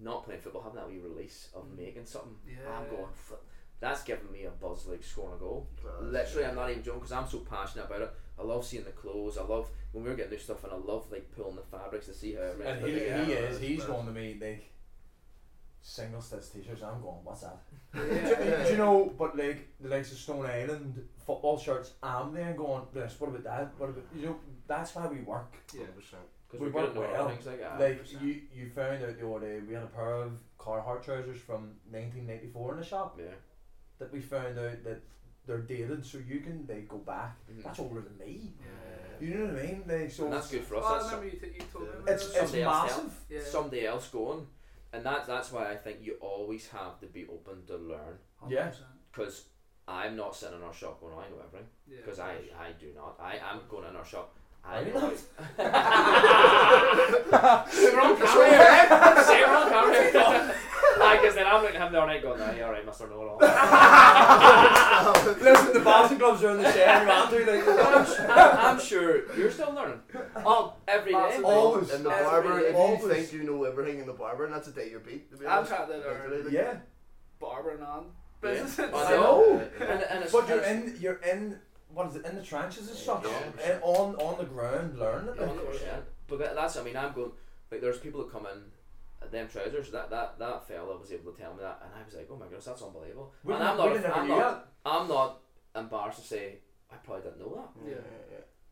[SPEAKER 3] not playing football, having that wee release of
[SPEAKER 1] Mm.
[SPEAKER 3] making something,
[SPEAKER 1] Yeah.
[SPEAKER 3] I'm going. "Fuck." That's giving me a buzz like scoring a goal.
[SPEAKER 4] Class.
[SPEAKER 3] Literally, I'm not even joking because I'm so passionate about it. I love seeing the clothes. I love when we were getting new stuff, and I love like pulling the fabrics to see how. it
[SPEAKER 2] and
[SPEAKER 3] rests.
[SPEAKER 2] he, he
[SPEAKER 4] Yeah.
[SPEAKER 2] is, he's going to me like single stitch t-shirts. I'm going, what's that?
[SPEAKER 1] Yeah.
[SPEAKER 2] Do you know? But like the likes of Stone Island football shirts, I'm there going, this. What about that? What about you know? That's why we work.
[SPEAKER 1] Yeah.
[SPEAKER 3] 'Cause
[SPEAKER 2] we
[SPEAKER 3] we're
[SPEAKER 2] work
[SPEAKER 3] getting our
[SPEAKER 2] well.
[SPEAKER 3] things like that.
[SPEAKER 2] Like
[SPEAKER 1] 100%.
[SPEAKER 2] you, you found out the other day we had a pair of Carhartt trousers from 1994 in the shop.
[SPEAKER 3] yeah.
[SPEAKER 2] that we found out that they're dated, so you can they go back.
[SPEAKER 3] Mhm.
[SPEAKER 2] That's all really me.
[SPEAKER 1] Yeah.
[SPEAKER 2] You know what I mean? They so
[SPEAKER 3] And that's good for us.
[SPEAKER 1] Oh, I
[SPEAKER 3] that's
[SPEAKER 1] remember you, t- you told me. about
[SPEAKER 2] it's
[SPEAKER 1] that.
[SPEAKER 2] it's
[SPEAKER 3] Somebody else
[SPEAKER 2] massive.
[SPEAKER 1] yeah.
[SPEAKER 3] somebody else going, and that's that's why I think you always have to be open to learn.
[SPEAKER 1] 100%.
[SPEAKER 2] Yeah.
[SPEAKER 3] Because I'm not sitting in our shop going, I know everything.
[SPEAKER 1] Yeah.
[SPEAKER 3] Because I, I do not. I am going in our shop. I
[SPEAKER 2] Are you
[SPEAKER 3] know
[SPEAKER 2] not?
[SPEAKER 3] Wrong camera. Say it wrong camera. Because then I'm looking at him there and I go, no, you're alright, Mr. Know It All.
[SPEAKER 2] Listen, the boxing gloves are in the shed. You have to like
[SPEAKER 3] I'm, su- I'm, I'm sure you're still learning. Oh, every day.
[SPEAKER 1] Massive.
[SPEAKER 2] always.
[SPEAKER 4] In the
[SPEAKER 3] Every
[SPEAKER 4] barber,
[SPEAKER 3] day.
[SPEAKER 4] if you
[SPEAKER 2] Always.
[SPEAKER 4] think you know everything in the barber, and that's a day you're beat. To be
[SPEAKER 1] I'm
[SPEAKER 4] honest.
[SPEAKER 1] trying to
[SPEAKER 4] Literally,
[SPEAKER 1] learn
[SPEAKER 4] like,
[SPEAKER 2] yeah,
[SPEAKER 1] barbering on
[SPEAKER 3] Yeah.
[SPEAKER 1] business.
[SPEAKER 3] I
[SPEAKER 2] know.
[SPEAKER 3] And, and it's,
[SPEAKER 2] but you're
[SPEAKER 3] and
[SPEAKER 2] in you're in what is it in the trenches and such,
[SPEAKER 3] Yeah.
[SPEAKER 2] and on on the ground learning.
[SPEAKER 3] it's-
[SPEAKER 2] Like,
[SPEAKER 3] 100%. But that- that's, I mean, I'm going, like, there's people that come in. uh, Them trousers, that that that fella was able to tell me that, and I was like, "Oh my goodness, that's unbelievable."
[SPEAKER 2] we
[SPEAKER 3] and
[SPEAKER 2] didn't-
[SPEAKER 3] I'm not,
[SPEAKER 2] we didn't ever
[SPEAKER 3] I'm
[SPEAKER 2] do
[SPEAKER 3] not,
[SPEAKER 2] that.
[SPEAKER 3] I'm not embarrassed to say I probably didn't know that.
[SPEAKER 1] Yeah.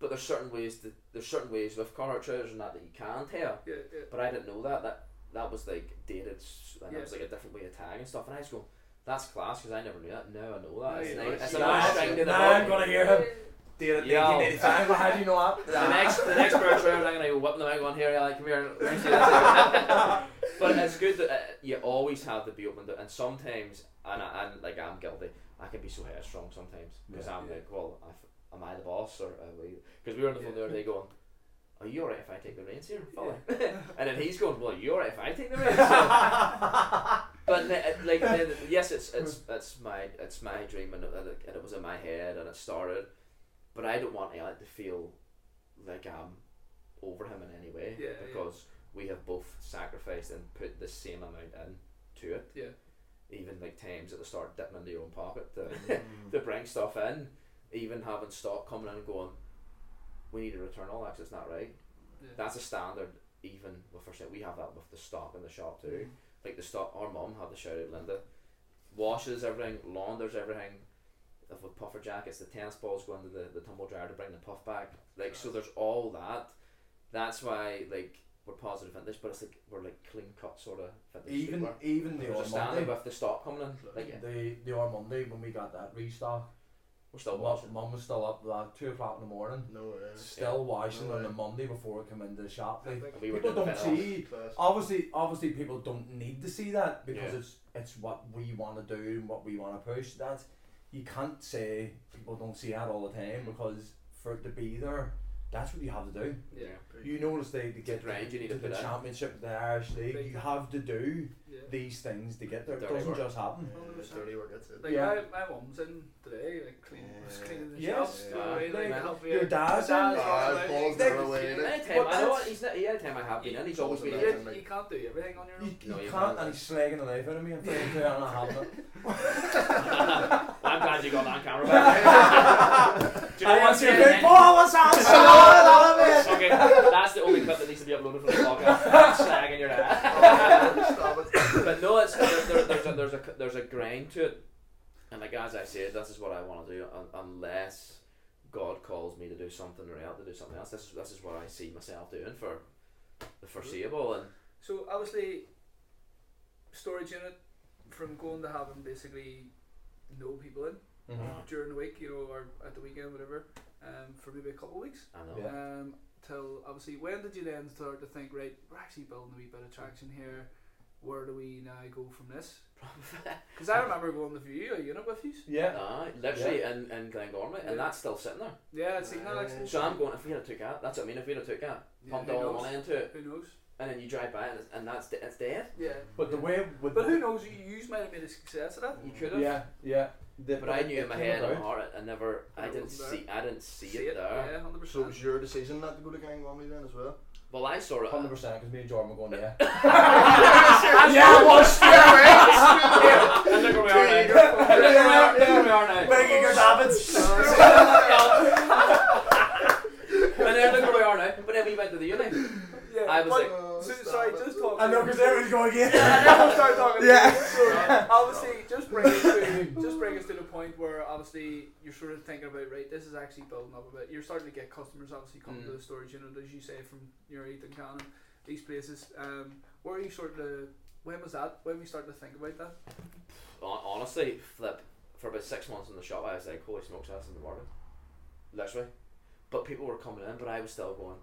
[SPEAKER 3] But there's certain ways that there's certain ways with Connor trousers and that that you can tell.
[SPEAKER 1] Yeah, yeah.
[SPEAKER 3] But I didn't know that. That that was like dated, s- and it
[SPEAKER 1] Yeah.
[SPEAKER 3] was like a different way of tagging and stuff. And I just go, that's class because I never knew that. Now I know that.
[SPEAKER 1] No,
[SPEAKER 3] it's
[SPEAKER 1] you
[SPEAKER 3] nice.
[SPEAKER 1] know,
[SPEAKER 3] It's
[SPEAKER 1] you
[SPEAKER 3] a
[SPEAKER 1] know.
[SPEAKER 3] nice thing to
[SPEAKER 2] Now
[SPEAKER 3] know.
[SPEAKER 2] I'm gonna hear him. Dated
[SPEAKER 3] Yeah.
[SPEAKER 2] 1985. How do you know that?
[SPEAKER 3] The next, the next pair of trousers, I'm gonna go whip them out. Going here, like come here. let me see this." but it's good that uh, you always have to be open to. And sometimes, and I, and like I'm guilty, I can be so headstrong sometimes because
[SPEAKER 2] Yeah.
[SPEAKER 3] I'm
[SPEAKER 1] Yeah.
[SPEAKER 3] like, well, I f- am I the boss or because we were on the phone the other day going. Are you alright if I take the reins here, fella? and then he's going, "Well, are you alright if I take the reins?" So- But the- it- like the- the- yes, it's it's it's my it's my dream and it, and it- and it was in my head and it started, but I don't want Elliot to feel like I'm over him in any way
[SPEAKER 1] Yeah, yeah.
[SPEAKER 3] because we have both sacrificed and put the same amount in to it.
[SPEAKER 1] Yeah.
[SPEAKER 3] Even like times at the start dipping into your own pocket to, to bring stuff in, even having stock coming in and going, we need to return all that 'cause it's not right.
[SPEAKER 1] Yeah.
[SPEAKER 3] That's a standard even with ourselves. We have that with the stock in the shop too like the stock our mum had the shout out Linda washes everything launders everything if with puffer jackets the tennis balls go into the, the tumble dryer to bring the puff back like so there's all that that's why like we're positive vintage but it's like we're like clean cut sort of vintage
[SPEAKER 2] Even
[SPEAKER 3] streetwear.
[SPEAKER 2] even the
[SPEAKER 3] there's a
[SPEAKER 2] odd
[SPEAKER 3] standard
[SPEAKER 2] Monday.
[SPEAKER 3] with the stock coming in like yeah,
[SPEAKER 2] The the odd Monday when we got that restock.
[SPEAKER 3] we're still
[SPEAKER 2] Mum-
[SPEAKER 3] washing
[SPEAKER 2] Mum was still up at like two o'clock in the morning,
[SPEAKER 4] No way.
[SPEAKER 2] still washing on
[SPEAKER 4] Yeah.
[SPEAKER 2] the Monday before it came into the shop. Like,
[SPEAKER 3] and we were
[SPEAKER 2] people
[SPEAKER 3] doing
[SPEAKER 2] don't
[SPEAKER 3] a bit of-
[SPEAKER 2] see.
[SPEAKER 4] Class.
[SPEAKER 2] Obviously, obviously, people don't need to see that because
[SPEAKER 3] Yeah.
[SPEAKER 2] it's it's what we want to do and what we want to push. That you can't say people don't see that all the time because for it to be there, that's what you have to do.
[SPEAKER 1] Yeah.
[SPEAKER 2] You notice they to get
[SPEAKER 3] grind you need
[SPEAKER 2] to
[SPEAKER 3] to
[SPEAKER 2] the
[SPEAKER 3] put in.
[SPEAKER 2] championship, the Irish league,
[SPEAKER 1] Big
[SPEAKER 2] you have to do
[SPEAKER 1] Yeah.
[SPEAKER 2] these things to get there. It
[SPEAKER 3] Dirty
[SPEAKER 2] doesn't
[SPEAKER 3] work.
[SPEAKER 2] just happen.
[SPEAKER 4] Yeah, dirty work, that's it.
[SPEAKER 1] Like
[SPEAKER 2] Yeah.
[SPEAKER 1] my, my mum's in today, like cleaning, was
[SPEAKER 4] Yeah.
[SPEAKER 1] cleaning the
[SPEAKER 2] Yes.
[SPEAKER 1] shop. Yeah. Away,
[SPEAKER 2] Like,
[SPEAKER 1] like, helping
[SPEAKER 2] Your
[SPEAKER 1] out.
[SPEAKER 2] dad's in.
[SPEAKER 1] Dad's
[SPEAKER 4] Ah,
[SPEAKER 1] like,
[SPEAKER 4] balls
[SPEAKER 1] like,
[SPEAKER 4] never away in it.
[SPEAKER 3] anytime I know
[SPEAKER 2] that's-
[SPEAKER 3] what he's not, yeah, anytime I have been in he's always
[SPEAKER 1] You,
[SPEAKER 3] been
[SPEAKER 4] Yeah.
[SPEAKER 3] like
[SPEAKER 1] you can't do everything on your
[SPEAKER 2] You,
[SPEAKER 1] own.
[SPEAKER 2] you
[SPEAKER 3] No, you
[SPEAKER 2] can't,
[SPEAKER 3] can't.
[SPEAKER 2] and he's slagging the life out of me. I'm thinking, "Dude, I'm not having it.
[SPEAKER 3] I'm glad you got that camera back. Do you know what's
[SPEAKER 2] your
[SPEAKER 3] here?
[SPEAKER 2] big ball was on solid,
[SPEAKER 3] okay, that's the only clip that needs to be uploaded for the podcast. Slag in your ass.
[SPEAKER 4] Stop it.
[SPEAKER 3] But no, it's there, there, there's a there's a there's a grind to it, and like as I said, this is what I want to do. un- Unless God calls me to do something or out to do something else, this is this is what I see myself doing for the foreseeable. And
[SPEAKER 1] So obviously, storage unit from going to having basically no people in
[SPEAKER 2] Mhm.
[SPEAKER 1] during the week, you know, or at the weekend, whatever, um, for maybe a couple of weeks.
[SPEAKER 3] I know
[SPEAKER 2] Yeah.
[SPEAKER 1] Um, till obviously when did you then start to think right we're actually building a wee bit of traction here where do we now go from this because I remember going with you a unit with you
[SPEAKER 2] Yeah.
[SPEAKER 3] Aye, literally in, in Glengormley,
[SPEAKER 1] Yeah.
[SPEAKER 3] and that's still sitting there.
[SPEAKER 1] yeah I'd seen that
[SPEAKER 4] Uh,
[SPEAKER 1] actually
[SPEAKER 3] So I'm going, if we had took that, that's what I mean, if we had took that,
[SPEAKER 1] Yeah,
[SPEAKER 3] pumped
[SPEAKER 1] who
[SPEAKER 3] all the
[SPEAKER 1] knows?
[SPEAKER 3] money into it,
[SPEAKER 1] who knows
[SPEAKER 3] and then you drive by and, it's- and that's de- it's dead.
[SPEAKER 1] yeah
[SPEAKER 2] But the way with
[SPEAKER 1] but who knows you might have made a success of that
[SPEAKER 3] You could have.
[SPEAKER 2] yeah, yeah. The-
[SPEAKER 3] But I knew in my
[SPEAKER 2] it
[SPEAKER 3] head oh,
[SPEAKER 2] came
[SPEAKER 3] and
[SPEAKER 2] about.
[SPEAKER 3] heart, I never,
[SPEAKER 1] But
[SPEAKER 3] I
[SPEAKER 1] it
[SPEAKER 3] didn't
[SPEAKER 1] wasn't
[SPEAKER 3] see, I didn't see,
[SPEAKER 1] See
[SPEAKER 3] it, there.
[SPEAKER 1] yeah 100%
[SPEAKER 4] So it was your decision not to go to Glengormley then as well?
[SPEAKER 3] Well, I saw it.
[SPEAKER 2] Hundred percent, because me and Jordan were going yeah.
[SPEAKER 3] yeah, it was straight
[SPEAKER 6] And look where we are now.
[SPEAKER 2] yeah, yeah.
[SPEAKER 4] Making your habits!
[SPEAKER 3] and then look where we are now. But then we went to the uni.
[SPEAKER 1] yeah
[SPEAKER 3] I was
[SPEAKER 1] but-
[SPEAKER 3] like,
[SPEAKER 1] so, sorry just talk
[SPEAKER 2] I know, because everyone's going yeah.
[SPEAKER 1] I never start talking.
[SPEAKER 2] Yeah.
[SPEAKER 1] So obviously, just bring us to just bring us to the point where obviously you're sort of thinking about right. This is actually building up a bit. You're starting to get customers obviously coming to
[SPEAKER 3] Mm.
[SPEAKER 1] the stores. You know, as you say from your Ethan Cannon, these places. Um, where are you sort of? When was that? When we started to think about that?
[SPEAKER 3] Hon- Honestly, flip. For about six months in the shop, I was like, holy smokes, that's in the market. Literally. But people were coming in, but I was still going,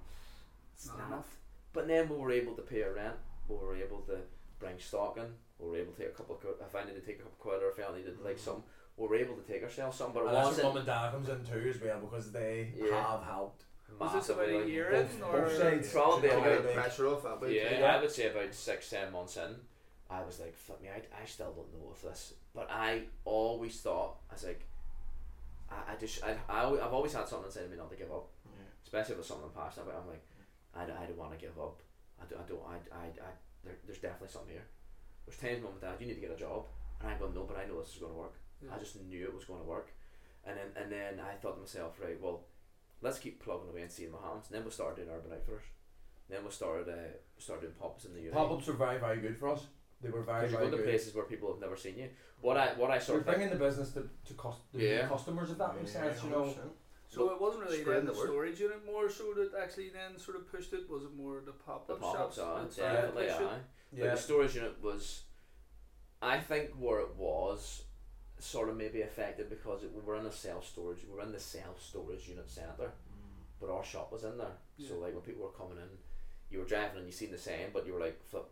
[SPEAKER 3] it's
[SPEAKER 1] Not
[SPEAKER 3] not
[SPEAKER 1] enough.
[SPEAKER 3] But then we were able to pay our rent, we were able to bring stock in, we were able to take a couple of, quid- if I needed to take a couple of quid or if I needed
[SPEAKER 1] Mm.
[SPEAKER 3] like some, we were able to take ourselves some, but it
[SPEAKER 2] And that's what
[SPEAKER 3] wasn't
[SPEAKER 2] mum and dad comes in too as well because they
[SPEAKER 3] Yeah.
[SPEAKER 2] have helped.
[SPEAKER 1] Was this about
[SPEAKER 3] massively, like,
[SPEAKER 1] a year
[SPEAKER 2] both-
[SPEAKER 1] in
[SPEAKER 2] both
[SPEAKER 1] or?
[SPEAKER 2] sides.
[SPEAKER 3] Probably
[SPEAKER 2] Yeah.
[SPEAKER 3] about
[SPEAKER 2] Yeah.
[SPEAKER 4] pressure off that way.
[SPEAKER 3] Yeah,
[SPEAKER 2] Yeah.
[SPEAKER 3] I would say about six, ten months in, I was like, flip me, I, I still don't know if this, but I always thought, I was like, I, I just, I, I, alwa- I've always had something inside of me not to give up, especially if it's something I'm passionate about. I'm like, I, don't- I don't want to give up. I don't, I don't, I, I, I there, there's definitely something here. There's times mum and dad, you need to get a job, and I'm going, no, but I know this is going to work. I just knew it was going to work. And then, and then I thought to myself, right, well, let's keep plugging away and seeing what happens. And then we started doing Urban Outfitters. Then we started, uh, we started doing pop-ups in the uni.
[SPEAKER 2] Pop ups were very, very good for us. They were very,
[SPEAKER 3] Because you
[SPEAKER 2] very
[SPEAKER 3] go to
[SPEAKER 2] good.
[SPEAKER 3] places where people have never seen you. What I, what I
[SPEAKER 2] We're
[SPEAKER 3] sort of think,
[SPEAKER 2] bringing the business to, to cost, the
[SPEAKER 3] Yeah.
[SPEAKER 2] customers, if that makes sense, you know.
[SPEAKER 1] So it wasn't really then
[SPEAKER 4] Spreading
[SPEAKER 1] the
[SPEAKER 4] the word.
[SPEAKER 1] storage unit more so that actually then sort of pushed it. Was it more the pop
[SPEAKER 3] the
[SPEAKER 1] up shops?
[SPEAKER 3] pop-ups are,
[SPEAKER 1] that started to
[SPEAKER 3] definitely,
[SPEAKER 1] push it?
[SPEAKER 3] aye. But
[SPEAKER 2] Yeah.
[SPEAKER 3] the storage unit was, I think where it was, sort of maybe affected because it, we were in a self storage. We were in the self storage unit center, but our shop was in there. So
[SPEAKER 1] Yeah.
[SPEAKER 3] like when people were coming in, you were driving and you seen the same, but you were like, flip,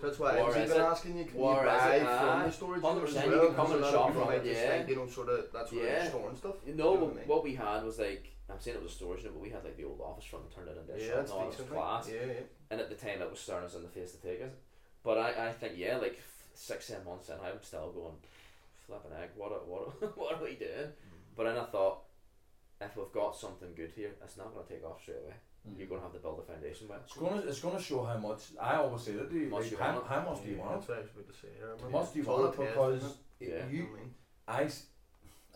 [SPEAKER 4] So that's why
[SPEAKER 3] Where
[SPEAKER 4] I've
[SPEAKER 3] is
[SPEAKER 4] been
[SPEAKER 3] it?
[SPEAKER 4] asking you, can
[SPEAKER 3] Where
[SPEAKER 4] you
[SPEAKER 3] is
[SPEAKER 4] buy
[SPEAKER 3] it?
[SPEAKER 4] from
[SPEAKER 3] Aye.
[SPEAKER 4] the storage
[SPEAKER 3] 100%
[SPEAKER 4] unit as
[SPEAKER 3] you
[SPEAKER 4] well?
[SPEAKER 3] can come
[SPEAKER 4] Because
[SPEAKER 3] and
[SPEAKER 4] a lot
[SPEAKER 3] shop
[SPEAKER 4] of people
[SPEAKER 3] from
[SPEAKER 4] might
[SPEAKER 3] it,
[SPEAKER 4] just
[SPEAKER 3] yeah.
[SPEAKER 4] think, you know, sort of, that's where
[SPEAKER 3] Yeah.
[SPEAKER 4] you're storing stuff.
[SPEAKER 3] You know,
[SPEAKER 4] You know what I
[SPEAKER 3] what,
[SPEAKER 4] mean?
[SPEAKER 3] what we had was like I'm saying it was a storage unit, but we had like the old office from and turned it into a
[SPEAKER 4] yeah,
[SPEAKER 3] shop.
[SPEAKER 4] that's
[SPEAKER 3] and all that
[SPEAKER 4] decent.
[SPEAKER 3] was class.
[SPEAKER 4] Yeah, yeah.
[SPEAKER 3] And at the time, it was staring us in the face to take it. But I, I think yeah, like f- six, seven months in, I'm still going flipping egg. What are, what are, what are we doing? But then I thought, if we've got something good here, it's not going to take off straight away.
[SPEAKER 2] Mm.
[SPEAKER 3] You're going to have to build a foundation with. it.
[SPEAKER 2] It's gonna, it's gonna show how much. I always say that. Do you,
[SPEAKER 3] Much
[SPEAKER 2] like,
[SPEAKER 3] you
[SPEAKER 2] how,
[SPEAKER 3] want.
[SPEAKER 2] how much do you
[SPEAKER 4] Yeah,
[SPEAKER 2] want?
[SPEAKER 4] That's what I was about to say. I remember.
[SPEAKER 2] Must do
[SPEAKER 4] It's all
[SPEAKER 2] want
[SPEAKER 4] a test,
[SPEAKER 2] because
[SPEAKER 4] isn't
[SPEAKER 2] it-
[SPEAKER 3] Yeah.
[SPEAKER 4] it? You know
[SPEAKER 2] you,
[SPEAKER 4] what I mean?
[SPEAKER 2] I, s-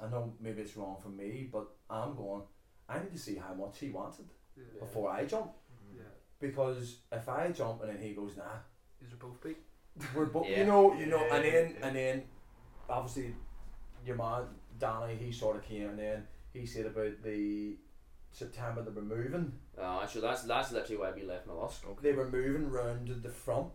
[SPEAKER 2] I know maybe it's wrong for me, but I'm going. I need to see how much he wanted
[SPEAKER 1] Yeah.
[SPEAKER 3] Yeah.
[SPEAKER 2] before I jump.
[SPEAKER 1] yeah.
[SPEAKER 2] Because if I jump and then he goes, nah,
[SPEAKER 1] These are both big.
[SPEAKER 2] we're both,
[SPEAKER 3] Yeah.
[SPEAKER 2] you know, you know,
[SPEAKER 4] Yeah,
[SPEAKER 2] and then
[SPEAKER 4] yeah.
[SPEAKER 2] and then, obviously, your man Danny, he sort of came and then he said about the September they were moving.
[SPEAKER 3] Uh, so that's that's literally why we left Mollusk.
[SPEAKER 2] They were moving round to the front,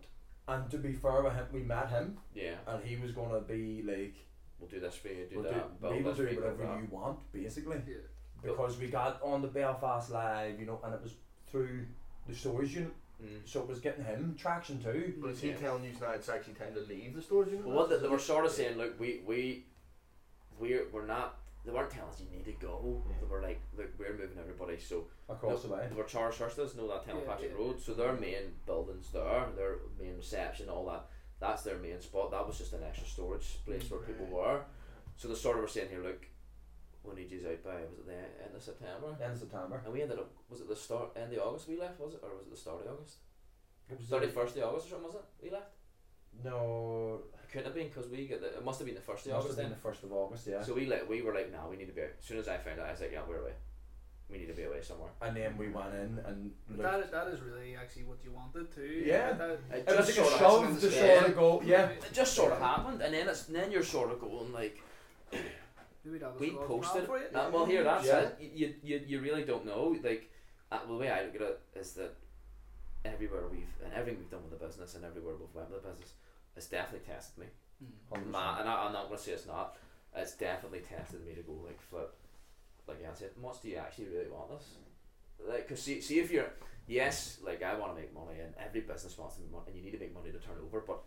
[SPEAKER 2] and to be fair with him, we met him,
[SPEAKER 3] Yeah,
[SPEAKER 2] and he was gonna be like,
[SPEAKER 3] we'll do this for you, do
[SPEAKER 2] we'll
[SPEAKER 3] that,
[SPEAKER 2] do,
[SPEAKER 3] build
[SPEAKER 2] we will
[SPEAKER 3] this for
[SPEAKER 2] do
[SPEAKER 3] you, build
[SPEAKER 2] whatever
[SPEAKER 3] that.
[SPEAKER 2] you want, basically.
[SPEAKER 1] Yeah.
[SPEAKER 2] because we got on the Belfast Live, you know, and it was through the storage unit,
[SPEAKER 3] Mm.
[SPEAKER 2] so it was getting him traction too.
[SPEAKER 4] But is he
[SPEAKER 3] Yeah.
[SPEAKER 4] telling you now it's actually time to leave the storage unit?
[SPEAKER 3] Well, what they,
[SPEAKER 4] That's
[SPEAKER 3] they were
[SPEAKER 4] it.
[SPEAKER 3] sort of
[SPEAKER 4] Yeah.
[SPEAKER 3] saying, look, we we we're, we're not. They weren't telling us you need to go. They were like, look, we're moving everybody. So
[SPEAKER 2] Across the way.
[SPEAKER 3] they were Charles Hurston's, know that Telepatrick
[SPEAKER 1] yeah.
[SPEAKER 3] Road. So their main buildings there, their main reception, all that. That's their main spot. That was just an extra storage place where people were. So they sort of were saying here, look, we need yous out by was it the end of September?
[SPEAKER 2] End of September.
[SPEAKER 3] And we ended up was it the start end of August we left was it or was it the start of August?
[SPEAKER 2] It was uh,
[SPEAKER 3] Thirty first of August or something was it? We left.
[SPEAKER 2] No,
[SPEAKER 3] It couldn't have been because we get the, it must have been the first
[SPEAKER 2] it
[SPEAKER 3] of
[SPEAKER 2] must
[SPEAKER 3] August
[SPEAKER 2] have
[SPEAKER 3] then.
[SPEAKER 2] been the first of August, yeah.
[SPEAKER 3] So we like we were like, nah, we need to be out. As soon as I found out, I was like, yeah, we're away. We need to be away somewhere.
[SPEAKER 2] and then we went in and
[SPEAKER 1] But
[SPEAKER 2] looked.
[SPEAKER 1] that is, that is really actually what you wanted too.
[SPEAKER 2] Yeah.
[SPEAKER 1] That,
[SPEAKER 3] It
[SPEAKER 2] It was
[SPEAKER 3] just
[SPEAKER 2] like
[SPEAKER 3] sort
[SPEAKER 2] a
[SPEAKER 3] of
[SPEAKER 2] shove to sort of
[SPEAKER 3] Oh,
[SPEAKER 2] go, yeah.
[SPEAKER 3] it just sort of happened, and then it's then you're sort of going like,
[SPEAKER 1] Do we'd have a
[SPEAKER 3] we
[SPEAKER 1] squad
[SPEAKER 3] posted.
[SPEAKER 1] now for you?
[SPEAKER 3] That, well, here that's
[SPEAKER 2] Yeah.
[SPEAKER 3] it. You, you you really don't know. Like uh, well, the way I look at it is that everywhere we've and everything we've done with the business and everywhere we've went with the business, it's definitely tested me.
[SPEAKER 1] Hmm.
[SPEAKER 3] Ma- and I, I'm not gonna say it's not. It's definitely tested me to go like flip. Like I said, much do you actually really want this?
[SPEAKER 2] Mm.
[SPEAKER 3] like, cause see, see if you're, yes, like I want to make money, and every business wants to make money, and you need to make money to turn over, but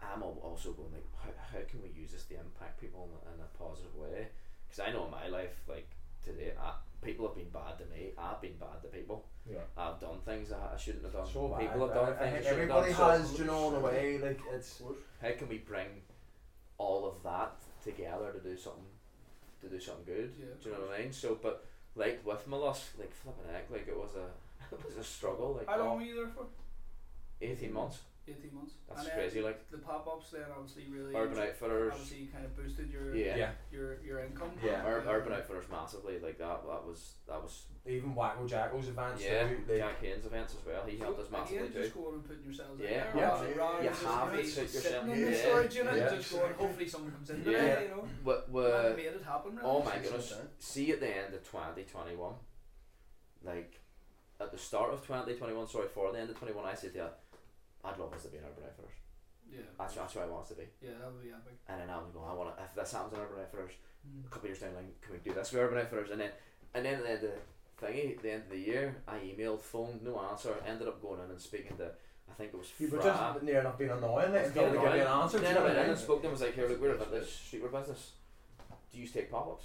[SPEAKER 3] I'm al- also going like, how, how can we use this to impact people in, a- in a positive way? Because I know in my life, like today, I, people have been bad to me. I've been bad to people.
[SPEAKER 2] Yeah.
[SPEAKER 3] I've done things that I shouldn't have done.
[SPEAKER 2] So bad.
[SPEAKER 3] people have
[SPEAKER 2] I-
[SPEAKER 3] done
[SPEAKER 2] I think
[SPEAKER 3] things I shouldn't have
[SPEAKER 2] everybody
[SPEAKER 3] done. So-
[SPEAKER 2] has, you know, in a way, like it's.
[SPEAKER 3] how can we bring all of that together to do something to do something good
[SPEAKER 1] Yeah, of
[SPEAKER 3] do you know what I mean so but like with Mollusk like flipping heck like it was a it was a struggle like
[SPEAKER 1] How long
[SPEAKER 3] oh,
[SPEAKER 1] were you there for?
[SPEAKER 3] 18 months
[SPEAKER 1] 18 months.
[SPEAKER 3] that's
[SPEAKER 1] and then
[SPEAKER 3] crazy like
[SPEAKER 1] The pop ups then obviously really
[SPEAKER 3] Urban Outfitters
[SPEAKER 1] obviously kind of boosted your
[SPEAKER 3] yeah,
[SPEAKER 1] your your income.
[SPEAKER 2] Yeah.
[SPEAKER 3] Ur- Urban Outfitters massively like that that was that was
[SPEAKER 2] Even Wacko Jacko's advance
[SPEAKER 3] yeah
[SPEAKER 2] too. Like,
[SPEAKER 3] Jack Haynes events as well he helped us
[SPEAKER 1] So, again,
[SPEAKER 3] massively too
[SPEAKER 1] just going and putting yourselves
[SPEAKER 3] Yeah.
[SPEAKER 1] out there.
[SPEAKER 2] Yeah.
[SPEAKER 1] rather- rather
[SPEAKER 3] you
[SPEAKER 1] than just
[SPEAKER 3] have
[SPEAKER 1] maybe
[SPEAKER 3] to suit
[SPEAKER 1] sitting
[SPEAKER 3] yourself
[SPEAKER 1] in the
[SPEAKER 3] yeah.
[SPEAKER 1] storage unit
[SPEAKER 2] Yeah.
[SPEAKER 1] just going, hopefully someone comes in
[SPEAKER 3] Yeah.
[SPEAKER 1] today, you know.
[SPEAKER 3] what,
[SPEAKER 1] And
[SPEAKER 3] what
[SPEAKER 1] it made it happen really.
[SPEAKER 3] Oh my
[SPEAKER 4] Six
[SPEAKER 3] goodness.
[SPEAKER 4] months,
[SPEAKER 3] See at the end of 2021, like at the start of 2021, sorry, for the end of 21, I said, yeah, I'd love us to be an Urban Outfitters.
[SPEAKER 1] Yeah.
[SPEAKER 3] That's, that's where I want us to be.
[SPEAKER 1] Yeah, that would be epic.
[SPEAKER 3] And then I'm going, I want to, if this happens in Urban Outfitters,
[SPEAKER 1] Mm.
[SPEAKER 3] a couple of years down the line, can we do this with Urban Outfitters? And then, and then at the end of the thingy, at the end of the year, I emailed, phoned, no answer, ended up going in and speaking to, I think it was
[SPEAKER 2] You were
[SPEAKER 3] Fra.
[SPEAKER 2] just near enough being annoying like, until they give you an answer. do you
[SPEAKER 3] Then
[SPEAKER 2] know
[SPEAKER 3] I
[SPEAKER 2] what
[SPEAKER 3] went
[SPEAKER 2] I
[SPEAKER 3] in
[SPEAKER 2] mean?
[SPEAKER 3] and spoke to him. I was like, "Here, look, we're about this streetwear business. Do you take pop-ups?"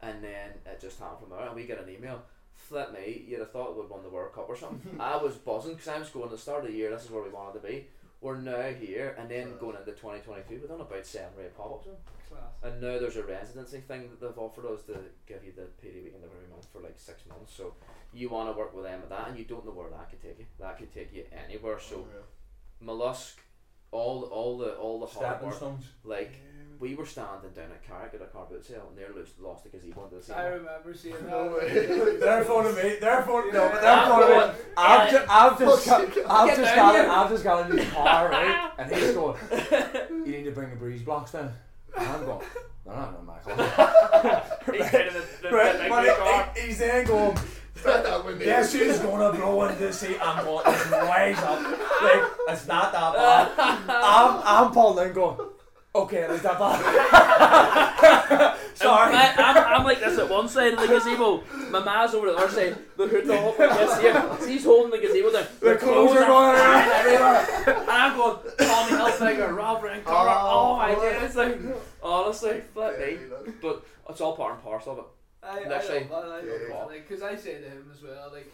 [SPEAKER 3] And then it just happened from there. And we get an email. Flip me, you'd have thought we'd won the World Cup or something. I was buzzing because I was going at the start of the year. This is where we wanted to be. We're now here, and then
[SPEAKER 4] Class.
[SPEAKER 3] going into 2022, we've done about seven or eight pop-ups. now.
[SPEAKER 1] Class.
[SPEAKER 3] And now there's a residency thing that they've offered us to give you the PD weekend every month for like six months. So you want to work with them at that, and you don't know where that could take you. That could take you anywhere. So
[SPEAKER 4] Unreal.
[SPEAKER 3] mollusk all all the all the hard
[SPEAKER 2] Stepping
[SPEAKER 3] work
[SPEAKER 2] stones.
[SPEAKER 3] like
[SPEAKER 4] Yeah.
[SPEAKER 3] we were standing down at Carrick at a car boot sale and they're lost, lost the gazebo into the
[SPEAKER 1] I
[SPEAKER 3] sale
[SPEAKER 1] remember seeing that.
[SPEAKER 4] No way.
[SPEAKER 2] They're phoning me. They're phoning no, but they're
[SPEAKER 3] I'm
[SPEAKER 2] phoning me.
[SPEAKER 3] going,
[SPEAKER 2] I've, ju- I've just,
[SPEAKER 4] Fuck,
[SPEAKER 2] got, I've
[SPEAKER 3] get
[SPEAKER 2] just
[SPEAKER 3] down
[SPEAKER 2] got,
[SPEAKER 3] here.
[SPEAKER 2] I've just got a new car, right? And he's going, you need to bring the breeze blocks down. And I'm going, they're not in my car.
[SPEAKER 3] He's down in the- the- the
[SPEAKER 2] Right,
[SPEAKER 3] big
[SPEAKER 2] but
[SPEAKER 3] blue car.
[SPEAKER 2] he- he- he's then going,
[SPEAKER 4] Start that with me.
[SPEAKER 2] guess who's going to blow into the seat? I'm going, it's wise up. Like, it's not that bad. I'm, I'm pulling in going, okay, it is that bad. Sorry.
[SPEAKER 3] I, I'm, I'm like this at one side of the gazebo. My ma's over the other side. The hood all up like this here. So he's holding the gazebo down.
[SPEAKER 2] The clothes are going around everywhere.
[SPEAKER 3] And I'm going, Tommy Hilfiger, Rob Rincon.
[SPEAKER 4] Oh,
[SPEAKER 3] Oh, my
[SPEAKER 4] boy.
[SPEAKER 3] goodness. Like, honestly, flip me.
[SPEAKER 4] Yeah, look.
[SPEAKER 3] But it's all part and parcel of it.
[SPEAKER 1] I, I
[SPEAKER 3] Let's say-
[SPEAKER 1] love that. I love
[SPEAKER 4] Yeah.
[SPEAKER 1] that. Like, cause I say to him as well, like,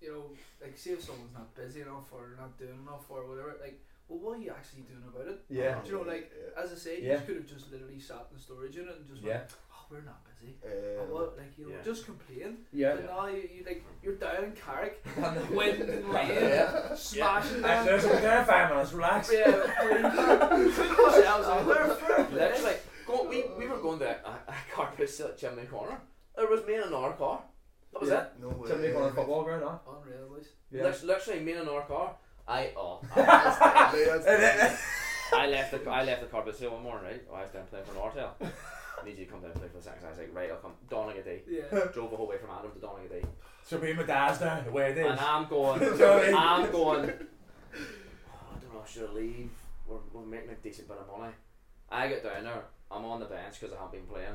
[SPEAKER 1] you know, like, see if someone's not busy enough or not doing enough or whatever, like, well, what are you actually doing about it?
[SPEAKER 2] Yeah.
[SPEAKER 1] Do you know, like,
[SPEAKER 4] Uh-huh. Yeah.
[SPEAKER 1] as I say,
[SPEAKER 2] Yeah.
[SPEAKER 1] you could have just literally sat in the storage unit and just
[SPEAKER 2] Yeah.
[SPEAKER 1] went, oh, we're not busy.
[SPEAKER 4] Um,
[SPEAKER 1] Oh, what? Like, you know,
[SPEAKER 3] Yeah.
[SPEAKER 1] just complain.
[SPEAKER 2] Yeah.
[SPEAKER 1] But now you, you like, you're down in Carrick,
[SPEAKER 2] Wait,
[SPEAKER 1] wind and rain,
[SPEAKER 2] Yeah.
[SPEAKER 1] smashing
[SPEAKER 2] Actually,
[SPEAKER 1] down.
[SPEAKER 2] there's a there five minutes. Relax.
[SPEAKER 1] Yeah, please, put yourselves out there fair play.
[SPEAKER 3] Literally, go, we, we were going to a, a car boot sale at Chimney Corner. There was me and another car. That was it.
[SPEAKER 4] No way.
[SPEAKER 2] Somebody going on a football ground, huh?
[SPEAKER 1] Unreal, boys.
[SPEAKER 3] Lit- Literally, me and our car. I oh,
[SPEAKER 4] Mate, that's-
[SPEAKER 3] I left the I left the car but sale one morning. Right, Oh, I was down playing for Nortel. Need you to come down and play for the seconds. I was like, right, I'll come. Dawning a day.
[SPEAKER 1] Yeah.
[SPEAKER 3] Drove the whole way from Adam to Dawning a day,
[SPEAKER 2] So me and my dad's down the way it is.
[SPEAKER 3] and I'm going.
[SPEAKER 2] Sorry.
[SPEAKER 3] I'm going. "Oh, I don't know. Should I leave? We're, we're making a decent bit of money. I get down there. I'm on the bench because I haven't been playing.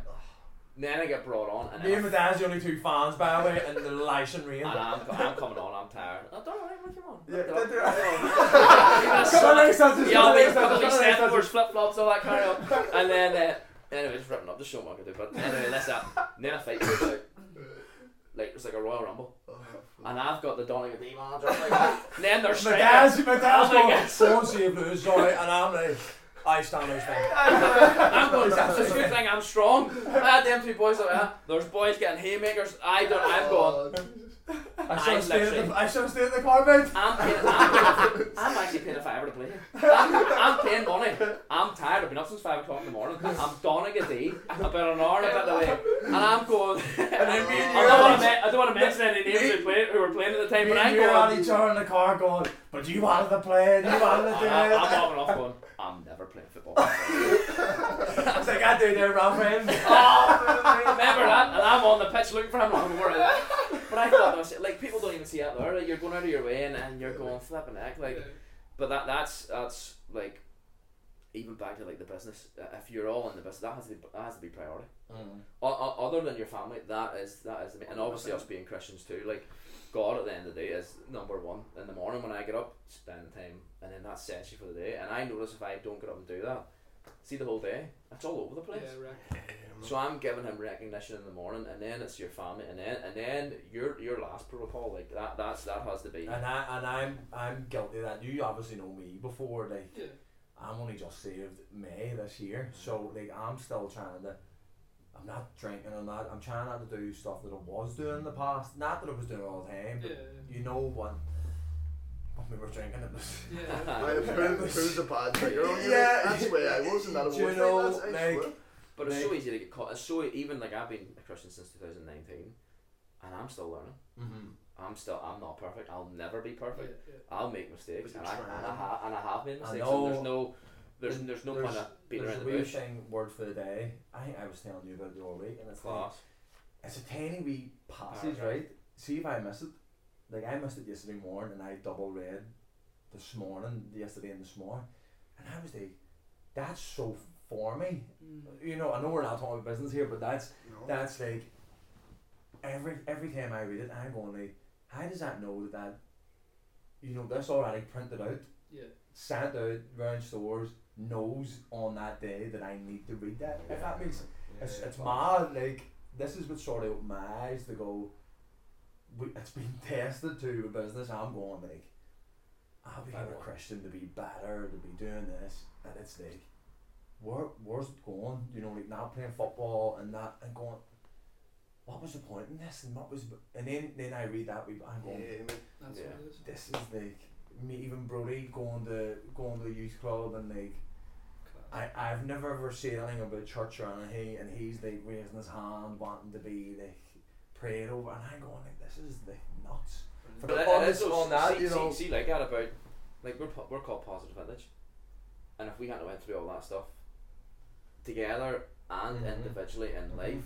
[SPEAKER 3] Then I get brought on, and
[SPEAKER 2] Me
[SPEAKER 3] then I
[SPEAKER 2] and my dad's the only two fans, by the way, in the lice and rain.
[SPEAKER 3] And I'm, co- I'm coming on, I'm tired. I don't know, what you want.
[SPEAKER 2] Yeah,
[SPEAKER 3] Come on,
[SPEAKER 2] don't do it.
[SPEAKER 3] come
[SPEAKER 2] Come
[SPEAKER 3] on.
[SPEAKER 2] on, next time, just-
[SPEAKER 3] Yeah,
[SPEAKER 2] come
[SPEAKER 3] I'll
[SPEAKER 2] on,
[SPEAKER 3] be
[SPEAKER 2] next time,
[SPEAKER 3] probably
[SPEAKER 2] just- come on, next time,
[SPEAKER 3] sandwich, flip flops, all that kind of. And then, uh, anyway, just ripping up the show what I could do. But anyway, that's that. Then I fight breaks out. Like, it's like a Royal Rumble.
[SPEAKER 2] Uh-huh.
[SPEAKER 3] And I've got the Donny and Demon. Then they're
[SPEAKER 2] just- My
[SPEAKER 3] straight.
[SPEAKER 2] dad's, my dad's
[SPEAKER 3] Oh my
[SPEAKER 2] going,
[SPEAKER 3] God.
[SPEAKER 2] don't see you lose, sorry. And I'm like, I stand those things.
[SPEAKER 3] I'm going, that's a good thing I'm strong. I had them two boys like that. There's boys getting haymakers. I don't, I'm going.
[SPEAKER 4] Oh, Jesus.
[SPEAKER 2] I should have stayed at
[SPEAKER 3] literally-
[SPEAKER 2] the, I should have stayed at the car, mate.
[SPEAKER 3] I'm, paying, I'm, paying, I'm actually paying a fiver to play here. I'm, I'm paying money. I'm tired. I've been up since five o'clock in the morning. I'm donning a day about an hour about the way, and I'm going.
[SPEAKER 2] And then me and
[SPEAKER 3] I don't want to.
[SPEAKER 2] you
[SPEAKER 3] I don't want to mention any names who, play, who were playing at the time,
[SPEAKER 2] me
[SPEAKER 3] but
[SPEAKER 2] and
[SPEAKER 3] I'm
[SPEAKER 2] you
[SPEAKER 3] going.
[SPEAKER 2] are
[SPEAKER 3] I'm,
[SPEAKER 2] on each other in the car going, but you wanted to play, and you wanted to do
[SPEAKER 3] I'm
[SPEAKER 2] it.
[SPEAKER 3] walking off going. I'm never playing football.
[SPEAKER 2] I was like, I do eh?" their round
[SPEAKER 3] oh, remember that? And I'm on the pitch looking for him. I'm worried. But I thought, that was, like people don't even see that there. Like, you're going out of your way, and, and you're going flipping heck. Like,
[SPEAKER 1] Yeah.
[SPEAKER 3] But that that's that's like even back to like the business. uh, If you're all in the business, that has to be that has to be priority.
[SPEAKER 2] Mm.
[SPEAKER 3] O- o- other than your family, that is that is the main, and obviously us being Christians too. Like God at the end of the day is number one. In the morning when I get up, spend time, and then that's sets you for the day. And I notice if I don't get up and do that, see the whole day, it's all over the place.
[SPEAKER 1] Yeah, right.
[SPEAKER 3] So I'm giving him recognition in the morning, and then it's your family, and then and then your your last protocol like that. That's that has to be.
[SPEAKER 2] And I and I'm I'm guilty of that you obviously know me before like
[SPEAKER 1] Yeah.
[SPEAKER 2] I'm only just saved May this year, so like I'm still trying to. I'm not drinking. I'm not. I'm trying not to do stuff that I was doing
[SPEAKER 3] Mm-hmm.
[SPEAKER 2] in the past. Not that I was doing all the time,
[SPEAKER 1] Yeah.
[SPEAKER 2] but you know what? When we were drinking, it was.
[SPEAKER 1] Yeah.
[SPEAKER 4] I proved, proved a bad trigger on you.
[SPEAKER 2] Yeah.
[SPEAKER 4] That's where I was in that
[SPEAKER 2] Do you
[SPEAKER 4] award
[SPEAKER 2] know,
[SPEAKER 4] night, that's, I
[SPEAKER 2] like-
[SPEAKER 4] swear.
[SPEAKER 3] But it's
[SPEAKER 2] Like-
[SPEAKER 3] so easy to get caught. It's so even like I've been a Christian since 2019, and I'm still learning.
[SPEAKER 2] Mm-hmm.
[SPEAKER 3] I'm still I'm not perfect. I'll never be
[SPEAKER 1] yeah.
[SPEAKER 3] perfect. I'll make mistakes,
[SPEAKER 4] But
[SPEAKER 3] and
[SPEAKER 4] you
[SPEAKER 3] I, and
[SPEAKER 4] try.
[SPEAKER 3] I ha- and I have made
[SPEAKER 2] I
[SPEAKER 3] mistakes.
[SPEAKER 2] know.
[SPEAKER 3] And there's no there's there's no point
[SPEAKER 2] There's-
[SPEAKER 3] of beating
[SPEAKER 2] There's
[SPEAKER 3] around
[SPEAKER 2] a
[SPEAKER 3] the
[SPEAKER 2] wee
[SPEAKER 3] bush.
[SPEAKER 2] thing word for the day. I think I was telling you about it all week, and it's like
[SPEAKER 3] Class.
[SPEAKER 2] it's a tiny wee passage,
[SPEAKER 3] Paragraph.
[SPEAKER 2] right? See if I miss it. Like I missed it yesterday morning, and I double read this morning, yesterday and this morning, and I was like, "That's so for me."
[SPEAKER 1] Mm.
[SPEAKER 2] You know, I know we're not talking about business here, but that's
[SPEAKER 4] No.
[SPEAKER 2] that's like every every time I read it, I'm going like, "How does that know that that?" You know, that's already printed out,
[SPEAKER 1] Yeah.
[SPEAKER 2] sent out round stores. Knows on that day that I need to read that. If that makes it's, it's mad. Like this is what sort of opened my eyes to go. We, it's been tested to a business. I'm going like, I'll be a Christian to be better to be doing this, and it's like, where where's it going? You know, like not playing football and that and going. What was the point in this? And what was and then then I read that we I'm
[SPEAKER 4] Yeah,
[SPEAKER 2] going.
[SPEAKER 4] mate.
[SPEAKER 1] That's
[SPEAKER 3] Yeah.
[SPEAKER 1] what it is.
[SPEAKER 2] This is like me even Brody going to going to the youth club and like I, I've never ever seen anything about church or anything, and he's like raising his hand, wanting to be like prayed over, and I'm going like, this is like nuts. For
[SPEAKER 3] But
[SPEAKER 2] the
[SPEAKER 3] it- it
[SPEAKER 2] honest
[SPEAKER 3] is those-
[SPEAKER 2] on that,
[SPEAKER 3] see,
[SPEAKER 2] you
[SPEAKER 3] see-
[SPEAKER 2] know.
[SPEAKER 3] see, like that about like we're po- we're called positive village, and if we hadn't went through all that stuff together and
[SPEAKER 2] Mhm.
[SPEAKER 3] individually in
[SPEAKER 2] Mhm.
[SPEAKER 3] life,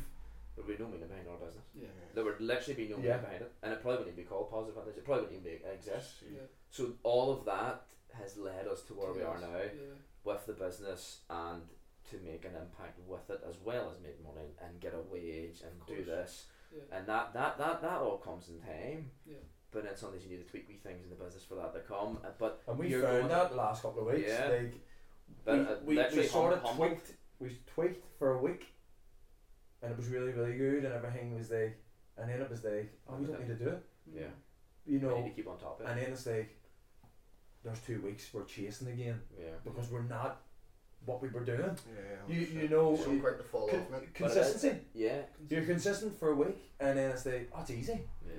[SPEAKER 3] there would be no meaning behind our business.
[SPEAKER 1] Yeah.
[SPEAKER 3] There would literally be no meaning
[SPEAKER 2] Yeah.
[SPEAKER 3] behind it, and it probably wouldn't even be called positive village. It probably wouldn't even be, exist.
[SPEAKER 1] Yeah.
[SPEAKER 3] So all of that has led us to where we are
[SPEAKER 1] Yes.
[SPEAKER 3] now
[SPEAKER 1] Yeah.
[SPEAKER 3] with the business and to make an impact with it as well as make money and get a wage and
[SPEAKER 4] Of
[SPEAKER 3] do
[SPEAKER 4] course.
[SPEAKER 3] this
[SPEAKER 1] Yeah.
[SPEAKER 3] and that that that that all comes in time.
[SPEAKER 1] Yeah.
[SPEAKER 3] But then sometimes you need to tweak wee things in the business for that to come. Uh, But
[SPEAKER 2] And we
[SPEAKER 3] You're
[SPEAKER 2] found
[SPEAKER 3] going-
[SPEAKER 2] that the last couple of weeks,
[SPEAKER 3] Yeah.
[SPEAKER 2] like
[SPEAKER 3] but uh,
[SPEAKER 2] we, we,
[SPEAKER 3] literally
[SPEAKER 2] we sort of
[SPEAKER 3] hum- humble.
[SPEAKER 2] tweaked, we tweaked for a week, and it was really really good, and everything was like, and then it was like, oh, we don't need to do it,
[SPEAKER 3] Yeah.
[SPEAKER 2] you
[SPEAKER 3] We
[SPEAKER 2] know,
[SPEAKER 3] need to keep on top of it.
[SPEAKER 2] and then it's like, there's two weeks we're chasing again
[SPEAKER 3] Yeah.
[SPEAKER 2] because we're not what we were doing.
[SPEAKER 4] Yeah,
[SPEAKER 2] You you
[SPEAKER 4] 100%.
[SPEAKER 2] know
[SPEAKER 4] so quick to fall
[SPEAKER 2] con-
[SPEAKER 4] off, mate.
[SPEAKER 2] consistency.
[SPEAKER 3] uh, Yeah.
[SPEAKER 1] Mm.
[SPEAKER 2] You're consistent for a week, and then it's like, oh, it's easy.
[SPEAKER 3] Yeah.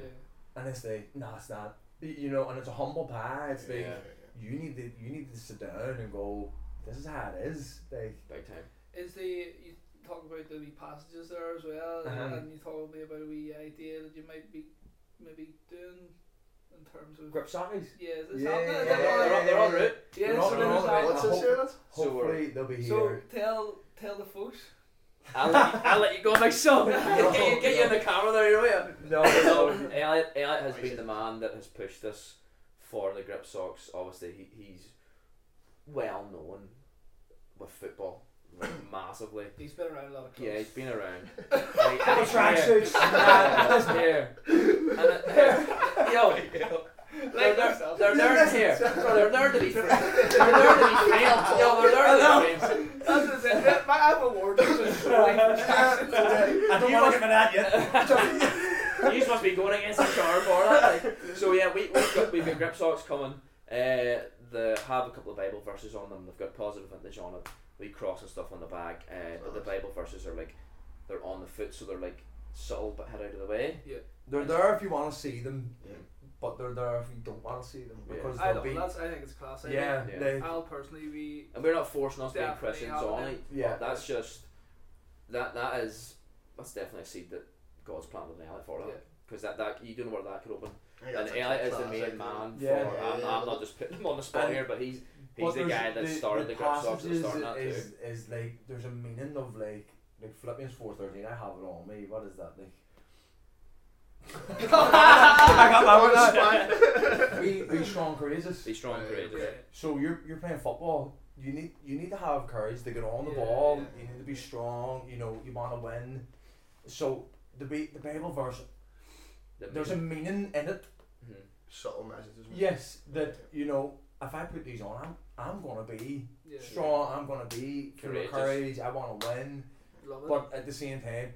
[SPEAKER 2] And it's like, no, it's not. Y- You know, and it's a humble pie. It's like,
[SPEAKER 3] Yeah.
[SPEAKER 2] you need to, you need to sit down and go, this is how it is. Like,
[SPEAKER 3] Big time.
[SPEAKER 1] Is the you talk about the wee passages there as well,
[SPEAKER 2] Uh-huh.
[SPEAKER 1] and you talk me about a wee idea that you might be maybe doing in terms of
[SPEAKER 2] grip sockies.
[SPEAKER 1] yeah, is this
[SPEAKER 2] Yeah,
[SPEAKER 1] happening?
[SPEAKER 2] yeah,
[SPEAKER 1] Is
[SPEAKER 3] They're,
[SPEAKER 1] that
[SPEAKER 3] on-
[SPEAKER 1] right?
[SPEAKER 3] they're, on- they're on
[SPEAKER 2] yeah.
[SPEAKER 3] route.
[SPEAKER 1] Yeah,
[SPEAKER 2] They're
[SPEAKER 1] so
[SPEAKER 2] on-
[SPEAKER 1] there's
[SPEAKER 2] they're on
[SPEAKER 1] that.
[SPEAKER 2] the
[SPEAKER 4] What's this
[SPEAKER 2] hope-
[SPEAKER 4] year?
[SPEAKER 3] So
[SPEAKER 2] Hopefully, they'll be
[SPEAKER 1] So
[SPEAKER 2] here.
[SPEAKER 1] tell tell the folks.
[SPEAKER 3] I'll let, you, I'll let you go, my son.
[SPEAKER 2] No,
[SPEAKER 3] get you, get you in the camera there, you know.
[SPEAKER 2] no,
[SPEAKER 3] so
[SPEAKER 2] no.
[SPEAKER 3] Elliot, Elliot has been the man that has pushed us for the grip socks. Obviously, he, he's well known with football like, massively.
[SPEAKER 1] He's been around a lot of clubs.
[SPEAKER 3] Yeah, he's been around.
[SPEAKER 2] Little tracksuits.
[SPEAKER 3] That's here. And it, yo, they're, they're, they're learning here. So they're learning to be free. They're learning to be free. Yo, they're learning to be free.
[SPEAKER 1] That's what I said. that- My I'm awarded.
[SPEAKER 2] I don't want to give it that yet.
[SPEAKER 3] You must be going against the charm for that. Like. So yeah, we, we've got we've got grip socks coming. Uh, the have a couple of Bible verses on them. They've got positive vintage on it. We cross and stuff on the back. Uh, but the Bible verses are like they're on the foot, so they're like subtle but head out of the way.
[SPEAKER 2] they're there if you want to see them,
[SPEAKER 3] Yeah.
[SPEAKER 2] but they're there if you don't want to see them
[SPEAKER 3] Yeah.
[SPEAKER 2] because
[SPEAKER 1] I
[SPEAKER 2] they'll
[SPEAKER 1] don't.
[SPEAKER 2] be.
[SPEAKER 1] know, That's I think it's classic.
[SPEAKER 2] Yeah,
[SPEAKER 3] Yeah.
[SPEAKER 2] they-
[SPEAKER 1] I'll personally be.
[SPEAKER 3] And we're not forcing us being
[SPEAKER 1] Definitely
[SPEAKER 3] Christians
[SPEAKER 1] having
[SPEAKER 3] on
[SPEAKER 1] it.
[SPEAKER 3] it.
[SPEAKER 2] Yeah.
[SPEAKER 3] That's just that that is that's definitely a seed that God's planted in Elliot for that.
[SPEAKER 1] Yeah.
[SPEAKER 3] Because that, that you don't know where that could open.
[SPEAKER 4] Yeah, that's
[SPEAKER 3] and Elliot is the
[SPEAKER 4] actually
[SPEAKER 3] main
[SPEAKER 4] classic,
[SPEAKER 3] man
[SPEAKER 4] mate.
[SPEAKER 3] for
[SPEAKER 2] Yeah.
[SPEAKER 3] I'm, I'm not just putting him on the spot
[SPEAKER 2] And-
[SPEAKER 3] here, but he's
[SPEAKER 2] But
[SPEAKER 3] he's the
[SPEAKER 2] there's-
[SPEAKER 3] guy that started the, grip socks and
[SPEAKER 2] passages
[SPEAKER 3] started that too.
[SPEAKER 2] is, is like there's a meaning of like like Philippians four thirteen. I have it on me. What is that like? I got
[SPEAKER 4] Oh,
[SPEAKER 2] my
[SPEAKER 4] that's fine.
[SPEAKER 2] one. Be, be strong, courageous.
[SPEAKER 3] Be strong,
[SPEAKER 4] Yeah.
[SPEAKER 3] courageous.
[SPEAKER 1] Yeah.
[SPEAKER 2] So you're you're playing football. you need you need to have courage to get on the
[SPEAKER 1] Yeah,
[SPEAKER 2] ball.
[SPEAKER 1] yeah,
[SPEAKER 2] You need to be strong. You know you want to win. So the Bi- the Bible verse
[SPEAKER 3] That
[SPEAKER 2] there's a meaning in it.
[SPEAKER 3] Mm-hmm.
[SPEAKER 4] Subtle messages.
[SPEAKER 2] Yes, that you know if I put these on, I'm I'm gonna be
[SPEAKER 1] Yeah.
[SPEAKER 2] strong. I'm gonna be full of
[SPEAKER 3] Courageous.
[SPEAKER 2] courage. I want to win.
[SPEAKER 1] Love it.
[SPEAKER 2] But at the same time,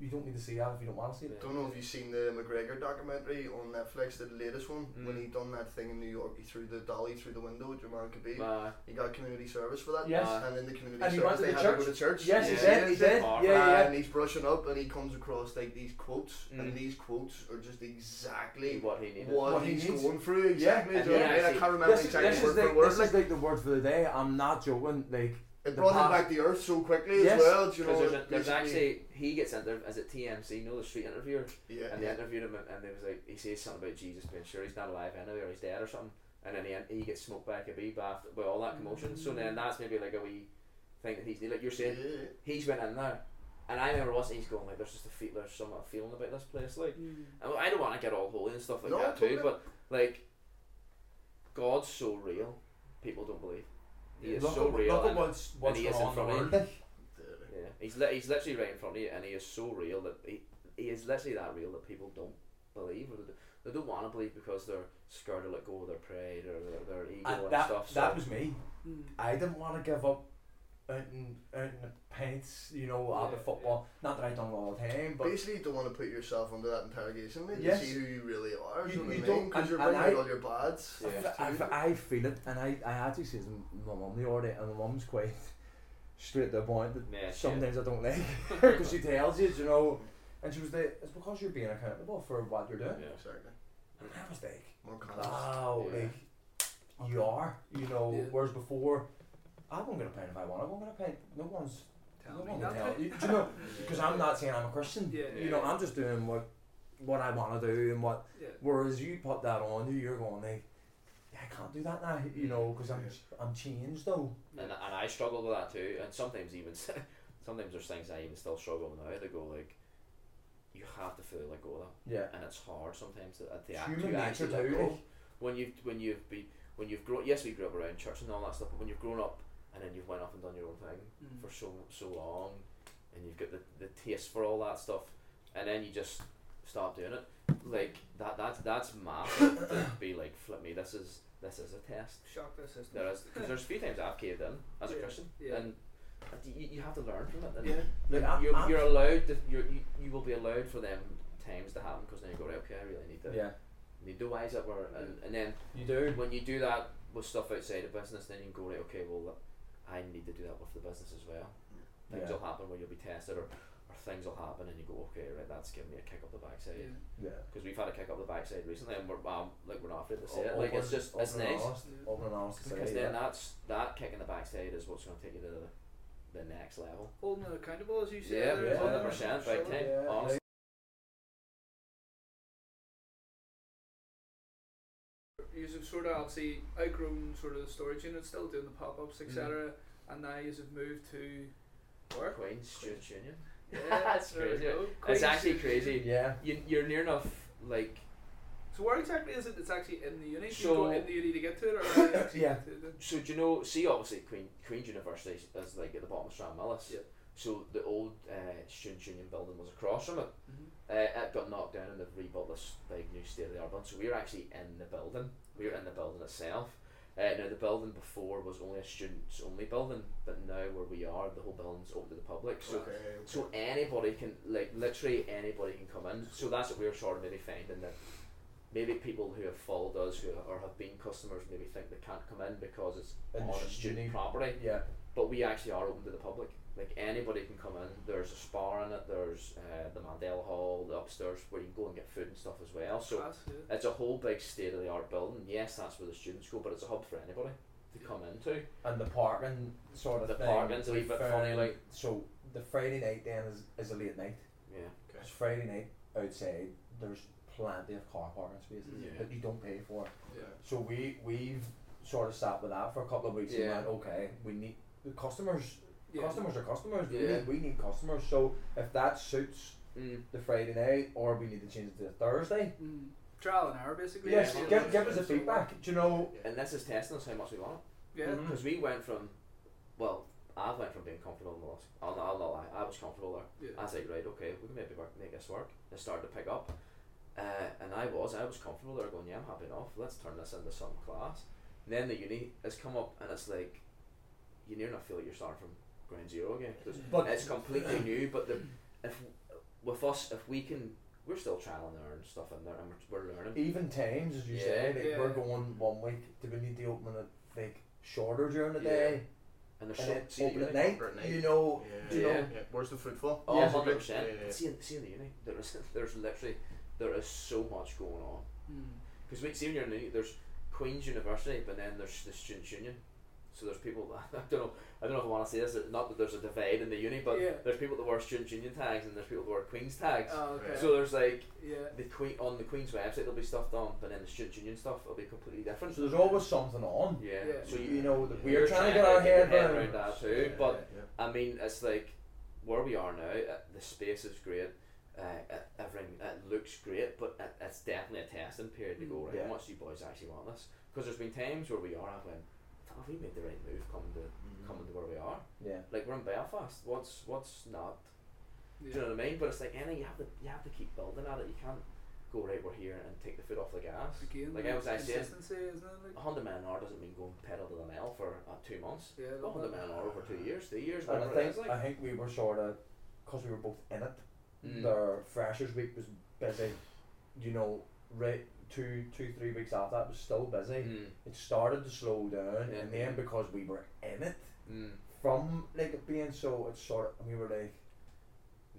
[SPEAKER 2] you don't need to see that if you don't want to see that.
[SPEAKER 4] Don't know if you've seen the McGregor documentary on Netflix, the latest one, when
[SPEAKER 3] Mm.
[SPEAKER 4] he done that thing in New York, he threw the dolly through the window at Jermaine Khabib.
[SPEAKER 3] Uh,
[SPEAKER 4] He got community service for that.
[SPEAKER 2] Yes.
[SPEAKER 4] And in the community
[SPEAKER 2] And he went
[SPEAKER 4] service,
[SPEAKER 2] to
[SPEAKER 4] they
[SPEAKER 2] the
[SPEAKER 4] had to go to church.
[SPEAKER 2] Yes,
[SPEAKER 3] he
[SPEAKER 4] Yeah.
[SPEAKER 3] did,
[SPEAKER 2] he did.
[SPEAKER 3] Uh, Yeah,
[SPEAKER 2] yeah.
[SPEAKER 4] And he's brushing up, and he comes across like these quotes,
[SPEAKER 3] Mm.
[SPEAKER 4] and these quotes are just exactly
[SPEAKER 3] what he needed.
[SPEAKER 4] what,
[SPEAKER 2] What he
[SPEAKER 4] he's
[SPEAKER 2] needs.
[SPEAKER 4] going through. Exactly.
[SPEAKER 3] Yeah.
[SPEAKER 4] do you know
[SPEAKER 3] And
[SPEAKER 4] what
[SPEAKER 3] he
[SPEAKER 4] I mean? I
[SPEAKER 3] actually-
[SPEAKER 4] can't remember
[SPEAKER 2] This,
[SPEAKER 4] exactly
[SPEAKER 2] this,
[SPEAKER 4] word
[SPEAKER 2] is the,
[SPEAKER 4] for word.
[SPEAKER 2] this is
[SPEAKER 4] like,
[SPEAKER 2] like the word for the day. I'm not joking. Like
[SPEAKER 4] it
[SPEAKER 2] the
[SPEAKER 4] brought him
[SPEAKER 2] path.
[SPEAKER 4] back to earth so quickly
[SPEAKER 2] Yes.
[SPEAKER 4] as well. Do you know?
[SPEAKER 3] Because there's,
[SPEAKER 4] it
[SPEAKER 3] a, there's
[SPEAKER 4] basically-
[SPEAKER 3] actually he gets interviewed as a TMC, you know the street interviewer,
[SPEAKER 4] yeah.
[SPEAKER 3] and they interviewed him and they was like he says something about Jesus being sure he's not alive anyway or he's dead or something, and then he, he gets smoked by a kebab after by all that commotion. So
[SPEAKER 4] Mm.
[SPEAKER 3] then that's maybe like a wee thing that he's like you're saying
[SPEAKER 4] Yeah.
[SPEAKER 3] he's went in there, and I remember watching. He's going like, "There's just a feel. There's some feeling about this place." Like,
[SPEAKER 1] Mm.
[SPEAKER 3] and I don't want to get all holy and stuff like
[SPEAKER 4] No,
[SPEAKER 3] that too,
[SPEAKER 4] totally.
[SPEAKER 3] but like, God's so real, people don't believe. He is
[SPEAKER 2] look
[SPEAKER 3] so
[SPEAKER 2] at,
[SPEAKER 3] real.
[SPEAKER 2] Look at
[SPEAKER 3] and,
[SPEAKER 2] what's what's
[SPEAKER 3] he
[SPEAKER 2] going
[SPEAKER 3] is
[SPEAKER 2] on in the
[SPEAKER 3] in
[SPEAKER 2] world.
[SPEAKER 3] front yeah, he's li- he's literally right in front of you, and he is so real that he he is literally that real that people don't believe. Or they, don't- they don't want to believe because they're scared to let go of their pride or their, their ego
[SPEAKER 2] And
[SPEAKER 3] and
[SPEAKER 2] that
[SPEAKER 3] stuff. So
[SPEAKER 2] that was me.
[SPEAKER 1] Mm.
[SPEAKER 2] I didn't want to give up. Out in, out in the pints, you know, out
[SPEAKER 1] Yeah,
[SPEAKER 2] of football. Not that I done it all the time, but
[SPEAKER 4] Basically, you don't want to put yourself under that interrogation. Mate.
[SPEAKER 2] Yes.
[SPEAKER 4] You see who you really are.
[SPEAKER 2] You-
[SPEAKER 4] You,
[SPEAKER 2] you
[SPEAKER 4] you
[SPEAKER 2] don't-
[SPEAKER 4] because
[SPEAKER 2] and-
[SPEAKER 4] you're
[SPEAKER 2] and
[SPEAKER 4] bringing
[SPEAKER 2] I-
[SPEAKER 4] out all your bads.
[SPEAKER 2] I, fe- I, fe- I feel it, and I, I actually see my mum the other day, and my mum's quite straight to the point that
[SPEAKER 3] Yeah, she is.
[SPEAKER 2] sometimes I don't like because she tells you, you know, and she was like, it's because you're being accountable for what you're
[SPEAKER 3] yeah.
[SPEAKER 2] doing.
[SPEAKER 4] Exactly.
[SPEAKER 2] And I was like,
[SPEAKER 4] More
[SPEAKER 3] Ah,
[SPEAKER 4] conscious.
[SPEAKER 2] wow,
[SPEAKER 3] Yeah.
[SPEAKER 2] like, you are, you know,
[SPEAKER 1] Yeah.
[SPEAKER 2] whereas before, I won't get a pint if I want, I won't get a pint. No one's,
[SPEAKER 1] Tell
[SPEAKER 2] no
[SPEAKER 1] me
[SPEAKER 2] one will
[SPEAKER 1] nothing.
[SPEAKER 2] tell you, do you know, because I'm not saying I'm a Christian,
[SPEAKER 1] Yeah,
[SPEAKER 2] you know,
[SPEAKER 3] yeah.
[SPEAKER 2] I'm just doing what, what I want to do and what
[SPEAKER 1] Yeah.
[SPEAKER 2] Whereas you put that on, you- you're going like, yeah, I can't do that now, you know, because I'm I'm changed though.
[SPEAKER 3] and and I struggle with that too. And sometimes even sometimes there's things I even still struggle with now. They go like, you have to fully let go of that.
[SPEAKER 2] Yeah,
[SPEAKER 3] and it's hard sometimes to, uh, to
[SPEAKER 2] It's
[SPEAKER 3] act,
[SPEAKER 2] human
[SPEAKER 3] to
[SPEAKER 2] nature
[SPEAKER 3] actually let
[SPEAKER 2] too,
[SPEAKER 3] go.
[SPEAKER 2] like.
[SPEAKER 3] When you've when you've be when you've grown yes we grew up around church and all that stuff, but when you've grown up and then you've went off and done your own thing
[SPEAKER 1] Mm.
[SPEAKER 3] for so so long, and you've got the, the taste for all that stuff, and then you just stop doing it. Like that that's that's massive to be like flip me. This is this is a test.
[SPEAKER 1] Shock the system.
[SPEAKER 3] There is because there's a few times I've caved in as a
[SPEAKER 1] Yeah,
[SPEAKER 3] Christian,
[SPEAKER 1] yeah.
[SPEAKER 3] and uh, you, you have to learn from it. And
[SPEAKER 1] Yeah.
[SPEAKER 2] Like, I'm-
[SPEAKER 3] you're,
[SPEAKER 2] I'm-
[SPEAKER 3] you're allowed to, you're, you you will be allowed for them times to happen because then you go right, okay I really need to
[SPEAKER 2] yeah,
[SPEAKER 3] need to wise up or, and, and then
[SPEAKER 2] you do.
[SPEAKER 3] when you do that with stuff outside of business then you can go right okay well I need to do that with the business as well things
[SPEAKER 2] Yeah.
[SPEAKER 3] will happen where you'll be tested or, or things will happen and you go okay right that's giving me a kick up the backside
[SPEAKER 1] Yeah.
[SPEAKER 2] Yeah,
[SPEAKER 3] because we've had a kick up the backside recently and we're um, like we're not afraid to say
[SPEAKER 2] O-
[SPEAKER 3] it like it's
[SPEAKER 2] open-
[SPEAKER 3] just it's
[SPEAKER 2] open and
[SPEAKER 3] nice
[SPEAKER 2] honest-
[SPEAKER 1] Yeah.
[SPEAKER 2] Open and honest to say,
[SPEAKER 3] because
[SPEAKER 2] yeah.
[SPEAKER 3] then that's that kick in the backside is what's going to take you to the, the next level
[SPEAKER 1] Holding it accountable, as you said.
[SPEAKER 3] yeah,
[SPEAKER 1] there,
[SPEAKER 2] yeah.
[SPEAKER 3] hundred percent
[SPEAKER 1] Sure.
[SPEAKER 3] big time
[SPEAKER 2] Yeah, like-
[SPEAKER 3] honestly
[SPEAKER 1] You've sort of obviously outgrown sort of the storage unit, still doing the pop ups, etc. And now you've moved to work.
[SPEAKER 3] Queen's Students Union
[SPEAKER 1] Yeah,
[SPEAKER 3] That's
[SPEAKER 1] there we
[SPEAKER 3] crazy.
[SPEAKER 1] go.
[SPEAKER 3] it's
[SPEAKER 1] Queen's
[SPEAKER 3] actually
[SPEAKER 1] Students Union.
[SPEAKER 3] crazy
[SPEAKER 2] yeah,
[SPEAKER 3] you, you're near enough like
[SPEAKER 1] So where exactly is it? It's actually in the uni. So you
[SPEAKER 3] So-
[SPEAKER 1] go in the uni to get to it, or how do you actually
[SPEAKER 2] Yeah.
[SPEAKER 1] get to it?
[SPEAKER 3] So do you know? See, obviously Queen Queen's University is- is like at the bottom of Stranmillis.
[SPEAKER 1] Yeah.
[SPEAKER 3] So the old uh, Students Union building was across from it.
[SPEAKER 1] Mm-hmm.
[SPEAKER 3] Uh, it got knocked down and they've rebuilt this big new state of the art building. So we were actually in the building. We were in the building itself. Uh, now the building before was only a students only building, but now where we are, the whole building's open to the public. So
[SPEAKER 4] okay.
[SPEAKER 3] so anybody can like literally anybody can come in. So that's what we're sort of maybe finding that maybe people who have followed us who or have been customers maybe think they can't come in because it's
[SPEAKER 2] And
[SPEAKER 3] on a
[SPEAKER 2] sh-
[SPEAKER 3] student
[SPEAKER 2] unique.
[SPEAKER 3] property.
[SPEAKER 2] yeah,
[SPEAKER 3] But we actually are open to the public. Like anybody can come in. There's a spa in it. There's uh, the Mandela Hall, the upstairs where you can go and get food and stuff as well. So
[SPEAKER 1] Class, yeah.
[SPEAKER 3] it's a whole big state of the art building. Yes, that's where the students go, but it's a hub for anybody to come into.
[SPEAKER 2] and the parking sort of
[SPEAKER 3] The
[SPEAKER 2] thing.
[SPEAKER 3] parking's a wee bit
[SPEAKER 2] Fair-
[SPEAKER 3] funny, like-
[SPEAKER 2] so the Friday night then is, is a late night.
[SPEAKER 3] Yeah.
[SPEAKER 2] It's Friday night outside. There's plenty of car parking spaces
[SPEAKER 1] Yeah.
[SPEAKER 2] that you don't pay for.
[SPEAKER 4] Yeah.
[SPEAKER 2] So we we've sort of sat with that for a couple of weeks and
[SPEAKER 3] Yeah.
[SPEAKER 2] went, okay, we need the customers.
[SPEAKER 1] Yeah.
[SPEAKER 2] Customers are customers. We,
[SPEAKER 3] Yeah.
[SPEAKER 2] need, we need customers. So if that suits
[SPEAKER 3] Mm.
[SPEAKER 2] the Friday night, or we need to change it to Thursday.
[SPEAKER 1] Mm. Trial and error, basically.
[SPEAKER 2] Yes,
[SPEAKER 1] Yeah.
[SPEAKER 2] give, give us a feedback. Do you know?
[SPEAKER 3] And this is testing us how much we want it.
[SPEAKER 1] Yeah.
[SPEAKER 2] Mhm.
[SPEAKER 3] because we went from well, I went from being comfortable in the last. I'll, not- I'll not lie, I was comfortable there.
[SPEAKER 1] Yeah.
[SPEAKER 3] I was like, right, okay, we can maybe work, make this work. It started to pick up, uh, and I was, I was comfortable there, going, yeah, I'm happy enough. Let's turn this into some class. And then the uni has come up, and it's like, you near enough feel like you're starting from ground zero again. 'cause
[SPEAKER 2] Mm-hmm. But
[SPEAKER 3] it's completely new. But the, if with us, if we can, we're still trialing and error and stuff in there, and we're, we're learning.
[SPEAKER 2] even times, as you
[SPEAKER 3] Yeah.
[SPEAKER 2] say, like,
[SPEAKER 1] Yeah.
[SPEAKER 2] we're going one week. Do we need to open it like shorter during the
[SPEAKER 3] Yeah.
[SPEAKER 2] day
[SPEAKER 3] And there's
[SPEAKER 2] and
[SPEAKER 3] so,
[SPEAKER 2] then
[SPEAKER 3] see the
[SPEAKER 2] open at
[SPEAKER 3] uni.
[SPEAKER 2] night?
[SPEAKER 4] Or at night.
[SPEAKER 2] You know,
[SPEAKER 4] Yeah.
[SPEAKER 2] you know.
[SPEAKER 3] Yeah.
[SPEAKER 4] Where's the fruitfall?
[SPEAKER 3] Oh,
[SPEAKER 2] Yeah.
[SPEAKER 3] 100 percent.
[SPEAKER 4] Yeah, yeah, yeah.
[SPEAKER 3] See, in- see in the uni, there is there's literally there is so much going on.
[SPEAKER 1] Mm.
[SPEAKER 3] Because we see when you're in the uni, there's Queen's University, but then there's the Students' Union. So there's people that, I don't know I don't know if I want to say this. Not that there's a divide in the uni, but
[SPEAKER 1] Yeah.
[SPEAKER 3] there's people that wear Students' Union tags and there's people that wear Queen's tags.
[SPEAKER 1] Oh, okay.
[SPEAKER 3] So there's like
[SPEAKER 1] yeah.
[SPEAKER 3] the Queen on the Queen's website there'll be stuff done, but then the Students' Union stuff will be completely different.
[SPEAKER 2] So there's always something on.
[SPEAKER 3] yeah.
[SPEAKER 1] Yeah.
[SPEAKER 3] So you,
[SPEAKER 2] You know that we're
[SPEAKER 3] You're
[SPEAKER 2] trying to
[SPEAKER 3] trying
[SPEAKER 2] get
[SPEAKER 3] to
[SPEAKER 2] our
[SPEAKER 3] get your
[SPEAKER 2] head
[SPEAKER 3] head
[SPEAKER 2] around.
[SPEAKER 3] around that too,
[SPEAKER 2] Yeah.
[SPEAKER 3] but-
[SPEAKER 4] Yeah.
[SPEAKER 3] I mean, it's like where we are now. Uh, the space is great. Uh, e- everything it looks great, but it, it's definitely a testing period to go.
[SPEAKER 1] Mm.
[SPEAKER 3] Right,
[SPEAKER 2] Yeah.
[SPEAKER 3] how much do you boys actually want this? Because there's been times where we are. I've went, have we made the right move coming to
[SPEAKER 2] Mm.
[SPEAKER 3] coming to where we are?
[SPEAKER 2] yeah.
[SPEAKER 3] Like we're in Belfast. What's what's not?
[SPEAKER 1] Yeah.
[SPEAKER 3] Do you know what I mean? But it's like anything. You have to you have to keep building at it. You can't go right. We're here and take the foot off the gas.
[SPEAKER 1] Again,
[SPEAKER 3] Like I oh, was actually saying,
[SPEAKER 1] consistency, isn't it? Like,
[SPEAKER 3] 100 mile an hour doesn't mean going pedal to the metal for uh, two months.
[SPEAKER 1] yeah, I love
[SPEAKER 3] 100
[SPEAKER 1] that.
[SPEAKER 3] mile an hour over two years, three years,
[SPEAKER 2] And I
[SPEAKER 3] whatever it
[SPEAKER 2] think
[SPEAKER 3] is. Like,
[SPEAKER 2] I think we were sort of because we were both in it.
[SPEAKER 3] Mm.
[SPEAKER 2] Their freshers week was busy. You know, right two two three weeks after that was still busy.
[SPEAKER 3] Mm.
[SPEAKER 2] It started to slow down,
[SPEAKER 3] Yeah.
[SPEAKER 2] and then because we were in it
[SPEAKER 3] Mm.
[SPEAKER 2] from like it being so, it's sort of and we were like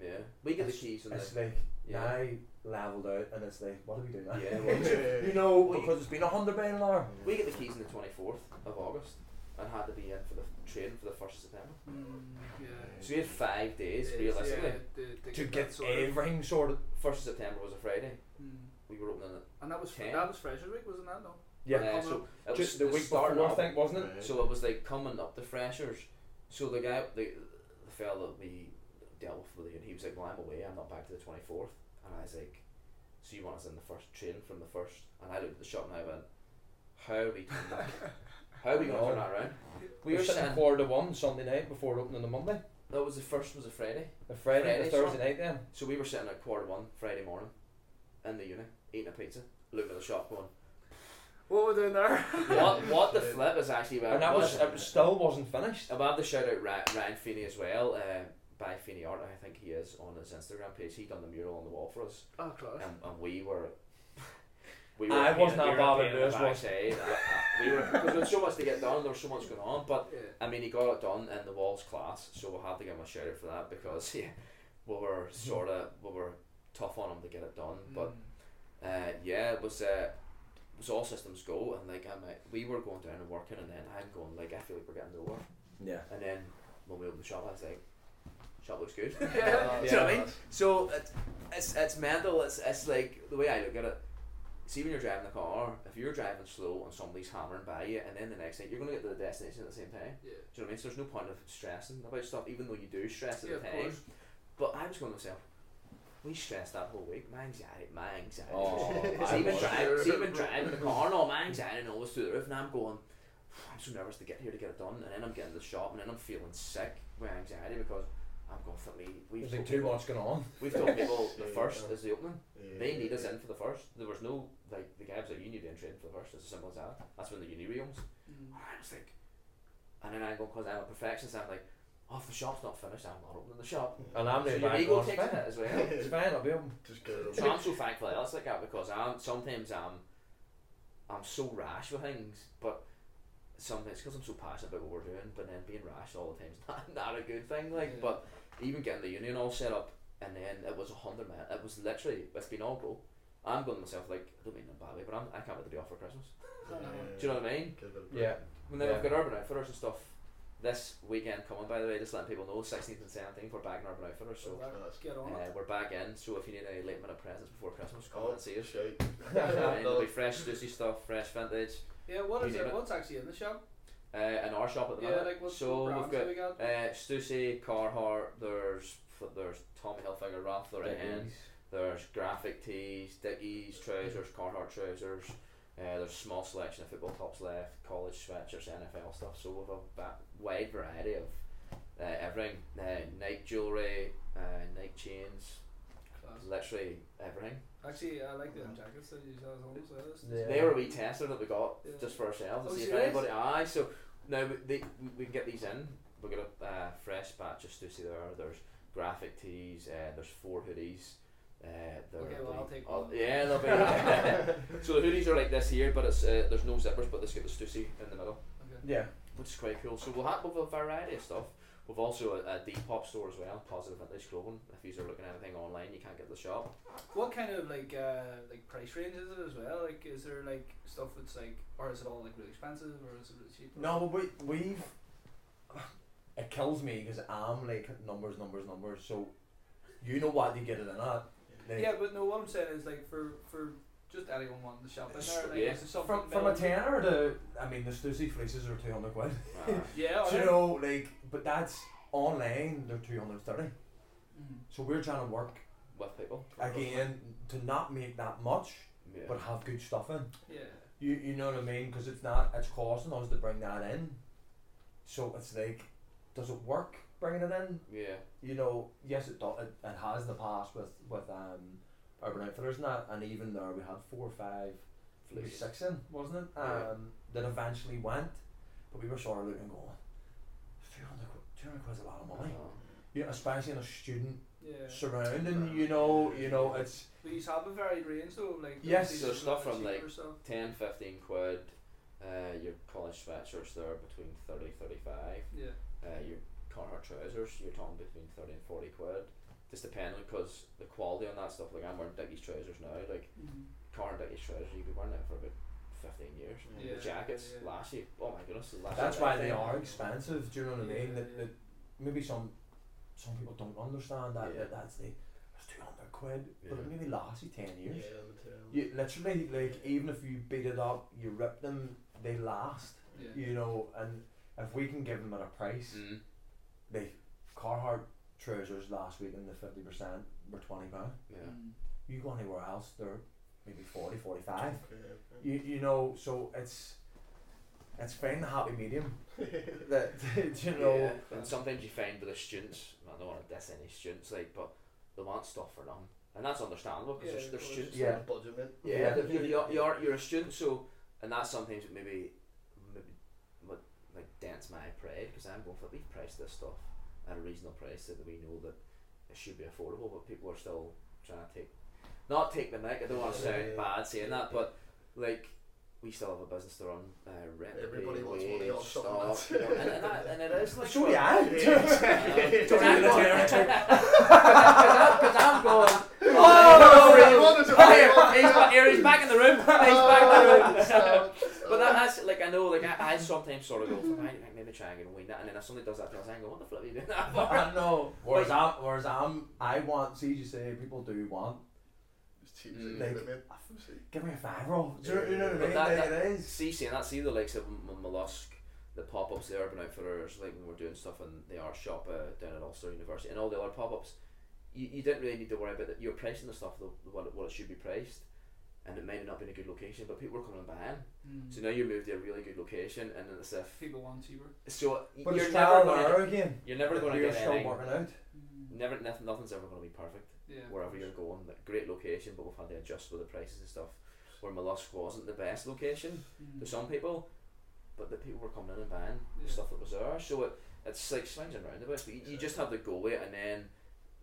[SPEAKER 3] Yeah, we get the
[SPEAKER 2] it's,
[SPEAKER 3] keys and
[SPEAKER 2] it's
[SPEAKER 3] the
[SPEAKER 2] like
[SPEAKER 3] yeah.
[SPEAKER 2] now leveled out, and it's like what do we do now?
[SPEAKER 3] Yeah, well,
[SPEAKER 4] yeah,
[SPEAKER 2] you know,
[SPEAKER 3] Well, you-
[SPEAKER 2] because it's been a hundred mile an hour.
[SPEAKER 3] we get the keys on the twenty fourth of August and had to be in for the train for the first of September.
[SPEAKER 1] Mm, yeah.
[SPEAKER 3] So we had five days realistically.
[SPEAKER 1] yeah, to,
[SPEAKER 2] To get
[SPEAKER 1] sort of,
[SPEAKER 2] everything sorted.
[SPEAKER 3] First of September was a Friday.
[SPEAKER 1] mm.
[SPEAKER 3] We were opening it.
[SPEAKER 1] And that was
[SPEAKER 3] Ten.
[SPEAKER 1] that was Freshers Week, wasn't that? No.
[SPEAKER 2] Yeah,
[SPEAKER 3] Uh, so it was
[SPEAKER 2] just the week
[SPEAKER 3] start
[SPEAKER 2] before, I
[SPEAKER 3] up.
[SPEAKER 2] think, wasn't it?
[SPEAKER 3] So it was like coming up the freshers. So the guy, the the fella that we dealt with, with and he was like, "Well, I'm away. I'm not back to the twenty fourth. And I was like, "So you want us in the first train from the first? And I looked at the shop and I went, "How are we? doing that? How are we going to turn that around?
[SPEAKER 2] We were sitting
[SPEAKER 3] sitting-
[SPEAKER 2] quarter to one Sunday night before it opened on the Monday.
[SPEAKER 3] That was the first was a Friday.
[SPEAKER 2] The Friday, the
[SPEAKER 3] Friday,
[SPEAKER 2] Thursday
[SPEAKER 3] sure.
[SPEAKER 2] night then.
[SPEAKER 3] So we were sitting at quarter one Friday morning in the uni, eating a pizza, looking at the shop going,
[SPEAKER 1] What were we doing there?
[SPEAKER 3] What what the flip is actually where
[SPEAKER 2] and
[SPEAKER 3] it
[SPEAKER 2] that was,
[SPEAKER 3] was.
[SPEAKER 2] it was still wasn't finished.
[SPEAKER 3] I'm gonna have to shout out Ryan, Ryan Feeney as well, uh, by Feeney Art, I think he is on his Instagram page. He done the mural on the wall for us.
[SPEAKER 1] Oh, class.
[SPEAKER 3] And, and we were we were
[SPEAKER 2] I
[SPEAKER 3] a pain-
[SPEAKER 2] wasn't
[SPEAKER 3] we
[SPEAKER 2] that
[SPEAKER 3] were a
[SPEAKER 2] bothered,
[SPEAKER 3] pain in
[SPEAKER 2] Lewis
[SPEAKER 3] the
[SPEAKER 2] was.
[SPEAKER 3] backside. I- I- we were because there was so much to get done, there was so much going on, but
[SPEAKER 1] Yeah.
[SPEAKER 3] I mean, he got it done in the walls class, so we'll have to give him a shout out for that because yeah, we were
[SPEAKER 2] Mm-hmm.
[SPEAKER 3] sort of we were tough on him to get it done.
[SPEAKER 2] Mm.
[SPEAKER 3] Um, But uh, yeah, it was uh, it was all systems go, and like I'm, uh, we were going down and working, and then I'm going like I feel like we're getting nowhere,
[SPEAKER 2] Yeah.
[SPEAKER 3] and then when we opened the shop, I was like, shop looks good.
[SPEAKER 1] Mm.
[SPEAKER 3] Do you know what I mean? So it's it's, it's mental. It's it's like the way I look at it. See, when you're driving the car, if you're driving slow and somebody's hammering by you, and then the next night you're gonna get to the destination at the same time.
[SPEAKER 1] Yeah.
[SPEAKER 3] Do you know what I mean? So there's no point of stressing about stuff, even though you do stress at
[SPEAKER 1] Yeah,
[SPEAKER 3] the
[SPEAKER 1] of
[SPEAKER 3] time.
[SPEAKER 1] course.
[SPEAKER 3] But I was going to myself, we stressed that whole week. My anxiety, my anxiety.
[SPEAKER 2] Oh,
[SPEAKER 3] was-
[SPEAKER 2] I
[SPEAKER 3] even,
[SPEAKER 2] was
[SPEAKER 3] drive,
[SPEAKER 4] there.
[SPEAKER 3] even driving the car, and all my anxiety and all was through the roof, and I'm going, I'm so nervous to get here to get it done, and then I'm getting to the shop, and then I'm feeling sick with anxiety because I'm going for me. We've
[SPEAKER 2] There's like
[SPEAKER 3] told
[SPEAKER 2] too
[SPEAKER 3] people,
[SPEAKER 2] much going on.
[SPEAKER 3] we've told people the
[SPEAKER 4] Yeah,
[SPEAKER 3] first
[SPEAKER 4] yeah.
[SPEAKER 3] is the opening.
[SPEAKER 4] Yeah.
[SPEAKER 3] They need us in for the first. There was no like the guy was like, you need to enter in for the first. It's as simple as that. That's when the uni reopens.
[SPEAKER 1] Mm.
[SPEAKER 3] I was like, and then I go because I'm a perfectionist. I'm like, oh, if the shop's not finished, I'm not opening the shop.
[SPEAKER 2] And I'm
[SPEAKER 3] so
[SPEAKER 2] there
[SPEAKER 3] your
[SPEAKER 2] back
[SPEAKER 3] ego
[SPEAKER 2] on
[SPEAKER 3] takes it
[SPEAKER 2] Spain.
[SPEAKER 3] as well.
[SPEAKER 2] It's fine, I'll be open.
[SPEAKER 4] Just get it over.
[SPEAKER 3] so I'm so thankful that it's like that because I'm sometimes I'm I'm so rash with things, but sometimes because I'm so passionate about what we're doing, but then being rash all the time's not not a good thing. Like,
[SPEAKER 1] Yeah.
[SPEAKER 3] but even getting the union all set up, and then it was a hundred man. It was literally it's been all go. I'm going to myself like I don't mean it in a bad way, but I'm, I can't wait to be off for Christmas.
[SPEAKER 1] Mm.
[SPEAKER 3] Do you know what I mean?
[SPEAKER 4] Get it over.
[SPEAKER 2] Yeah.
[SPEAKER 3] And then
[SPEAKER 2] Yeah.
[SPEAKER 3] I've got Urban Outfitters and stuff this weekend coming, by the way, just letting people know 16th and 17th we're back in Urban Outfitters. So
[SPEAKER 1] Well,
[SPEAKER 4] Class.
[SPEAKER 1] get
[SPEAKER 3] uh,
[SPEAKER 1] on it.
[SPEAKER 3] we're back in. So if you need any late minute presents before Christmas, come
[SPEAKER 4] Oh,
[SPEAKER 3] and see us. Uh,
[SPEAKER 4] shite.
[SPEAKER 3] And There'll be
[SPEAKER 4] Another
[SPEAKER 3] fresh Stussy stuff, fresh vintage.
[SPEAKER 1] Yeah, what
[SPEAKER 3] you
[SPEAKER 1] is
[SPEAKER 3] name
[SPEAKER 1] it?
[SPEAKER 3] it.
[SPEAKER 1] What's actually in the shop?
[SPEAKER 3] Uh, in our shop at the
[SPEAKER 1] Yeah,
[SPEAKER 3] minute.
[SPEAKER 1] like what's
[SPEAKER 3] so
[SPEAKER 1] what brands
[SPEAKER 3] we've
[SPEAKER 1] have
[SPEAKER 3] got
[SPEAKER 1] we got?
[SPEAKER 3] uh, Stussy, Carhartt, there's there's Tommy Hilfiger, Ralph Lauren,
[SPEAKER 2] Dickies.
[SPEAKER 3] there's graphic tees, Dickies trousers, Carhartt trousers, Uh, there's a small selection of football tops left, college sweatshirts, NFL stuff. So we have a ba- wide variety of uh, everything. Uh, Nike jewelry, uh, Nike chains,
[SPEAKER 1] Class.
[SPEAKER 3] literally everything.
[SPEAKER 1] Actually, I like the jackets that you saw at home as well. It's-
[SPEAKER 2] Yeah.
[SPEAKER 3] They were a wee tester that we got
[SPEAKER 1] Yeah.
[SPEAKER 3] just for ourselves to
[SPEAKER 1] Oh,
[SPEAKER 3] see if
[SPEAKER 1] serious?
[SPEAKER 3] anybody. Aye, so now we- they, we- we can get these in. We get a uh, fresh batch of Stussy there. There's graphic tees. Uh, there's four hoodies. Uh, there
[SPEAKER 1] Okay,
[SPEAKER 3] are
[SPEAKER 1] well, I'll
[SPEAKER 3] the-
[SPEAKER 1] take
[SPEAKER 3] all-
[SPEAKER 1] one.
[SPEAKER 3] Yeah, they'll be. so the hoodies are like this here, but it's uh, there's no zippers, but they just get the Stussy in the middle
[SPEAKER 1] Okay.
[SPEAKER 2] Yeah.
[SPEAKER 3] which is quite cool. So we'll have we've a variety of stuff. We've also a, a Depop store as well, Positive Vintage Clothing. If you're looking at anything online, you can't get the shop.
[SPEAKER 1] What kind of like uh, like price range is it as well? Like, is there like stuff that's like, or is it all like really expensive, or is it really cheap?
[SPEAKER 2] No, but we, we've. It kills me because I'm like numbers, numbers, numbers. So you know what you get it in at. Like,
[SPEAKER 1] Yeah, but no. What I'm saying is like for for just anyone wanting to shop in there, like
[SPEAKER 3] Yeah.
[SPEAKER 1] is there something
[SPEAKER 2] From, from a
[SPEAKER 1] middle-
[SPEAKER 2] tenner to, I mean, the Stussy fleeces are 200 quid.
[SPEAKER 3] Uh,
[SPEAKER 1] Yeah.
[SPEAKER 2] Do you
[SPEAKER 1] alright.
[SPEAKER 2] know, like, but that's online, they're 230.
[SPEAKER 1] Mhm.
[SPEAKER 2] So we're trying to work
[SPEAKER 3] with people.
[SPEAKER 2] again to not make that much,
[SPEAKER 3] Yeah.
[SPEAKER 2] but have good stuff in.
[SPEAKER 1] Yeah.
[SPEAKER 2] You, you know what I mean? Because it's not, it's costing us to bring that in. So it's like, does it work bringing it in?
[SPEAKER 3] yeah.
[SPEAKER 2] you know, yes, it, do, it, it has in the past with with um, Urban Outfitters and that, and even there we had four or five, maybe
[SPEAKER 3] Fleece.
[SPEAKER 2] six in, wasn't it? Um,
[SPEAKER 3] Yeah.
[SPEAKER 2] that eventually went, but we were sort of looking and going, 300 quid, 200 quid's a lot of money,
[SPEAKER 3] Uh, Uh-huh.
[SPEAKER 2] you know, especially in a student
[SPEAKER 1] Yeah.
[SPEAKER 2] surrounding, you know, you know, it's
[SPEAKER 1] But you have a varied range though, like
[SPEAKER 2] Yes.
[SPEAKER 1] obviously
[SPEAKER 3] So
[SPEAKER 1] there's
[SPEAKER 3] stuff
[SPEAKER 1] not
[SPEAKER 3] from,
[SPEAKER 1] cheaper
[SPEAKER 3] like,
[SPEAKER 1] stuff.
[SPEAKER 3] 10, 15 quid. Uh, your college sweatshirts there between 30 35.
[SPEAKER 1] Yeah.
[SPEAKER 3] Uh, your Carhartt trousers, you're talking between 30 and 40 quid. Just depending because the quality on that stuff, like I'm wearing Dickies trousers now, like
[SPEAKER 1] Mhm.
[SPEAKER 3] Car and Dickies trousers, you've been wearing that for about 15 years.
[SPEAKER 1] Yeah,
[SPEAKER 3] the jackets
[SPEAKER 1] yeah.
[SPEAKER 3] last year, oh my goodness, the last
[SPEAKER 2] that's
[SPEAKER 3] year
[SPEAKER 2] why
[SPEAKER 3] I
[SPEAKER 2] they
[SPEAKER 3] think-
[SPEAKER 2] are expensive. Do you know what I mean?
[SPEAKER 1] Yeah,
[SPEAKER 2] That,
[SPEAKER 1] yeah.
[SPEAKER 2] that maybe some some people don't understand that,
[SPEAKER 3] Yeah.
[SPEAKER 2] that that's the it's 200 quid, but
[SPEAKER 3] Yeah.
[SPEAKER 2] it maybe lasts you 10 years.
[SPEAKER 4] material.
[SPEAKER 2] You literally like even if you beat it up, you rip them, they last.
[SPEAKER 1] Yeah. Mm.
[SPEAKER 2] You know, and if we can give them at a price,
[SPEAKER 3] Mm.
[SPEAKER 2] they Carhartt trousers last week in the fifty percent were twenty pound.
[SPEAKER 3] Yeah.
[SPEAKER 1] Mm.
[SPEAKER 2] You go anywhere else, they're maybe 40, 45 You you know, so it's it's finding the happy medium. that you know.
[SPEAKER 3] yeah. And sometimes you find with the students, I don't want to diss any students, like, but they want stuff for none. And that's understandable
[SPEAKER 1] Yeah,
[SPEAKER 3] because they're,
[SPEAKER 1] of
[SPEAKER 3] they're
[SPEAKER 1] course.
[SPEAKER 3] students.
[SPEAKER 2] Yeah.
[SPEAKER 4] Budget, man.
[SPEAKER 3] Yeah,
[SPEAKER 2] Yeah.
[SPEAKER 3] they're- You're, you're, you're, you're a student, so, and that's sometimes that maybe, maybe what, like, dents my pride because I'm going for, we've priced this stuff at a reasonable price that we know that it should be affordable, but people are still trying to take, not take the mic, I don't want to sound
[SPEAKER 4] Yeah.
[SPEAKER 3] bad saying that, but like, we still have a business to run, uh, rent, to
[SPEAKER 4] Everybody
[SPEAKER 3] pay,
[SPEAKER 4] wants money
[SPEAKER 3] wage,
[SPEAKER 4] off
[SPEAKER 3] stock,
[SPEAKER 4] something.
[SPEAKER 3] you know, and, and, that, and it is like,
[SPEAKER 2] So yeah. Don't even look at her.
[SPEAKER 3] because I'm going. Oh, he's back here. He's back in the room. He's back in the room. But that, that's like I know. Like I, I sometimes sort of go, "Right, maybe try and get a win that, and then if somebody does that, to us, I go, what the flip are you doing that for?
[SPEAKER 2] I know. Whereas I'm, whereas I'm, I want. See, you say people do want.
[SPEAKER 3] Mm.
[SPEAKER 2] Give me a five roll. Do you, you know what I
[SPEAKER 3] But
[SPEAKER 2] mean?
[SPEAKER 3] that-
[SPEAKER 2] Like,
[SPEAKER 3] that-
[SPEAKER 2] it is.
[SPEAKER 3] See, seeing that, see the likes of M- M- Mollusk, the pop ups, the Urban Outfitters, like when we're doing stuff in the art shop uh, down at Ulster University, and all the other pop ups, you, you didn't really need to worry about it. You're pricing the stuff the, what, it, what it should be priced, and it may have not been a good location, but people were coming and buying.
[SPEAKER 1] Mm.
[SPEAKER 3] So now you moved to a really good location, and it's if
[SPEAKER 1] People want cheaper.
[SPEAKER 3] so
[SPEAKER 2] But
[SPEAKER 3] you're
[SPEAKER 2] it's
[SPEAKER 3] never
[SPEAKER 2] trial and
[SPEAKER 3] going
[SPEAKER 2] error
[SPEAKER 3] to
[SPEAKER 2] again.
[SPEAKER 3] you're never going to
[SPEAKER 2] You're
[SPEAKER 3] get
[SPEAKER 2] still
[SPEAKER 3] anything.
[SPEAKER 2] working out.
[SPEAKER 1] Mm.
[SPEAKER 3] Never nothing, nothing's ever going to be perfect
[SPEAKER 1] Yeah.
[SPEAKER 3] wherever you're going. Like, great location, but we've had to adjust with the prices and stuff. Where Mollusk wasn't the best location
[SPEAKER 1] Mm.
[SPEAKER 3] to some people, but the people were coming in and buying
[SPEAKER 1] Yeah.
[SPEAKER 3] the stuff that was there. So it, it's like swings and roundabouts, but you, you just have to go with it, and then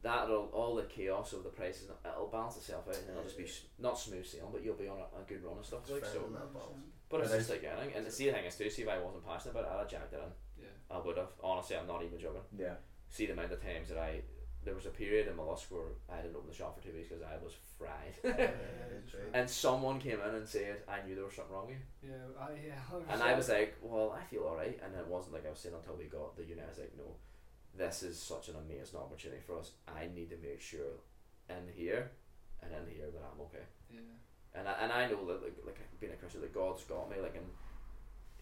[SPEAKER 3] that'll all the chaos of the prices it'll balance itself out, and it'll just be s- not smooth sailing, but you'll be on a, a good run of stuff. Like, so, but it's
[SPEAKER 2] It
[SPEAKER 3] just like anything. And see, the thing is too, see if I wasn't passionate about it, I'd have jacked it in.
[SPEAKER 1] Yeah.
[SPEAKER 3] I would have. Honestly, I'm not even joking.
[SPEAKER 2] Yeah.
[SPEAKER 3] See the amount of times that I. There was a period in Mollusk where I didn't open the shop for two weeks because I was fried. and someone came in and said, I knew there was something wrong with you.
[SPEAKER 1] Yeah. I, yeah.
[SPEAKER 3] And I was like, well, I feel alright. And it wasn't like I was saying until we got the unit. I was like, no, this is such an amazing opportunity for us. I need to make sure in here and in here that I'm okay.
[SPEAKER 1] Yeah.
[SPEAKER 3] And I, and I know that, like, like being a Christian, that God's got me, like, and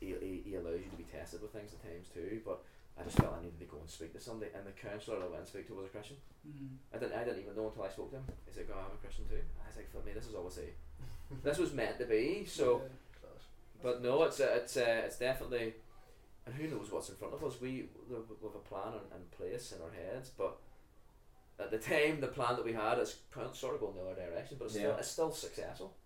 [SPEAKER 3] he, he, he allows you to be tested with things at times too. But I just felt I needed to go and speak to somebody. And the counsellor that I went and speak to was a Christian.
[SPEAKER 1] Mm.
[SPEAKER 3] I didn't, I didn't even know until I spoke to him. He's like, oh, I'm a Christian too. I was like, for me, this is obviously, this was meant to be. So
[SPEAKER 1] Yeah.
[SPEAKER 3] But no, it's uh, it's uh, it's definitely, and who knows what's in front of us. We we have a plan in, in place in our heads, but at the time, the plan that we had is kind of sort of going the other direction, but it's still
[SPEAKER 2] Yeah.
[SPEAKER 3] it's still successful.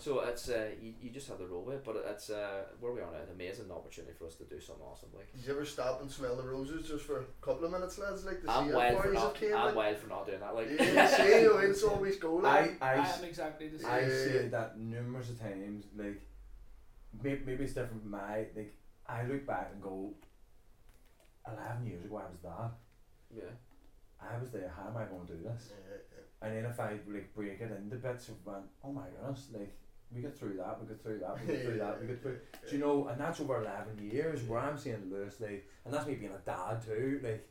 [SPEAKER 3] So it's uh, you, you just have to roll with it, but it's uh, where we are now. An amazing opportunity for us to do something awesome. Like
[SPEAKER 4] Did you ever stop and smell the roses just for a couple of minutes, lads? Like to
[SPEAKER 3] I'm
[SPEAKER 4] see how
[SPEAKER 3] wild
[SPEAKER 4] far
[SPEAKER 3] for
[SPEAKER 4] you
[SPEAKER 3] not
[SPEAKER 4] came.
[SPEAKER 3] I'm
[SPEAKER 4] Like,
[SPEAKER 3] wild for not doing that. Like
[SPEAKER 4] yeah, you see, you know, "Oh, it's always going.
[SPEAKER 2] I,
[SPEAKER 4] Like,
[SPEAKER 1] I,
[SPEAKER 2] I,
[SPEAKER 1] am exactly the same.
[SPEAKER 2] I
[SPEAKER 4] Yeah.
[SPEAKER 2] said that numerous of times. Like, maybe, maybe it's different from my. Like, I look back and go, 11 years ago, I was that.
[SPEAKER 3] yeah,
[SPEAKER 2] I was there. How am I going to do this? And then if I like break it into bits, I went, oh my goodness, like we get through that, we get through that, we get through that, we get through. Do you know? And that's over eleven years. Where I'm saying, Lewis, like, and that's me being a dad too. Like,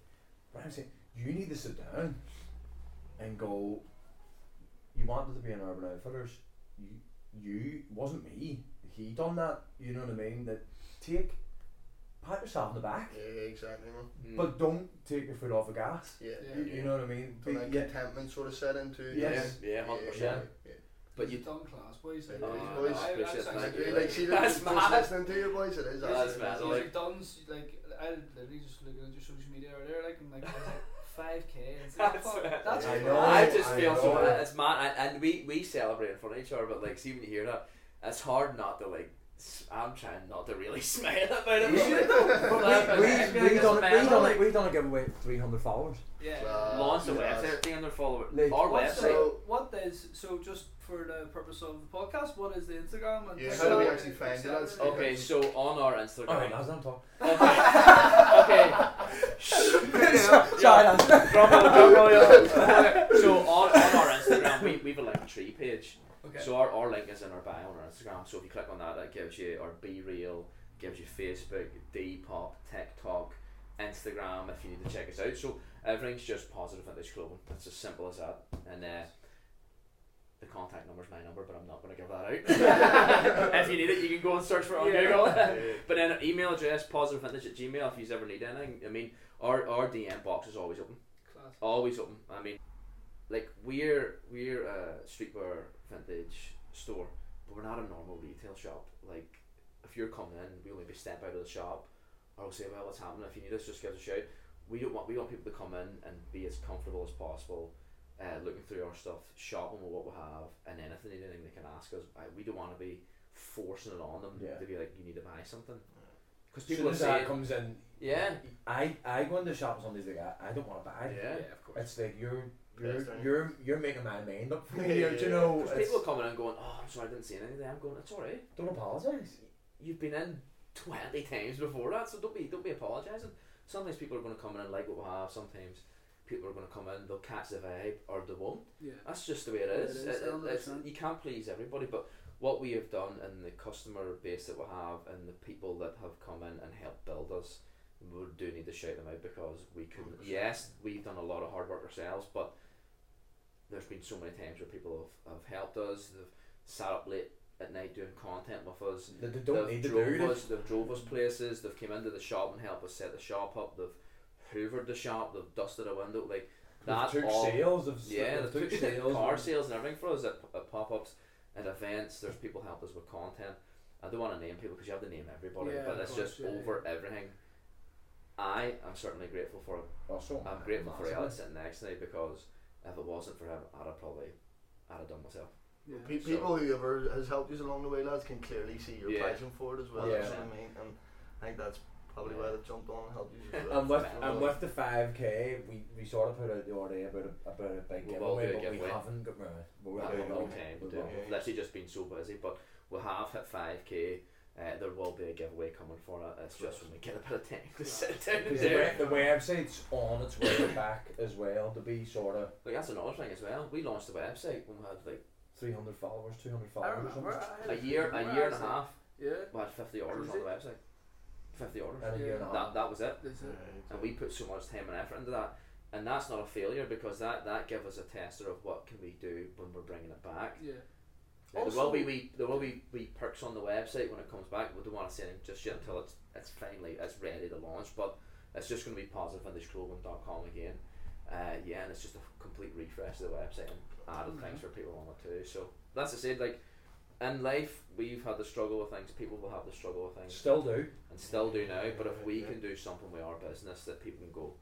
[SPEAKER 2] where I'm saying, you need to sit down and go. You wanted to be an Urban Outfitters. You, you wasn't me. He done that. You know what I mean? That take, pat yourself on the back,
[SPEAKER 4] Yeah, exactly, man.
[SPEAKER 3] Mm.
[SPEAKER 2] but don't take your foot off the gas.
[SPEAKER 4] Yeah.
[SPEAKER 1] Yeah.
[SPEAKER 2] You, you know what I mean?
[SPEAKER 4] So
[SPEAKER 2] Be-
[SPEAKER 4] that
[SPEAKER 2] yeah.
[SPEAKER 4] contentment sort of set into
[SPEAKER 2] Yes.
[SPEAKER 3] yeah, hundred percent.
[SPEAKER 4] Yeah.
[SPEAKER 3] But you
[SPEAKER 1] you've done class boys.
[SPEAKER 4] Yeah,
[SPEAKER 1] I-
[SPEAKER 4] boys,
[SPEAKER 1] I- I-
[SPEAKER 3] appreciate
[SPEAKER 1] that's
[SPEAKER 3] that,
[SPEAKER 4] I
[SPEAKER 1] actually-
[SPEAKER 4] agree,
[SPEAKER 3] Yeah.
[SPEAKER 4] Like, see,
[SPEAKER 3] That's
[SPEAKER 4] just
[SPEAKER 3] mad.
[SPEAKER 4] listening to you boys, it is.
[SPEAKER 3] That's
[SPEAKER 4] actually
[SPEAKER 3] mad,
[SPEAKER 4] crazy.
[SPEAKER 3] like-
[SPEAKER 1] You've done s- like I literally just looking at your social media earlier, like and like I was like five k. That's
[SPEAKER 3] That's-
[SPEAKER 1] that's
[SPEAKER 2] I
[SPEAKER 1] cool.
[SPEAKER 2] know.
[SPEAKER 3] I just
[SPEAKER 2] I
[SPEAKER 3] feel so
[SPEAKER 2] know.
[SPEAKER 3] bad. It's mad, and, and we we celebrate in front of each other. But like, see when you hear that, it's hard not to like. s- I'm trying not to really smile about it.
[SPEAKER 2] You
[SPEAKER 3] but,
[SPEAKER 2] should
[SPEAKER 3] like,
[SPEAKER 2] But we, we, we,
[SPEAKER 3] It's
[SPEAKER 2] done,
[SPEAKER 3] bad.
[SPEAKER 2] we, done, we done a giveaway at 300 followers.
[SPEAKER 1] Yeah.
[SPEAKER 4] Nah.
[SPEAKER 3] Launch the
[SPEAKER 4] Yeah.
[SPEAKER 3] website, 300 followers.
[SPEAKER 2] Like,
[SPEAKER 3] Our
[SPEAKER 1] What's the-
[SPEAKER 3] website.
[SPEAKER 4] So-
[SPEAKER 1] what is so just for the purpose of the podcast? What is the Instagram? And
[SPEAKER 4] Yeah,
[SPEAKER 1] Twitter
[SPEAKER 4] how do we
[SPEAKER 1] and
[SPEAKER 4] actually find it?
[SPEAKER 1] etc.?
[SPEAKER 4] That's-
[SPEAKER 3] Okay, so on our Instagram.
[SPEAKER 2] Alright, lads, I'm talking.
[SPEAKER 3] Okay.
[SPEAKER 2] Sorry, lads.
[SPEAKER 3] Drop it, drop it, drop it. so on, on our Instagram, we, we have a link tree page.
[SPEAKER 1] Okay.
[SPEAKER 3] So our, our link is in our bio on our Instagram. So if you click on that, that gives you our B Reel, gives you Facebook, Depop, TikTok, Instagram. If you need to check us out, so everything's just positive vintage clothing. That's as simple as that. And uh, the contact number is my number, but I'm not going to give that out. if you need it, you can go and search for it on
[SPEAKER 1] Yeah.
[SPEAKER 3] Google.
[SPEAKER 4] Yeah.
[SPEAKER 3] But then our email address positivevintage at gmail if you ever need anything. I mean, our our DM box is always open
[SPEAKER 1] Class.
[SPEAKER 3] always open. I mean, like we're we're a streetwear vintage store, but we're not a normal retail shop. Like if you're coming in, we'll maybe step out of the shop, or we'll say, well, what's happening? If you need us, just give us a shout. We don't want we want people to come in and be as comfortable as possible. Uh, looking through our stuff, shopping with what we have, and then if they need anything, they can ask us. I, we don't want to be forcing it on them
[SPEAKER 2] Yeah.
[SPEAKER 3] to be like, you need to buy something, because
[SPEAKER 2] Soon
[SPEAKER 3] people are
[SPEAKER 2] as that
[SPEAKER 3] saying,
[SPEAKER 2] comes in,
[SPEAKER 3] yeah,
[SPEAKER 2] I, I go into shops on these like that. I don't want to buy.
[SPEAKER 3] yeah.
[SPEAKER 1] of course.
[SPEAKER 2] It's like you're you're,
[SPEAKER 4] Best thing.
[SPEAKER 2] you're you're making my mind up for me.
[SPEAKER 4] Yeah,
[SPEAKER 2] here,
[SPEAKER 4] yeah,
[SPEAKER 2] do you
[SPEAKER 4] yeah.
[SPEAKER 2] know?
[SPEAKER 3] Because
[SPEAKER 2] It's,
[SPEAKER 3] people are coming and going, oh, I'm sorry, I didn't see anything. there." I'm going, it's alright.
[SPEAKER 2] don't apologise.
[SPEAKER 3] you've been in 20 times before that, so don't be don't be apologising. Sometimes people are going to come in and like what we have, sometimes people are going to come in, they'll catch the vibe or they won't.
[SPEAKER 1] Yeah.
[SPEAKER 3] That's just the way it is.
[SPEAKER 1] It is,
[SPEAKER 3] It- it- it's-
[SPEAKER 1] 100%.
[SPEAKER 3] you can't please everybody, but what we have done and the customer base that we have and the people that have come in and helped build us, we do need to shout them out because we couldn't.
[SPEAKER 4] 100%.
[SPEAKER 3] Yes, we've done a lot of hard work ourselves, but there's been so many times where people have, have helped us, they've sat up late at night doing content with us,
[SPEAKER 2] They, they don't
[SPEAKER 3] they've
[SPEAKER 2] need to do it.
[SPEAKER 3] drove us, They've drove us places. They've came into the shop and helped us set the shop up. They've hoovered the shop. They've dusted a window. Like that
[SPEAKER 2] they've took
[SPEAKER 3] all.
[SPEAKER 2] sales. They've,
[SPEAKER 3] Yeah,
[SPEAKER 2] they've
[SPEAKER 3] they've
[SPEAKER 2] took
[SPEAKER 3] took
[SPEAKER 2] sales.
[SPEAKER 3] car
[SPEAKER 2] and-
[SPEAKER 3] sales and everything for us at, at pop ups, at events. There's people help us with content. I don't want to name people because you have to name everybody,
[SPEAKER 1] Yeah,
[SPEAKER 3] but
[SPEAKER 1] of
[SPEAKER 3] it's
[SPEAKER 1] course,
[SPEAKER 3] just
[SPEAKER 1] yeah,
[SPEAKER 3] over everything. I am certainly grateful for it.
[SPEAKER 2] Also,
[SPEAKER 3] I'm grateful for
[SPEAKER 2] massively.
[SPEAKER 3] Alex sitting next to me because if it wasn't for him, I'd have probably, I'd have done myself.
[SPEAKER 1] Yeah.
[SPEAKER 4] Pe-
[SPEAKER 3] So-
[SPEAKER 4] people who ever has helped you along the way, lads, can clearly see your
[SPEAKER 3] Yeah.
[SPEAKER 4] passion for it as well.
[SPEAKER 2] Yeah.
[SPEAKER 4] You know what I mean? And I think that's probably why they jumped on and helped you. As well.
[SPEAKER 2] And with,
[SPEAKER 3] Yeah.
[SPEAKER 2] and with the 5k, we, we sort of put out the order about a, about a big
[SPEAKER 3] We'll
[SPEAKER 2] giveaway,
[SPEAKER 3] do a
[SPEAKER 2] but we
[SPEAKER 3] giveaway.
[SPEAKER 2] haven't got round. We're
[SPEAKER 3] We've had
[SPEAKER 2] doing
[SPEAKER 3] a
[SPEAKER 2] it.
[SPEAKER 3] long time
[SPEAKER 2] We
[SPEAKER 3] to do.
[SPEAKER 2] will.
[SPEAKER 3] it. We've literally just been so busy, but we have hit five k. Uh, there will be a giveaway coming for it. It's just when we get a bit of time to sit down and
[SPEAKER 2] Because
[SPEAKER 3] do
[SPEAKER 2] the,
[SPEAKER 3] it.
[SPEAKER 2] web, the website's on its way back as well to be sort of
[SPEAKER 3] Like that's another thing as well. We launched the website when we had like
[SPEAKER 2] 300 followers, 200
[SPEAKER 1] I
[SPEAKER 2] followers.
[SPEAKER 1] remember.
[SPEAKER 2] something.
[SPEAKER 1] I had
[SPEAKER 3] a year, a
[SPEAKER 1] remember
[SPEAKER 3] year
[SPEAKER 1] I
[SPEAKER 3] and a
[SPEAKER 1] said-
[SPEAKER 3] half.
[SPEAKER 1] Yeah.
[SPEAKER 3] We had fifty orders on the website. Fifty orders.
[SPEAKER 2] And a year and a half.
[SPEAKER 3] That that was it.
[SPEAKER 1] That's it.
[SPEAKER 3] and we put so much time and effort into that and that's not a failure because that that gives us a tester of what can we do when we're bringing it back
[SPEAKER 1] Yeah.
[SPEAKER 3] Now, there
[SPEAKER 1] Also-
[SPEAKER 3] will be we there will be we perks on the website when it comes back we don't want to say anything just yet until it's it's finally it's ready to launch but it's just going to be positivevintage.com again uh, yeah and it's just a complete refresh of the website and added things for people on it too so that's the same like in life, we've had the struggle with things. People will have the struggle with things,
[SPEAKER 2] Still do.
[SPEAKER 3] and still do now. But if we can do something with our business that people can go,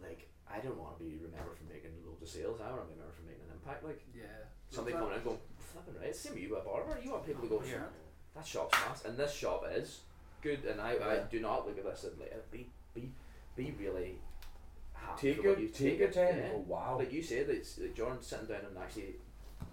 [SPEAKER 3] like, I don't want to be remembered for making loads of sales. I want to be remembered for making an impact. Like
[SPEAKER 1] Yeah.
[SPEAKER 3] somebody
[SPEAKER 1] Love
[SPEAKER 3] coming in, going, flipping right. Same with you, a barber. You want people to go
[SPEAKER 2] Oh,
[SPEAKER 3] here. That shop's fast, and this shop is good. And I, I
[SPEAKER 4] Yeah.
[SPEAKER 3] do not look at this and like be be be really happy
[SPEAKER 2] Take
[SPEAKER 3] for what
[SPEAKER 2] your
[SPEAKER 3] you've
[SPEAKER 2] take
[SPEAKER 3] taken.
[SPEAKER 2] your time.
[SPEAKER 3] yeah.
[SPEAKER 2] Oh wow.
[SPEAKER 3] Like you said, it's that Jordan sitting down and actually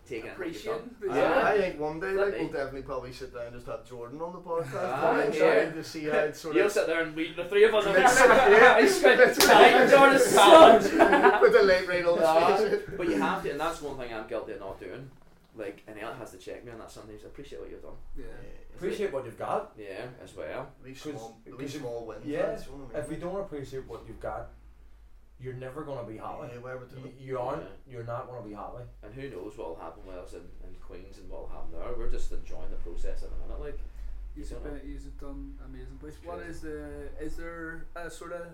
[SPEAKER 3] taking
[SPEAKER 1] Appreciate
[SPEAKER 3] it.
[SPEAKER 1] it.
[SPEAKER 3] Yeah.
[SPEAKER 4] I think one day like,
[SPEAKER 3] That'd
[SPEAKER 4] we'll
[SPEAKER 3] be-
[SPEAKER 4] definitely probably sit down and just have Jordan on the podcast.
[SPEAKER 3] Ah,
[SPEAKER 4] I'm
[SPEAKER 3] yeah.
[SPEAKER 4] excited to see how it's sort
[SPEAKER 3] You'll
[SPEAKER 4] of.
[SPEAKER 3] sit there and we, the three of us,
[SPEAKER 4] Yeah,
[SPEAKER 3] I spent time Jordan's salad.
[SPEAKER 4] with the late raid on
[SPEAKER 3] Nah,
[SPEAKER 4] the stage.
[SPEAKER 3] but you have to, and that's one thing I'm guilty of not doing. Like, and Elliot has to check me on that sometimes. I appreciate what you've done.
[SPEAKER 1] Yeah.
[SPEAKER 2] Appreciate what you've got.
[SPEAKER 3] Yeah, as well.
[SPEAKER 4] Wee
[SPEAKER 2] Because-
[SPEAKER 4] small, wee
[SPEAKER 2] because-
[SPEAKER 4] small wins.
[SPEAKER 2] yeah,
[SPEAKER 4] that's what I mean.
[SPEAKER 2] If you don't appreciate what you've got, you're never gonna be happy.
[SPEAKER 4] Yeah, where would
[SPEAKER 2] You,
[SPEAKER 4] the-
[SPEAKER 2] you aren't. You're not gonna be happy.
[SPEAKER 3] And who knows what'll happen with us in, in Queens and what'll happen there. We're just enjoying the process at the minute. Like,
[SPEAKER 1] You've
[SPEAKER 3] Don't know.
[SPEAKER 1] been, you've done amazing, boys. What
[SPEAKER 3] Cheers.
[SPEAKER 1] is the? Is there a sort of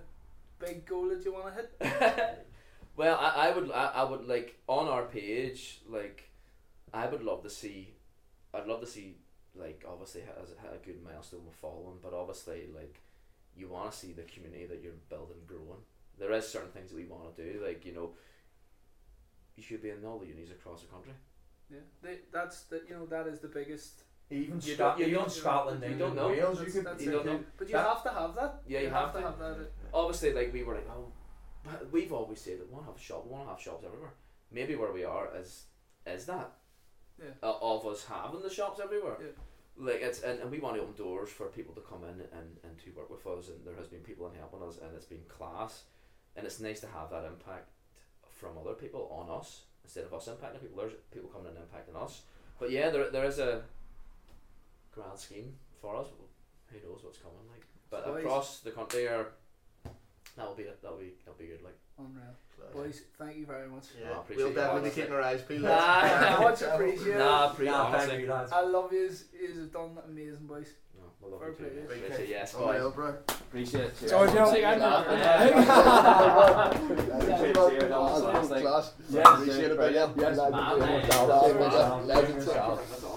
[SPEAKER 1] big goal that you want to hit?
[SPEAKER 3] well, I, I would I, I would like on our page like I would love to see I'd love to see like obviously ha- has had a good milestone with following, but obviously like you want to see the community that you're building growing. There is certain things that we want to do, like you know, you should be in all the unis across the country.
[SPEAKER 1] Yeah, they, that's the you know that is the biggest.
[SPEAKER 2] Even
[SPEAKER 3] You
[SPEAKER 2] Scot-
[SPEAKER 3] don't- you
[SPEAKER 2] even
[SPEAKER 3] don't-
[SPEAKER 2] Scotland,
[SPEAKER 3] you
[SPEAKER 2] England,
[SPEAKER 3] don't know.
[SPEAKER 2] Wales.
[SPEAKER 1] That's-
[SPEAKER 2] you could.
[SPEAKER 1] that's
[SPEAKER 3] you don't
[SPEAKER 1] it.
[SPEAKER 3] know.
[SPEAKER 1] But you
[SPEAKER 2] That-
[SPEAKER 1] have to have that.
[SPEAKER 3] Yeah, you,
[SPEAKER 1] have, to have that.
[SPEAKER 3] obviously like we were like oh but we've always said that we want to have a shop we want to have shops everywhere maybe where we are is is that
[SPEAKER 1] Yeah.
[SPEAKER 3] uh, of us having the shops everywhere
[SPEAKER 1] Yeah.
[SPEAKER 3] like it's and, and we want to open doors for people to come in and, and to work with us and there has been people in helping us and it's been class and it's nice to have that impact from other people on us instead of us impacting people there's people coming and impacting us but yeah there, there is a grand scheme for us who knows what's coming like but
[SPEAKER 1] Boys.
[SPEAKER 3] across the country are That'll be it. That'll be that'll be good. Like
[SPEAKER 1] Unreal, boys. Thank you very much.
[SPEAKER 3] Oh, I
[SPEAKER 4] Yeah,
[SPEAKER 3] appreciate
[SPEAKER 4] we'll
[SPEAKER 3] you
[SPEAKER 4] definitely be
[SPEAKER 3] having us.
[SPEAKER 4] keeping our eyes peeled.
[SPEAKER 3] Nah.
[SPEAKER 1] Yeah, much appreciated.
[SPEAKER 3] nah, pretty
[SPEAKER 2] Nah,
[SPEAKER 3] honestly.
[SPEAKER 2] thank you, lads.
[SPEAKER 1] I love yous. Yous have done amazing, boys.
[SPEAKER 3] No, I love
[SPEAKER 1] Fair
[SPEAKER 3] you too.
[SPEAKER 1] play,
[SPEAKER 3] man.
[SPEAKER 1] yeah.
[SPEAKER 3] Appreciate it. Yes,
[SPEAKER 4] Oh,
[SPEAKER 3] boys.
[SPEAKER 4] well, bro.
[SPEAKER 7] Appreciate it.
[SPEAKER 8] Ciao, ciao.
[SPEAKER 7] See you guys,
[SPEAKER 3] Nah,
[SPEAKER 7] man.
[SPEAKER 8] Appreciate it.
[SPEAKER 7] That was class.
[SPEAKER 8] Yes, appreciate it, man. Yes, man.
[SPEAKER 7] man. Legend,
[SPEAKER 8] Legend, legend.
[SPEAKER 7] Ciao.